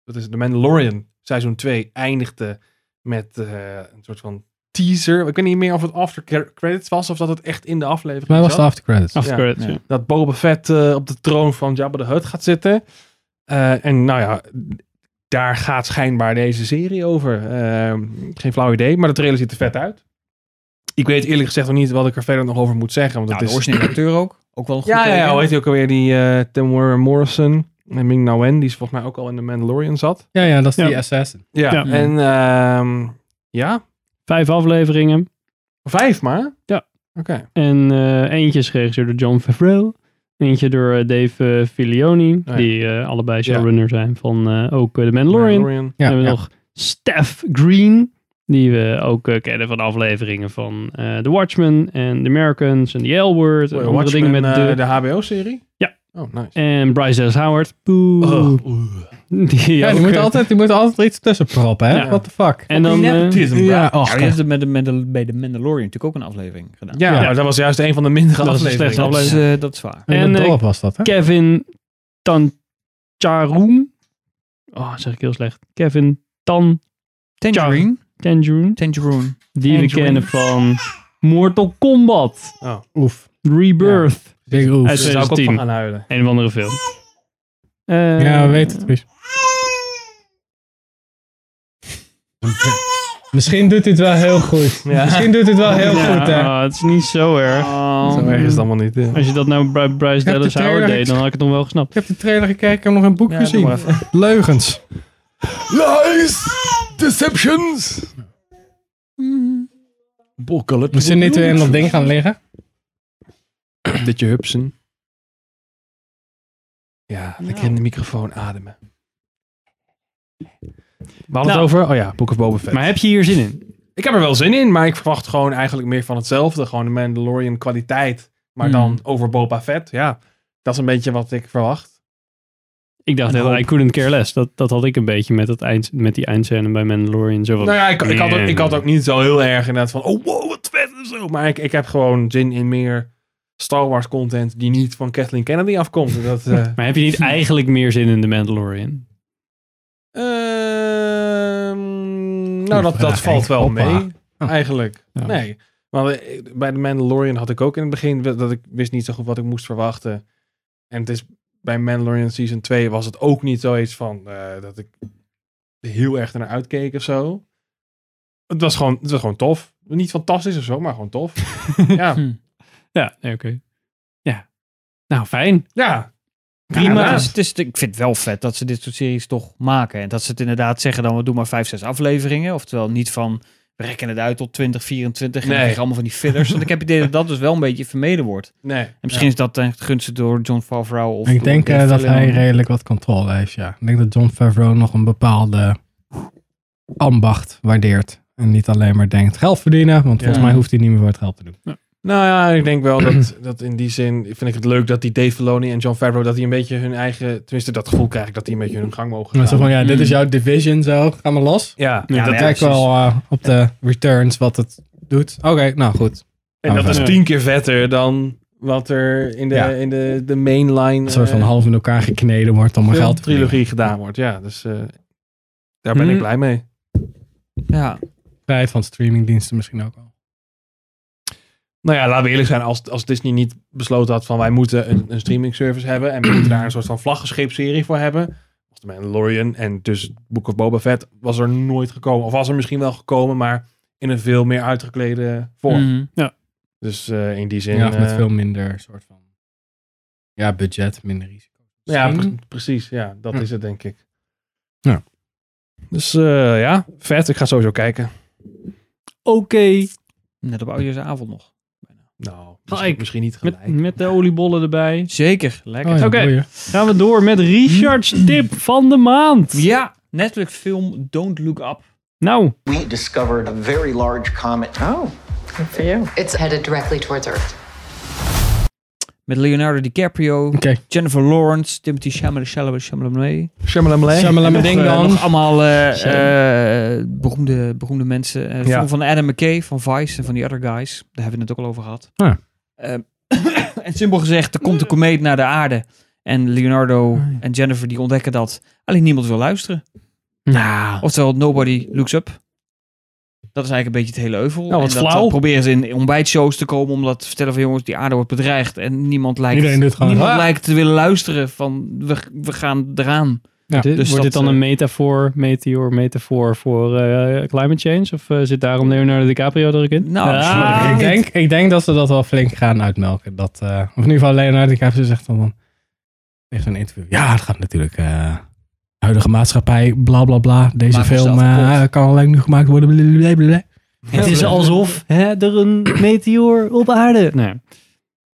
Speaker 4: wat is het, de Mandalorian seizoen 2 eindigde met eh, een soort van teaser. Ik weet niet meer of het after cre- credits was of dat het echt in de aflevering
Speaker 2: Mij was
Speaker 4: zat.
Speaker 2: de after credits.
Speaker 1: After
Speaker 4: Ja.
Speaker 1: credits,
Speaker 3: Ja.
Speaker 1: ja.
Speaker 4: dat Boba Fett eh, op de troon van Jabba the Hutt gaat zitten. Eh, en nou ja, daar gaat schijnbaar deze serie over. Eh, geen flauw idee, maar de trailer ziet er vet uit. Ik weet eerlijk gezegd nog niet wat ik er verder nog over moet zeggen. Want
Speaker 3: Nou,
Speaker 4: het
Speaker 3: de
Speaker 4: is...
Speaker 3: originele acteur ook. Ook wel een goed
Speaker 4: ja, ja,
Speaker 3: teken.
Speaker 4: ja, hoe heet hij ook alweer? Die eh Tim Morrison en Ming Na Wen. Die is volgens mij ook al in de Mandalorian zat.
Speaker 2: Ja, ja, dat is
Speaker 1: Ja.
Speaker 2: die Assassin.
Speaker 4: Ja.
Speaker 1: Ja.
Speaker 4: En ehm, ja,
Speaker 1: Vijf afleveringen.
Speaker 4: vijf maar.
Speaker 1: Ja.
Speaker 4: Oké.
Speaker 1: En eh, eentje is geregisseerd door John Favreau. Eentje door eh, Dave eh, Filioni.
Speaker 4: Oh ja.
Speaker 1: Die eh, allebei
Speaker 4: Ja.
Speaker 1: showrunner zijn van eh, ook eh, The Mandalorian.
Speaker 2: Ja,
Speaker 1: Dan hebben we
Speaker 2: ja.
Speaker 1: nog Steph Green. Die we ook eh, kennen van de afleveringen van eh, The Watchmen en The Americans en The L-Word. En andere
Speaker 4: Watchmen,
Speaker 1: dingen met
Speaker 4: eh,
Speaker 1: de...
Speaker 4: de HBO-serie?
Speaker 1: Ja.
Speaker 4: Oh, nice.
Speaker 1: En Bryce Dallas Howard. Poeh. Die
Speaker 2: eh, Oh. Ja,
Speaker 1: ook,
Speaker 2: die moet,
Speaker 1: eh,
Speaker 2: altijd, die moet altijd er iets tussen proppen, hè?
Speaker 1: Ja.
Speaker 2: What the fuck?
Speaker 1: En dan... eh,
Speaker 2: ja,
Speaker 3: Ja,
Speaker 2: och,
Speaker 3: maar je hebt het met de, met de- bij de Mandalorian natuurlijk ook een aflevering gedaan.
Speaker 4: Ja,
Speaker 2: Ja.
Speaker 4: maar dat was juist een van de mindere
Speaker 1: Dat was een
Speaker 4: afleveringen.
Speaker 1: slechte
Speaker 3: dat, is,
Speaker 1: aflevering.
Speaker 3: eh, dat is waar.
Speaker 1: En,
Speaker 2: en
Speaker 1: eh,
Speaker 2: dorp was dat, hè?
Speaker 1: Kevin Tancharoen. Oh, dat zeg ik heel slecht. Kevin Tan
Speaker 3: Tangerine.
Speaker 1: Tangerine.
Speaker 3: Tangerine.
Speaker 1: Die we
Speaker 3: Tangerine.
Speaker 1: kennen van Mortal Kombat.
Speaker 2: Oh, Oef.
Speaker 1: Rebirth.
Speaker 2: Big oef.
Speaker 1: Uit
Speaker 4: Daar zou ik ook
Speaker 1: 2010.
Speaker 4: van gaan huilen.
Speaker 1: Een of andere film. Eh,
Speaker 2: Ja, we weten het. Guus. Misschien doet hij het wel heel goed.
Speaker 4: Ja.
Speaker 2: Misschien doet hij het wel heel
Speaker 1: ja,
Speaker 2: goed, hè?
Speaker 1: ah, het is niet zo erg.
Speaker 4: Zo erg is het allemaal niet. eh.
Speaker 1: Als je dat nou bij Bryce
Speaker 2: heb
Speaker 1: Dallas
Speaker 2: de trailer
Speaker 1: Howard deed,
Speaker 2: gezien.
Speaker 1: dan had ik het nog wel
Speaker 2: Ik
Speaker 1: gesnapt.
Speaker 2: heb de trailer gekeken, ik heb nog een boek
Speaker 3: Ja, doe
Speaker 2: gezien.
Speaker 3: maar even.
Speaker 2: Leugens.
Speaker 5: Lies! Deceptions!
Speaker 4: Bokkelet.
Speaker 2: Moet ze niet weer in dat ding gaan liggen?
Speaker 4: Dat je hupsen. Ja, lekker in de microfoon ademen. We hadden
Speaker 1: Nou.
Speaker 4: het over, oh ja, Book of Boba Fett.
Speaker 1: Maar heb je hier zin in?
Speaker 4: ik heb er wel zin in, maar ik verwacht gewoon eigenlijk meer van hetzelfde. Gewoon de Mandalorian kwaliteit, maar
Speaker 3: Hmm.
Speaker 4: dan over Boba Fett. Ja, dat is een beetje wat ik verwacht.
Speaker 1: Ik dacht,
Speaker 4: Een
Speaker 1: heel,
Speaker 4: hoop.
Speaker 1: I couldn't care less. Dat, dat had ik een beetje met, dat eind, met die eindscène bij Mandalorian. Zo van,
Speaker 4: Nou ja, ik, ik, had ook,
Speaker 1: Nee.
Speaker 4: ik had ook niet zo heel erg inderdaad van, oh wow, wat vet en zo. Maar ik, ik heb gewoon zin in meer Star Wars content die niet van Kathleen Kennedy afkomt. En Dat, eh,
Speaker 1: Maar heb je niet eigenlijk meer zin in The Mandalorian?
Speaker 4: ehm, nou, dat, dat
Speaker 2: vraag,
Speaker 4: valt wel
Speaker 2: hoppa.
Speaker 4: mee, eigenlijk.
Speaker 2: Ja.
Speaker 4: Nee. Want eh, bij The Mandalorian had ik ook in het begin wel- dat ik wist niet zo goed wat ik moest verwachten. En het is bij Mandalorian Season 2 was het ook niet zoiets van eh, dat ik heel erg naar uitkeek of zo. Het was gewoon, het was gewoon tof. Niet fantastisch of zo, maar gewoon tof. ja.
Speaker 1: Ja, nee, oké. Ja. Nou, fijn.
Speaker 4: ja.
Speaker 3: Prima.
Speaker 4: Ja,
Speaker 3: Het is- het is, ik vind het wel vet dat ze dit soort series toch maken. En dat ze het inderdaad zeggen dan, we doen maar vijf, zes afleveringen. Oftewel niet van, we rekken het uit tot 2024 en dan
Speaker 4: Nee.
Speaker 3: krijg je allemaal van die fillers. Want ik heb het idee dat dat dus wel een beetje vermeden wordt.
Speaker 4: Nee.
Speaker 3: En misschien is dat ten gunste door John Favreau of...
Speaker 2: Ik
Speaker 3: door
Speaker 2: denk eh,
Speaker 3: Dave
Speaker 2: dat hij
Speaker 3: Filoni.
Speaker 2: redelijk wat controle heeft, ja. Ik denk dat John Favreau nog een bepaalde ambacht waardeert. En niet alleen maar denkt geld verdienen, want volgens
Speaker 3: Ja.
Speaker 2: mij hoeft hij niet meer voor het geld te doen.
Speaker 4: Nou ja, ik denk wel dat, dat in die zin vind ik het leuk dat die Dave Filoni en John Favreau dat die een beetje hun eigen, tenminste dat gevoel krijg ik dat die een beetje hun gang mogen
Speaker 2: Maar
Speaker 4: gaan.
Speaker 2: zo van, ja, dit is
Speaker 3: Mm.
Speaker 2: jouw division zo, ga maar los.
Speaker 4: Ja,
Speaker 1: Ja,
Speaker 2: dat
Speaker 3: ja,
Speaker 2: kijk
Speaker 3: precies.
Speaker 2: wel eh, op de returns wat het doet. Oké, nou goed.
Speaker 4: en dat
Speaker 2: Ja.
Speaker 4: is tien keer vetter dan wat er in de,
Speaker 2: Ja.
Speaker 4: in de, de mainline
Speaker 2: Een soort van
Speaker 4: eh,
Speaker 2: half in elkaar gekneden wordt om maar
Speaker 4: film-
Speaker 2: geld te verdienen.
Speaker 4: trilogie gedaan wordt. Ja, dus eh, daar ben
Speaker 1: Hmm.
Speaker 4: ik blij mee.
Speaker 3: Ja,
Speaker 2: Vrijheid van streamingdiensten misschien ook al.
Speaker 4: Nou ja, laten we eerlijk zijn, als, als Disney niet besloten had van wij moeten een, een streaming service hebben en we moeten daar een soort van vlaggenschipserie voor hebben. Als de Mandalorian en dus Book of Boba Fett was er nooit gekomen. Of was er misschien wel gekomen, maar in een veel meer uitgeklede vorm.
Speaker 3: Mhm.
Speaker 4: Dus eh, in die zin.
Speaker 2: Ja, of met
Speaker 4: eh,
Speaker 2: veel minder soort van, ja, budget, minder risico.
Speaker 4: ja
Speaker 2: Misschien.
Speaker 4: pre- precies. Ja, dat
Speaker 2: Ja.
Speaker 4: is het, denk ik.
Speaker 2: Ja.
Speaker 4: Dus eh, ja, vet. Ik ga sowieso kijken.
Speaker 1: Oké.
Speaker 3: net op oudjaarsavond nog.
Speaker 4: Nou,
Speaker 1: Gelijk.
Speaker 4: misschien, misschien niet gelijk.
Speaker 1: Met, met de oliebollen erbij.
Speaker 3: Zeker, lekker.
Speaker 2: Oh ja,
Speaker 1: Oké.
Speaker 2: boeien.
Speaker 1: Gaan we door met Richard's tip van de maand.
Speaker 3: Ja, Netflix film Don't Look Up.
Speaker 1: Nou,
Speaker 10: We discovered a very large comet. Oh.
Speaker 7: It's headed directly towards Earth.
Speaker 3: Met Leonardo DiCaprio,
Speaker 2: Oké.
Speaker 3: Jennifer Lawrence, Timothy Chalamet, Chalamet, Chalamet.
Speaker 2: Shyamalan
Speaker 3: En
Speaker 2: ding
Speaker 3: nog, eh,
Speaker 2: dong.
Speaker 3: nog allemaal eh, eh, beroemde, beroemde mensen. Eh, film Van Adam McKay, van Vice en van die other guys. Daar hebben we het ook al over gehad.
Speaker 2: Ja.
Speaker 3: Eh, en simpel gezegd, er komt een komeet naar de aarde. En Leonardo en Jennifer die ontdekken dat. Alleen niemand wil luisteren.
Speaker 1: nou,
Speaker 3: Oftewel, nobody looks up. Dat is eigenlijk een beetje het hele euvel.
Speaker 1: wat
Speaker 3: en dat,
Speaker 1: flauw.
Speaker 3: eh, proberen ze in ontbijtshows te komen om dat te vertellen van jongens, die aarde wordt bedreigd. En niemand lijkt,
Speaker 2: Iedereen doet gewoon,
Speaker 3: niemand
Speaker 2: "Ah."
Speaker 3: lijkt te willen luisteren van we, we gaan eraan.
Speaker 1: dit-
Speaker 3: dus
Speaker 1: wordt dit
Speaker 3: dat,
Speaker 1: dan
Speaker 3: eh,
Speaker 1: een metafoor, meteor, metafoor voor eh, climate change? Of eh, zit daarom Leonardo DiCaprio er ook in?
Speaker 3: Nou, dat is
Speaker 1: Ah,
Speaker 3: wel-
Speaker 2: ik, denk, ik denk dat ze dat wel flink gaan uitmelken. Dat, eh, of in ieder geval Leonardo DiCaprio zegt dan van, tegen zo'n interview. Ja, het gaat natuurlijk... eh, huidige maatschappij, bla bla bla. Deze
Speaker 3: Maak
Speaker 2: film
Speaker 3: mezelf
Speaker 2: eh,
Speaker 3: kapot.
Speaker 2: kan alleen nu gemaakt worden. blablabla, blablabla.
Speaker 1: het is alsof hè, er een meteor op aarde... Nee. Oh,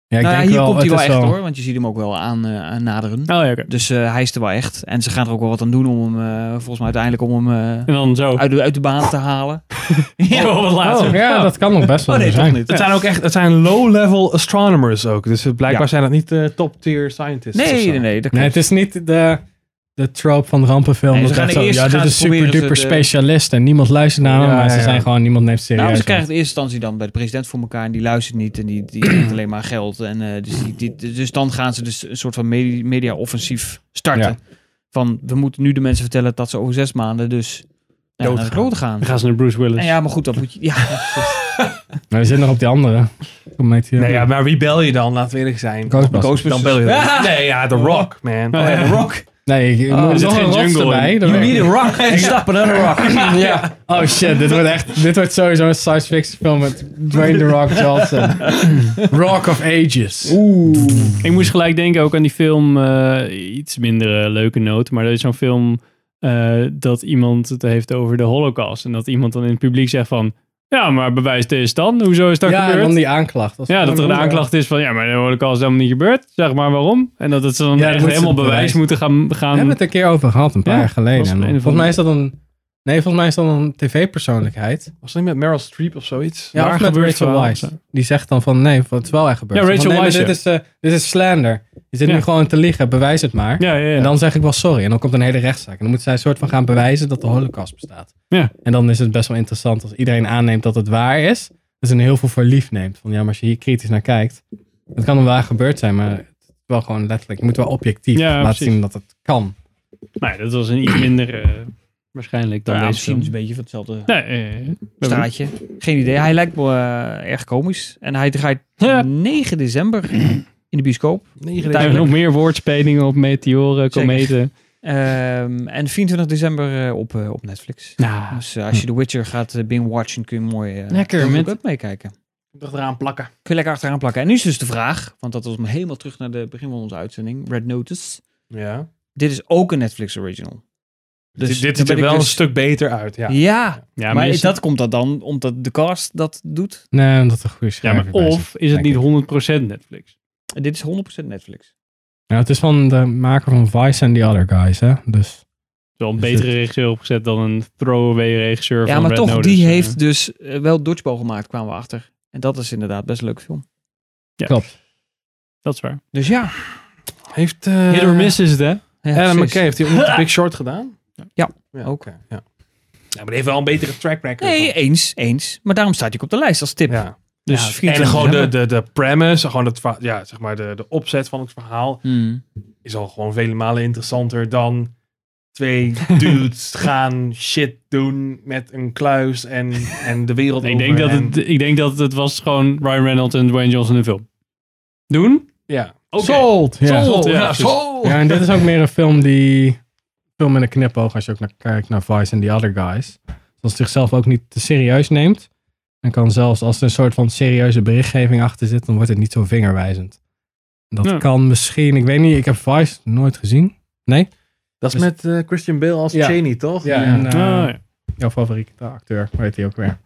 Speaker 2: Ja, ik
Speaker 3: nou ja,
Speaker 2: denk
Speaker 3: hier komt hij
Speaker 2: het
Speaker 3: wel
Speaker 2: is
Speaker 3: echt hoor, want je ziet hem ook wel aan, eh, aan naderen.
Speaker 1: Oh ja, oké.
Speaker 3: Dus eh, hij is er wel echt. En ze gaan er ook wel wat aan doen om hem, eh, volgens mij uiteindelijk, om hem eh,
Speaker 1: En dan zo.
Speaker 3: uit, de, uit de baan te halen. ja.
Speaker 1: Oh, wat later.
Speaker 2: Oh, ja, dat kan nog best wel
Speaker 3: Oh, nee,
Speaker 2: zo
Speaker 3: toch
Speaker 2: zijn.
Speaker 3: niet.
Speaker 4: Het zijn ook echt, het zijn low-level astronomers ook. Dus blijkbaar
Speaker 3: Ja.
Speaker 4: zijn dat niet eh, top-tier scientists. of
Speaker 3: Nee,
Speaker 4: zo.
Speaker 3: nee, nee. Dat
Speaker 2: Nee,
Speaker 3: klopt.
Speaker 2: het is niet de, de trope van de rampenfilm.
Speaker 3: Nee, ze
Speaker 2: dat
Speaker 3: gaan
Speaker 2: echt zo,
Speaker 3: eerst
Speaker 2: ja, dit
Speaker 3: gaan
Speaker 2: is
Speaker 3: ze proberen
Speaker 2: super duper
Speaker 3: ze de-
Speaker 2: specialist en niemand luistert naar hem.
Speaker 4: Ja,
Speaker 2: maar ze
Speaker 4: ja, ja.
Speaker 2: zijn gewoon, niemand neemt serieus.
Speaker 3: nou, ze
Speaker 2: want-
Speaker 3: krijgen het in eerste instantie dan bij de president voor elkaar en die luistert niet en die, die heeft alleen maar geld. En, eh, dus, die, die- dus dan gaan ze dus een soort van medi- media-offensief starten. Van, we moeten nu de mensen vertellen dat ze over zes maanden dus ja, naar de kloot gaan.
Speaker 1: Dan gaan ze naar Bruce
Speaker 2: dus.
Speaker 1: Willis.
Speaker 3: En ja, maar goed, dat moet je... Ja,
Speaker 2: Maar we zitten nog op die andere. Hoe heet die?
Speaker 4: Nee, ja, maar wie bel je dan? Laten we eerlijk zijn.
Speaker 2: Ghostbusters.
Speaker 4: Dan bel je dan. Nee, ja, The Rock, man.
Speaker 1: Oh, ja,
Speaker 4: Rock.
Speaker 2: Nee, je moet
Speaker 1: Oh. er
Speaker 2: er
Speaker 1: zit
Speaker 2: nog
Speaker 1: geen
Speaker 2: een rots
Speaker 1: jungle
Speaker 2: erbij.
Speaker 1: in.
Speaker 2: dan weet ik niet.
Speaker 3: rock and stop another rock.
Speaker 2: Ja. Oh shit, dit wordt echt, dit wordt sowieso een science fiction film met Dwayne The Rock Johnson. Rock of Ages.
Speaker 1: Ik moest gelijk denken ook aan die film, eh, iets minder eh, leuke noot, maar dat is zo'n film eh, dat iemand het heeft over de holocaust. En dat iemand dan in het publiek zegt van, ja, maar bewijs deze dan, hoezo is dat
Speaker 2: ja, en
Speaker 1: gebeurd?
Speaker 2: dan die aanklacht. is
Speaker 1: Ja, dat er
Speaker 2: gewoon
Speaker 1: een
Speaker 2: hoe-
Speaker 1: aanklacht is van, ja, maar de holocaust is helemaal niet gebeurd, zeg maar waarom? En dat het ze dan
Speaker 2: Ja, dan
Speaker 1: echt
Speaker 2: moeten ze
Speaker 1: helemaal
Speaker 2: het
Speaker 1: bewijs
Speaker 2: bewijzen.
Speaker 1: moeten gaan...
Speaker 2: We
Speaker 1: gaan
Speaker 2: hebben het een keer over gehad, een paar
Speaker 1: Ja,
Speaker 2: jaar geleden.
Speaker 1: was het een of
Speaker 2: Volgens mij is dat een... Nee, volgens mij is dat een tv-persoonlijkheid.
Speaker 4: Was dat niet met Meryl Streep of zoiets?
Speaker 2: Ja,
Speaker 1: Waar
Speaker 2: of met
Speaker 1: gebeurt
Speaker 2: Rachel
Speaker 1: het wel?
Speaker 2: Weisz. Die zegt dan van nee, het is wel echt gebeurd.
Speaker 1: Ja,
Speaker 2: Van,
Speaker 1: Rachel
Speaker 2: nee, maar
Speaker 1: Weisz,
Speaker 2: Dit, is, eh, dit is slander. Je zit
Speaker 1: Ja.
Speaker 2: nu gewoon te liegen, bewijs het maar.
Speaker 1: ja, ja, ja.
Speaker 2: En dan zeg ik wel sorry. En dan komt een hele rechtszaak. En dan moet zij een soort van gaan bewijzen dat de holocaust bestaat.
Speaker 1: Ja.
Speaker 2: En dan is het best wel interessant als iedereen aanneemt dat het waar is. Dus een heel veel voor lief neemt. Van ja, maar als je hier kritisch naar kijkt. Het kan dan waar gebeurd zijn, maar het is wel gewoon letterlijk. Je moet wel objectief
Speaker 1: Ja,
Speaker 2: laten
Speaker 1: precies.
Speaker 2: zien dat het kan.
Speaker 1: Nee, dat was een iets minder eh, waarschijnlijk dan
Speaker 3: Dan ja,
Speaker 1: deze
Speaker 3: misschien
Speaker 1: film.
Speaker 3: een beetje van hetzelfde
Speaker 1: Nee, eh,
Speaker 3: straatje. Geen idee. Hij lijkt me eh, erg komisch. En hij draait
Speaker 1: Ja.
Speaker 3: 9 december in de bioscoop.
Speaker 4: 9
Speaker 1: er zijn nog meer woordspelingen op meteoren,
Speaker 3: Zeker.
Speaker 1: kometen.
Speaker 3: Ehm, en 24 december eh, op, eh, op Netflix.
Speaker 1: Nou,
Speaker 3: Dus eh, als je The Witcher gaat uh, watchen, kun je mooi eh
Speaker 1: Lekker,
Speaker 3: Don't Look
Speaker 1: met-
Speaker 3: Up meekijken.
Speaker 4: eraan plakken.
Speaker 3: Kun je lekker achteraan plakken. En nu is dus de vraag, want dat was me helemaal terug naar het begin van onze uitzending. Red Notice.
Speaker 4: Ja.
Speaker 3: Dit is ook een Netflix original. Dus
Speaker 4: dit dit
Speaker 3: dan
Speaker 4: ziet er
Speaker 3: ben ik
Speaker 4: wel een
Speaker 3: dus-
Speaker 4: stuk beter uit, ja.
Speaker 3: Ja,
Speaker 1: ja,
Speaker 3: maar,
Speaker 1: maar
Speaker 3: is
Speaker 1: is
Speaker 3: dat komt dat dan omdat de cast dat doet?
Speaker 2: Nee, omdat het een goede
Speaker 1: Ja,
Speaker 2: schrijver
Speaker 1: maar
Speaker 2: bij
Speaker 1: of
Speaker 2: zit,
Speaker 1: is het
Speaker 2: denk
Speaker 1: niet
Speaker 2: ik.
Speaker 1: 100% Netflix?
Speaker 3: En dit is 100% Netflix.
Speaker 2: Ja, Nou, het is van de maker van Vice and the Other Guys, hè? Dus...
Speaker 1: Wel een
Speaker 2: Is
Speaker 1: betere
Speaker 2: het-
Speaker 1: regisseur opgezet dan een throwaway regisseur
Speaker 3: Ja,
Speaker 1: van
Speaker 3: maar
Speaker 1: Red
Speaker 3: toch,
Speaker 1: Notice.
Speaker 3: die
Speaker 1: Eh,
Speaker 3: heeft dus eh, wel Dodgeball gemaakt, kwamen we achter. En dat is inderdaad best een leuke film.
Speaker 1: ja.
Speaker 2: Klopt.
Speaker 1: Dat is waar.
Speaker 3: Dus ja.
Speaker 4: Heeft... eh,
Speaker 1: Hit or miss is het, hè?
Speaker 3: ja
Speaker 4: Adam
Speaker 3: precies.
Speaker 4: McKay, heeft hij ook nog de Big Short gedaan?
Speaker 3: Ja,
Speaker 4: ja
Speaker 3: ook.
Speaker 4: oké, Ja. ja, maar die heeft wel een betere track record.
Speaker 3: Nee, eens, eens. Maar daarom staat hij ook op de lijst als tip.
Speaker 4: Ja.
Speaker 3: Dus
Speaker 4: Ja, en gewoon de,
Speaker 3: december.
Speaker 4: de, de premise, gewoon het, verha- ja, zeg maar de, de opzet van het verhaal
Speaker 3: Hmm.
Speaker 4: is al gewoon vele malen interessanter dan twee dudes gaan shit doen met een kluis en, en de wereld
Speaker 1: Ik
Speaker 4: over
Speaker 1: denk, dat
Speaker 4: en-
Speaker 1: het, ik denk dat het was gewoon Ryan Reynolds en Dwayne Johnson in de film. Doen?
Speaker 4: Ja.
Speaker 1: Oké.
Speaker 2: Sold! Ja.
Speaker 3: Oh,
Speaker 1: Sold, Oh, ja, precies.
Speaker 2: Ja, en dit is ook meer een film die. Film met een knipoog als je ook naar, kijkt naar Vice en The Other Guys. Dat het zichzelf ook niet te serieus neemt. En kan zelfs als er een soort van serieuze berichtgeving achter zit, dan wordt het niet zo vingerwijzend. En Dat
Speaker 1: Ja.
Speaker 2: kan misschien, ik weet niet, ik heb Vice nooit gezien. Nee?
Speaker 4: Dat is
Speaker 2: Dus-
Speaker 4: met eh, Christian Bale als
Speaker 2: Ja.
Speaker 4: Cheney, toch?
Speaker 2: Ja, en eh,
Speaker 1: Ah, ja.
Speaker 2: jouw favoriete acteur, hoe heet hij ook weer?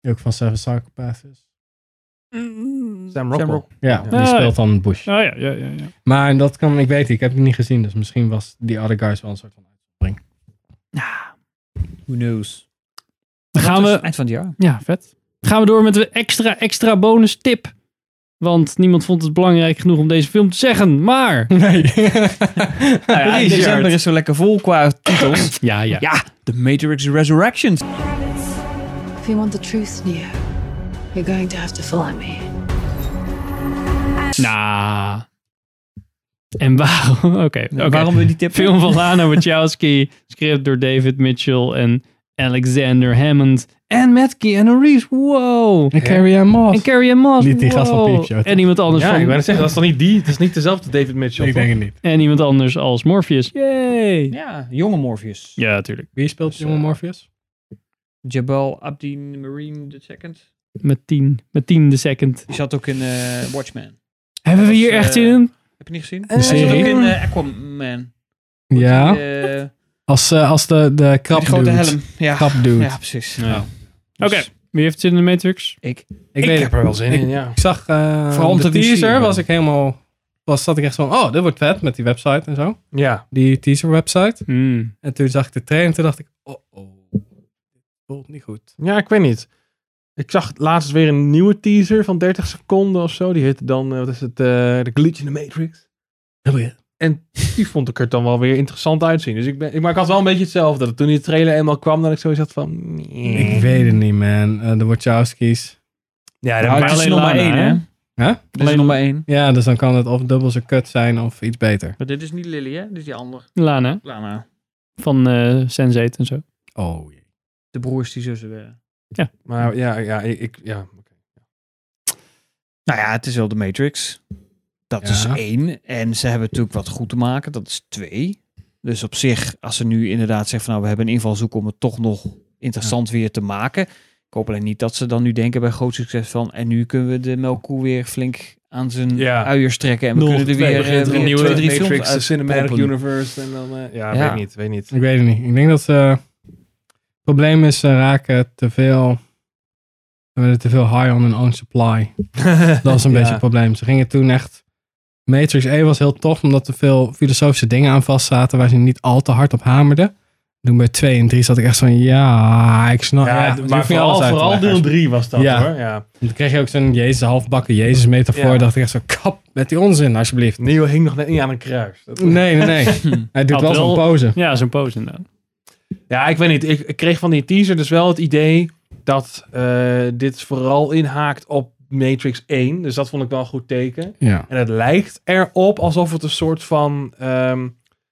Speaker 2: Die ook van Seven Psychopaths is.
Speaker 4: Sam Rockwell.
Speaker 2: Ja, die
Speaker 1: Ah, ja.
Speaker 2: speelt dan Bush.
Speaker 1: Oh ja, ja, ja. ja.
Speaker 2: Maar dat kan, ik weet niet, ik heb het niet gezien. Dus misschien was die other guys wel een soort van uitzondering.
Speaker 3: Who knows?
Speaker 1: Dan gaan we
Speaker 3: Eind van het jaar.
Speaker 1: Ja, vet. Gaan we door met de extra, extra bonus tip. Want niemand vond het belangrijk genoeg om deze film te zeggen, maar...
Speaker 2: Nee.
Speaker 3: Nou ja,
Speaker 1: Richard.
Speaker 3: december is zo lekker vol qua titels.
Speaker 1: Ja, ja.
Speaker 3: ja, The Matrix Resurrections.
Speaker 9: If you want the truth, Neo, you're going to have to follow me.
Speaker 1: Nou. En waarom... Oké, oké.
Speaker 3: Waarom we die tip
Speaker 1: Film van Lana Wachowski, script door David Mitchell en Alexander Hammond. En met Keanu Reeves, wow.
Speaker 2: En Carrie Ann Moss.
Speaker 1: En Carrie Ann Moss,
Speaker 2: Niet die gast van
Speaker 1: wow.
Speaker 2: Peepshow, toch?
Speaker 1: En iemand anders
Speaker 4: Ja, ik
Speaker 1: van...
Speaker 4: wou net zeggen, dat is dan niet die, dat is niet dezelfde David Mitchell.
Speaker 2: ik
Speaker 4: toch?
Speaker 2: denk het niet.
Speaker 1: En iemand anders als Morpheus. Yay.
Speaker 3: Ja, jonge Morpheus.
Speaker 1: Ja, tuurlijk.
Speaker 2: Wie speelt jonge Morpheus?
Speaker 3: Jabal Abdin Marine II.
Speaker 1: Met tien. Met tien de second.
Speaker 3: Die zat ook in eh, Watchmen.
Speaker 1: Hebben we
Speaker 3: Dat
Speaker 1: hier
Speaker 3: was,
Speaker 1: echt
Speaker 3: eh,
Speaker 1: zin in?
Speaker 3: Heb je niet gezien?
Speaker 2: De
Speaker 3: Hij zat ook
Speaker 2: serie?
Speaker 3: in eh, Aquaman.
Speaker 2: Ja,
Speaker 3: Eh, met
Speaker 2: als, eh, als de, de krap
Speaker 3: die grote
Speaker 2: dude.
Speaker 3: helm. Ja,
Speaker 2: Krap dude.
Speaker 3: ja precies.
Speaker 1: Ja.
Speaker 3: Nou,
Speaker 1: Oké,
Speaker 3: dus
Speaker 1: wie heeft zin in de Matrix?
Speaker 3: Ik,
Speaker 2: Ik, weet
Speaker 4: heb er wel zin
Speaker 2: ik-
Speaker 4: in, ja.
Speaker 2: Ik zag eh
Speaker 3: Vooral om
Speaker 2: de
Speaker 3: te
Speaker 2: teaser,
Speaker 3: plezieren.
Speaker 2: was ik helemaal... Was, zat ik echt van, oh, dit wordt vet met die website en zo.
Speaker 4: Ja,
Speaker 2: Die teaser website.
Speaker 1: Hmm.
Speaker 2: En toen zag ik de trailer en toen dacht ik, oh, oh. Voelt niet goed.
Speaker 4: ja ik weet niet. Ik zag laatst weer een nieuwe teaser van 30 seconden of zo. Die heette dan, eh, wat is het, eh The Glitch in the Matrix.
Speaker 2: Oh,
Speaker 4: En die vond ik er dan wel weer interessant uitzien. Dus ik ben, ik, maar ik had wel een beetje hetzelfde. Dat toen die trailer eenmaal kwam, dat ik zo zat van... nee.
Speaker 2: Ik weet het niet, man. Eh, de Wachowskis.
Speaker 1: Ja,
Speaker 3: nou, het is nummer één, hè?
Speaker 2: Huh?
Speaker 3: Dit is nummer één.
Speaker 2: Ja, dus dan kan het of dubbel zo kut zijn of iets beter.
Speaker 3: Maar dit is niet Lily, hè? Dit is die andere.
Speaker 1: Lana,
Speaker 3: Lana.
Speaker 1: van eh Sense8 en zo.
Speaker 2: Oh, jee.
Speaker 3: De broers die zussen werden.
Speaker 4: Maar ja, ja, ik... ik- ja.
Speaker 3: Nou ja, het is wel de Matrix. Dat
Speaker 2: Ja.
Speaker 3: is één. En ze hebben natuurlijk wat goed te maken. Dat is twee. Dus op zich, als ze nu inderdaad zeggen van nou, we hebben een invalshoek om het toch nog interessant weer te maken. Ik hoop alleen niet dat ze dan nu denken bij groot succes van en nu kunnen we de melkkoe weer flink aan zijn
Speaker 4: Ja.
Speaker 3: uiers trekken. En we kunnen er weer, eh, weer twee, drie films
Speaker 4: Matrix, de
Speaker 3: uit
Speaker 4: Cinematic
Speaker 3: pompen.
Speaker 4: Universe. En dan, eh, ja,
Speaker 3: Ja.
Speaker 4: weet niet, weet niet.
Speaker 2: Ik weet het niet. Ik denk dat ze... het probleem is, ze raken te veel... Ze werden te veel high on hun own supply. Dat is een
Speaker 4: Ja.
Speaker 2: beetje het probleem. Ze gingen toen echt... Matrix 1 was heel tof, omdat er veel filosofische dingen aan vast zaten... waar ze niet al te hard op hamerden. Toen bij 2 en 3 zat ik echt van... Ja, ik snap...
Speaker 4: Ja,
Speaker 2: Oh, Ja, je
Speaker 4: maar
Speaker 2: hoeft niet alles
Speaker 4: vooral,
Speaker 2: uit te
Speaker 4: vooral
Speaker 2: leggen.
Speaker 4: deel 3 was dat
Speaker 2: Ja.
Speaker 4: hoor. Ja.
Speaker 2: Dan kreeg je ook zo'n Jezus, halfbakken Jezus metafoor.
Speaker 4: Ja.
Speaker 2: dacht ik echt zo, kap met die onzin, alsjeblieft.
Speaker 4: Neo hing nog net niet aan een kruis. Dat-
Speaker 2: Nee, nee, nee. Hij
Speaker 1: Had
Speaker 2: doet wel
Speaker 1: wel-
Speaker 2: zo'n pose.
Speaker 1: Ja, zo'n pose inderdaad.
Speaker 4: Ja, ik weet niet. Ik, ik kreeg van die teaser dus wel het idee dat eh, dit vooral inhaakt op Matrix 1. Dus dat vond ik wel een goed teken.
Speaker 2: Ja.
Speaker 4: En het lijkt erop alsof het een soort van ehm,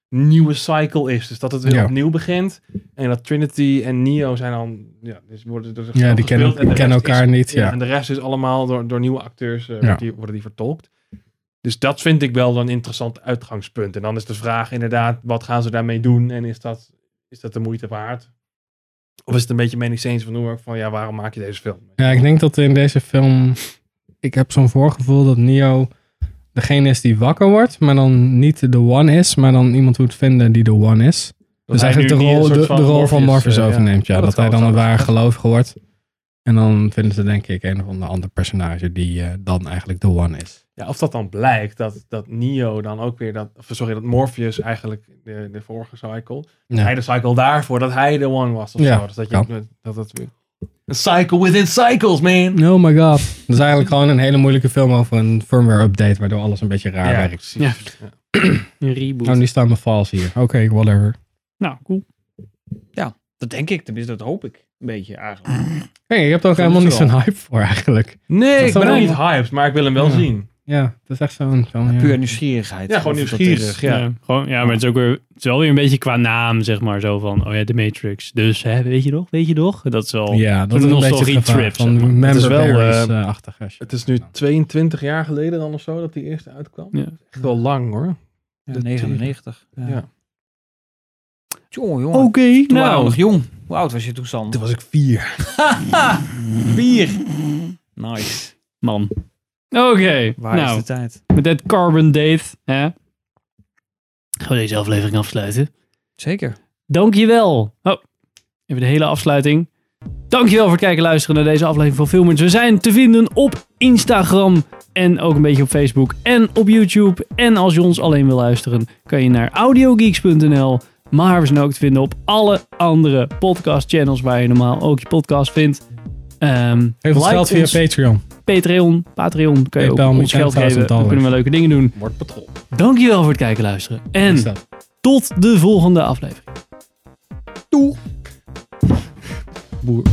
Speaker 4: nieuwe cycle is. Dus dat het weer
Speaker 2: Ja.
Speaker 4: opnieuw begint. En dat Trinity en Neo zijn dan... Ja, dus worden, dus
Speaker 2: Ja, die kennen,
Speaker 4: gespeeld en de
Speaker 2: kennen
Speaker 4: rest is-
Speaker 2: elkaar niet. Ja.
Speaker 4: En de rest is allemaal door, door nieuwe acteurs eh,
Speaker 2: Ja.
Speaker 4: wordt die, worden die vertolkt. Dus dat vind ik wel een interessant uitgangspunt. En dan is de vraag inderdaad, wat gaan ze daarmee doen? En is dat, is dat de moeite waard? Of is het een beetje mening eens van, hoe- van ja, waarom maak je deze film?
Speaker 2: ja, ik denk dat in deze film... Ik heb zo'n voorgevoel dat Neo degene is die wakker wordt, maar dan niet de one is, maar dan iemand moet vinden die de one is.
Speaker 4: Dat
Speaker 2: Dus
Speaker 4: hij
Speaker 2: eigenlijk de
Speaker 4: nu niet
Speaker 2: rol,
Speaker 4: een
Speaker 2: de,
Speaker 4: soort
Speaker 2: de rol van Morpheus
Speaker 4: eh, ja.
Speaker 2: overneemt. Ja,
Speaker 4: Ja,
Speaker 2: dat,
Speaker 4: dat kan
Speaker 2: hij dan
Speaker 4: wel
Speaker 2: een
Speaker 4: zo
Speaker 2: waar
Speaker 4: zijn.
Speaker 2: gelovige wordt. En dan vinden ze denk ik een of ander ander personage die eh, dan eigenlijk de one is.
Speaker 4: Ja, of dat dan blijkt, dat, dat Neo dan ook weer, dat, of sorry, dat Morpheus eigenlijk de, de vorige cycle,
Speaker 2: Ja.
Speaker 4: hij de cycle daarvoor, dat hij de one was of
Speaker 2: Ja,
Speaker 4: zo. Dus dat
Speaker 2: kan.
Speaker 4: je, dat, dat, een cycle within cycles, man!
Speaker 2: Oh my god. Dat is eigenlijk gewoon een hele moeilijke film over een firmware update, waardoor alles een beetje raar werkt.
Speaker 4: precies.
Speaker 1: Ja.
Speaker 4: Ja.
Speaker 1: Een reboot.
Speaker 2: Oh, nu staan mijn files hier. Oké, whatever.
Speaker 1: Nou, cool.
Speaker 3: Dat denk ik, tenminste dat hoop ik. Een beetje eigenlijk.
Speaker 2: Hey, ik heb er ook
Speaker 4: Dat
Speaker 2: helemaal
Speaker 4: is
Speaker 2: niet
Speaker 4: wel.
Speaker 2: zo'n hype voor eigenlijk.
Speaker 4: Nee, ik
Speaker 2: zou
Speaker 4: ben ook
Speaker 2: wel-
Speaker 4: niet hyped, maar ik wil hem wel
Speaker 2: Ja.
Speaker 4: zien.
Speaker 2: Ja, dat is echt zo'n film.
Speaker 3: Puur nieuwsgierigheid.
Speaker 4: Ja, gewoon
Speaker 3: Of dat
Speaker 4: nieuwsgierig.
Speaker 3: is-
Speaker 1: Ja.
Speaker 4: Ja.
Speaker 1: gewoon, ja, maar het is ook weer, het is wel weer een beetje qua naam, zeg maar, zo van, oh ja, de Matrix. Dus, hè, weet je nog, weet je nog? Dat is wel
Speaker 2: Ja, dat is
Speaker 1: Een
Speaker 2: een beetje
Speaker 1: nostalgie
Speaker 2: het gevaar
Speaker 1: trip,
Speaker 2: van
Speaker 1: zeg maar.
Speaker 2: Remember
Speaker 4: Het is wel,
Speaker 2: Berries,
Speaker 4: eh,
Speaker 2: eh, achtig als je-
Speaker 4: Het is nu 22 jaar geleden dan of zo dat die eerste uitkwam.
Speaker 1: Ja.
Speaker 4: Echt wel lang hoor.
Speaker 3: Ja,
Speaker 4: De
Speaker 3: 99. Ja.
Speaker 4: Ja.
Speaker 3: Jongen, jongen.
Speaker 1: Oké,
Speaker 3: Toen waren we
Speaker 1: nou.
Speaker 3: nog jong. Hoe oud was je toen, Sam?
Speaker 4: was ik vier.
Speaker 3: Bier. Nice.
Speaker 1: Man. Oké,
Speaker 3: Waar is
Speaker 1: nou,
Speaker 3: de tijd?
Speaker 1: met dat carbon date, hè. Gaan we deze aflevering afsluiten.
Speaker 3: Zeker.
Speaker 1: Dankjewel. Oh, even de hele afsluiting. Dankjewel voor het kijken en luisteren naar deze aflevering van Filmers. We zijn te vinden op Instagram en ook een beetje op Facebook en op YouTube. En als je ons alleen wil luisteren, kan je naar audiogeeks.nl. Maar we zijn ook te vinden op alle andere podcast channels waar je normaal ook je podcast vindt. Ehm
Speaker 2: Geef ons
Speaker 1: like
Speaker 2: geld via
Speaker 1: ons.
Speaker 2: Patreon.
Speaker 1: Patreon. Patreon kan je
Speaker 2: PayPal
Speaker 1: ook
Speaker 2: moet
Speaker 1: ons geld
Speaker 2: 10.000
Speaker 1: geven. Dan kunnen we leuke dingen doen.
Speaker 4: Wordt patrol.
Speaker 1: Dankjewel voor het kijken en luisteren.
Speaker 2: Is
Speaker 1: En
Speaker 2: dat?
Speaker 1: tot de volgende aflevering.
Speaker 2: Boer.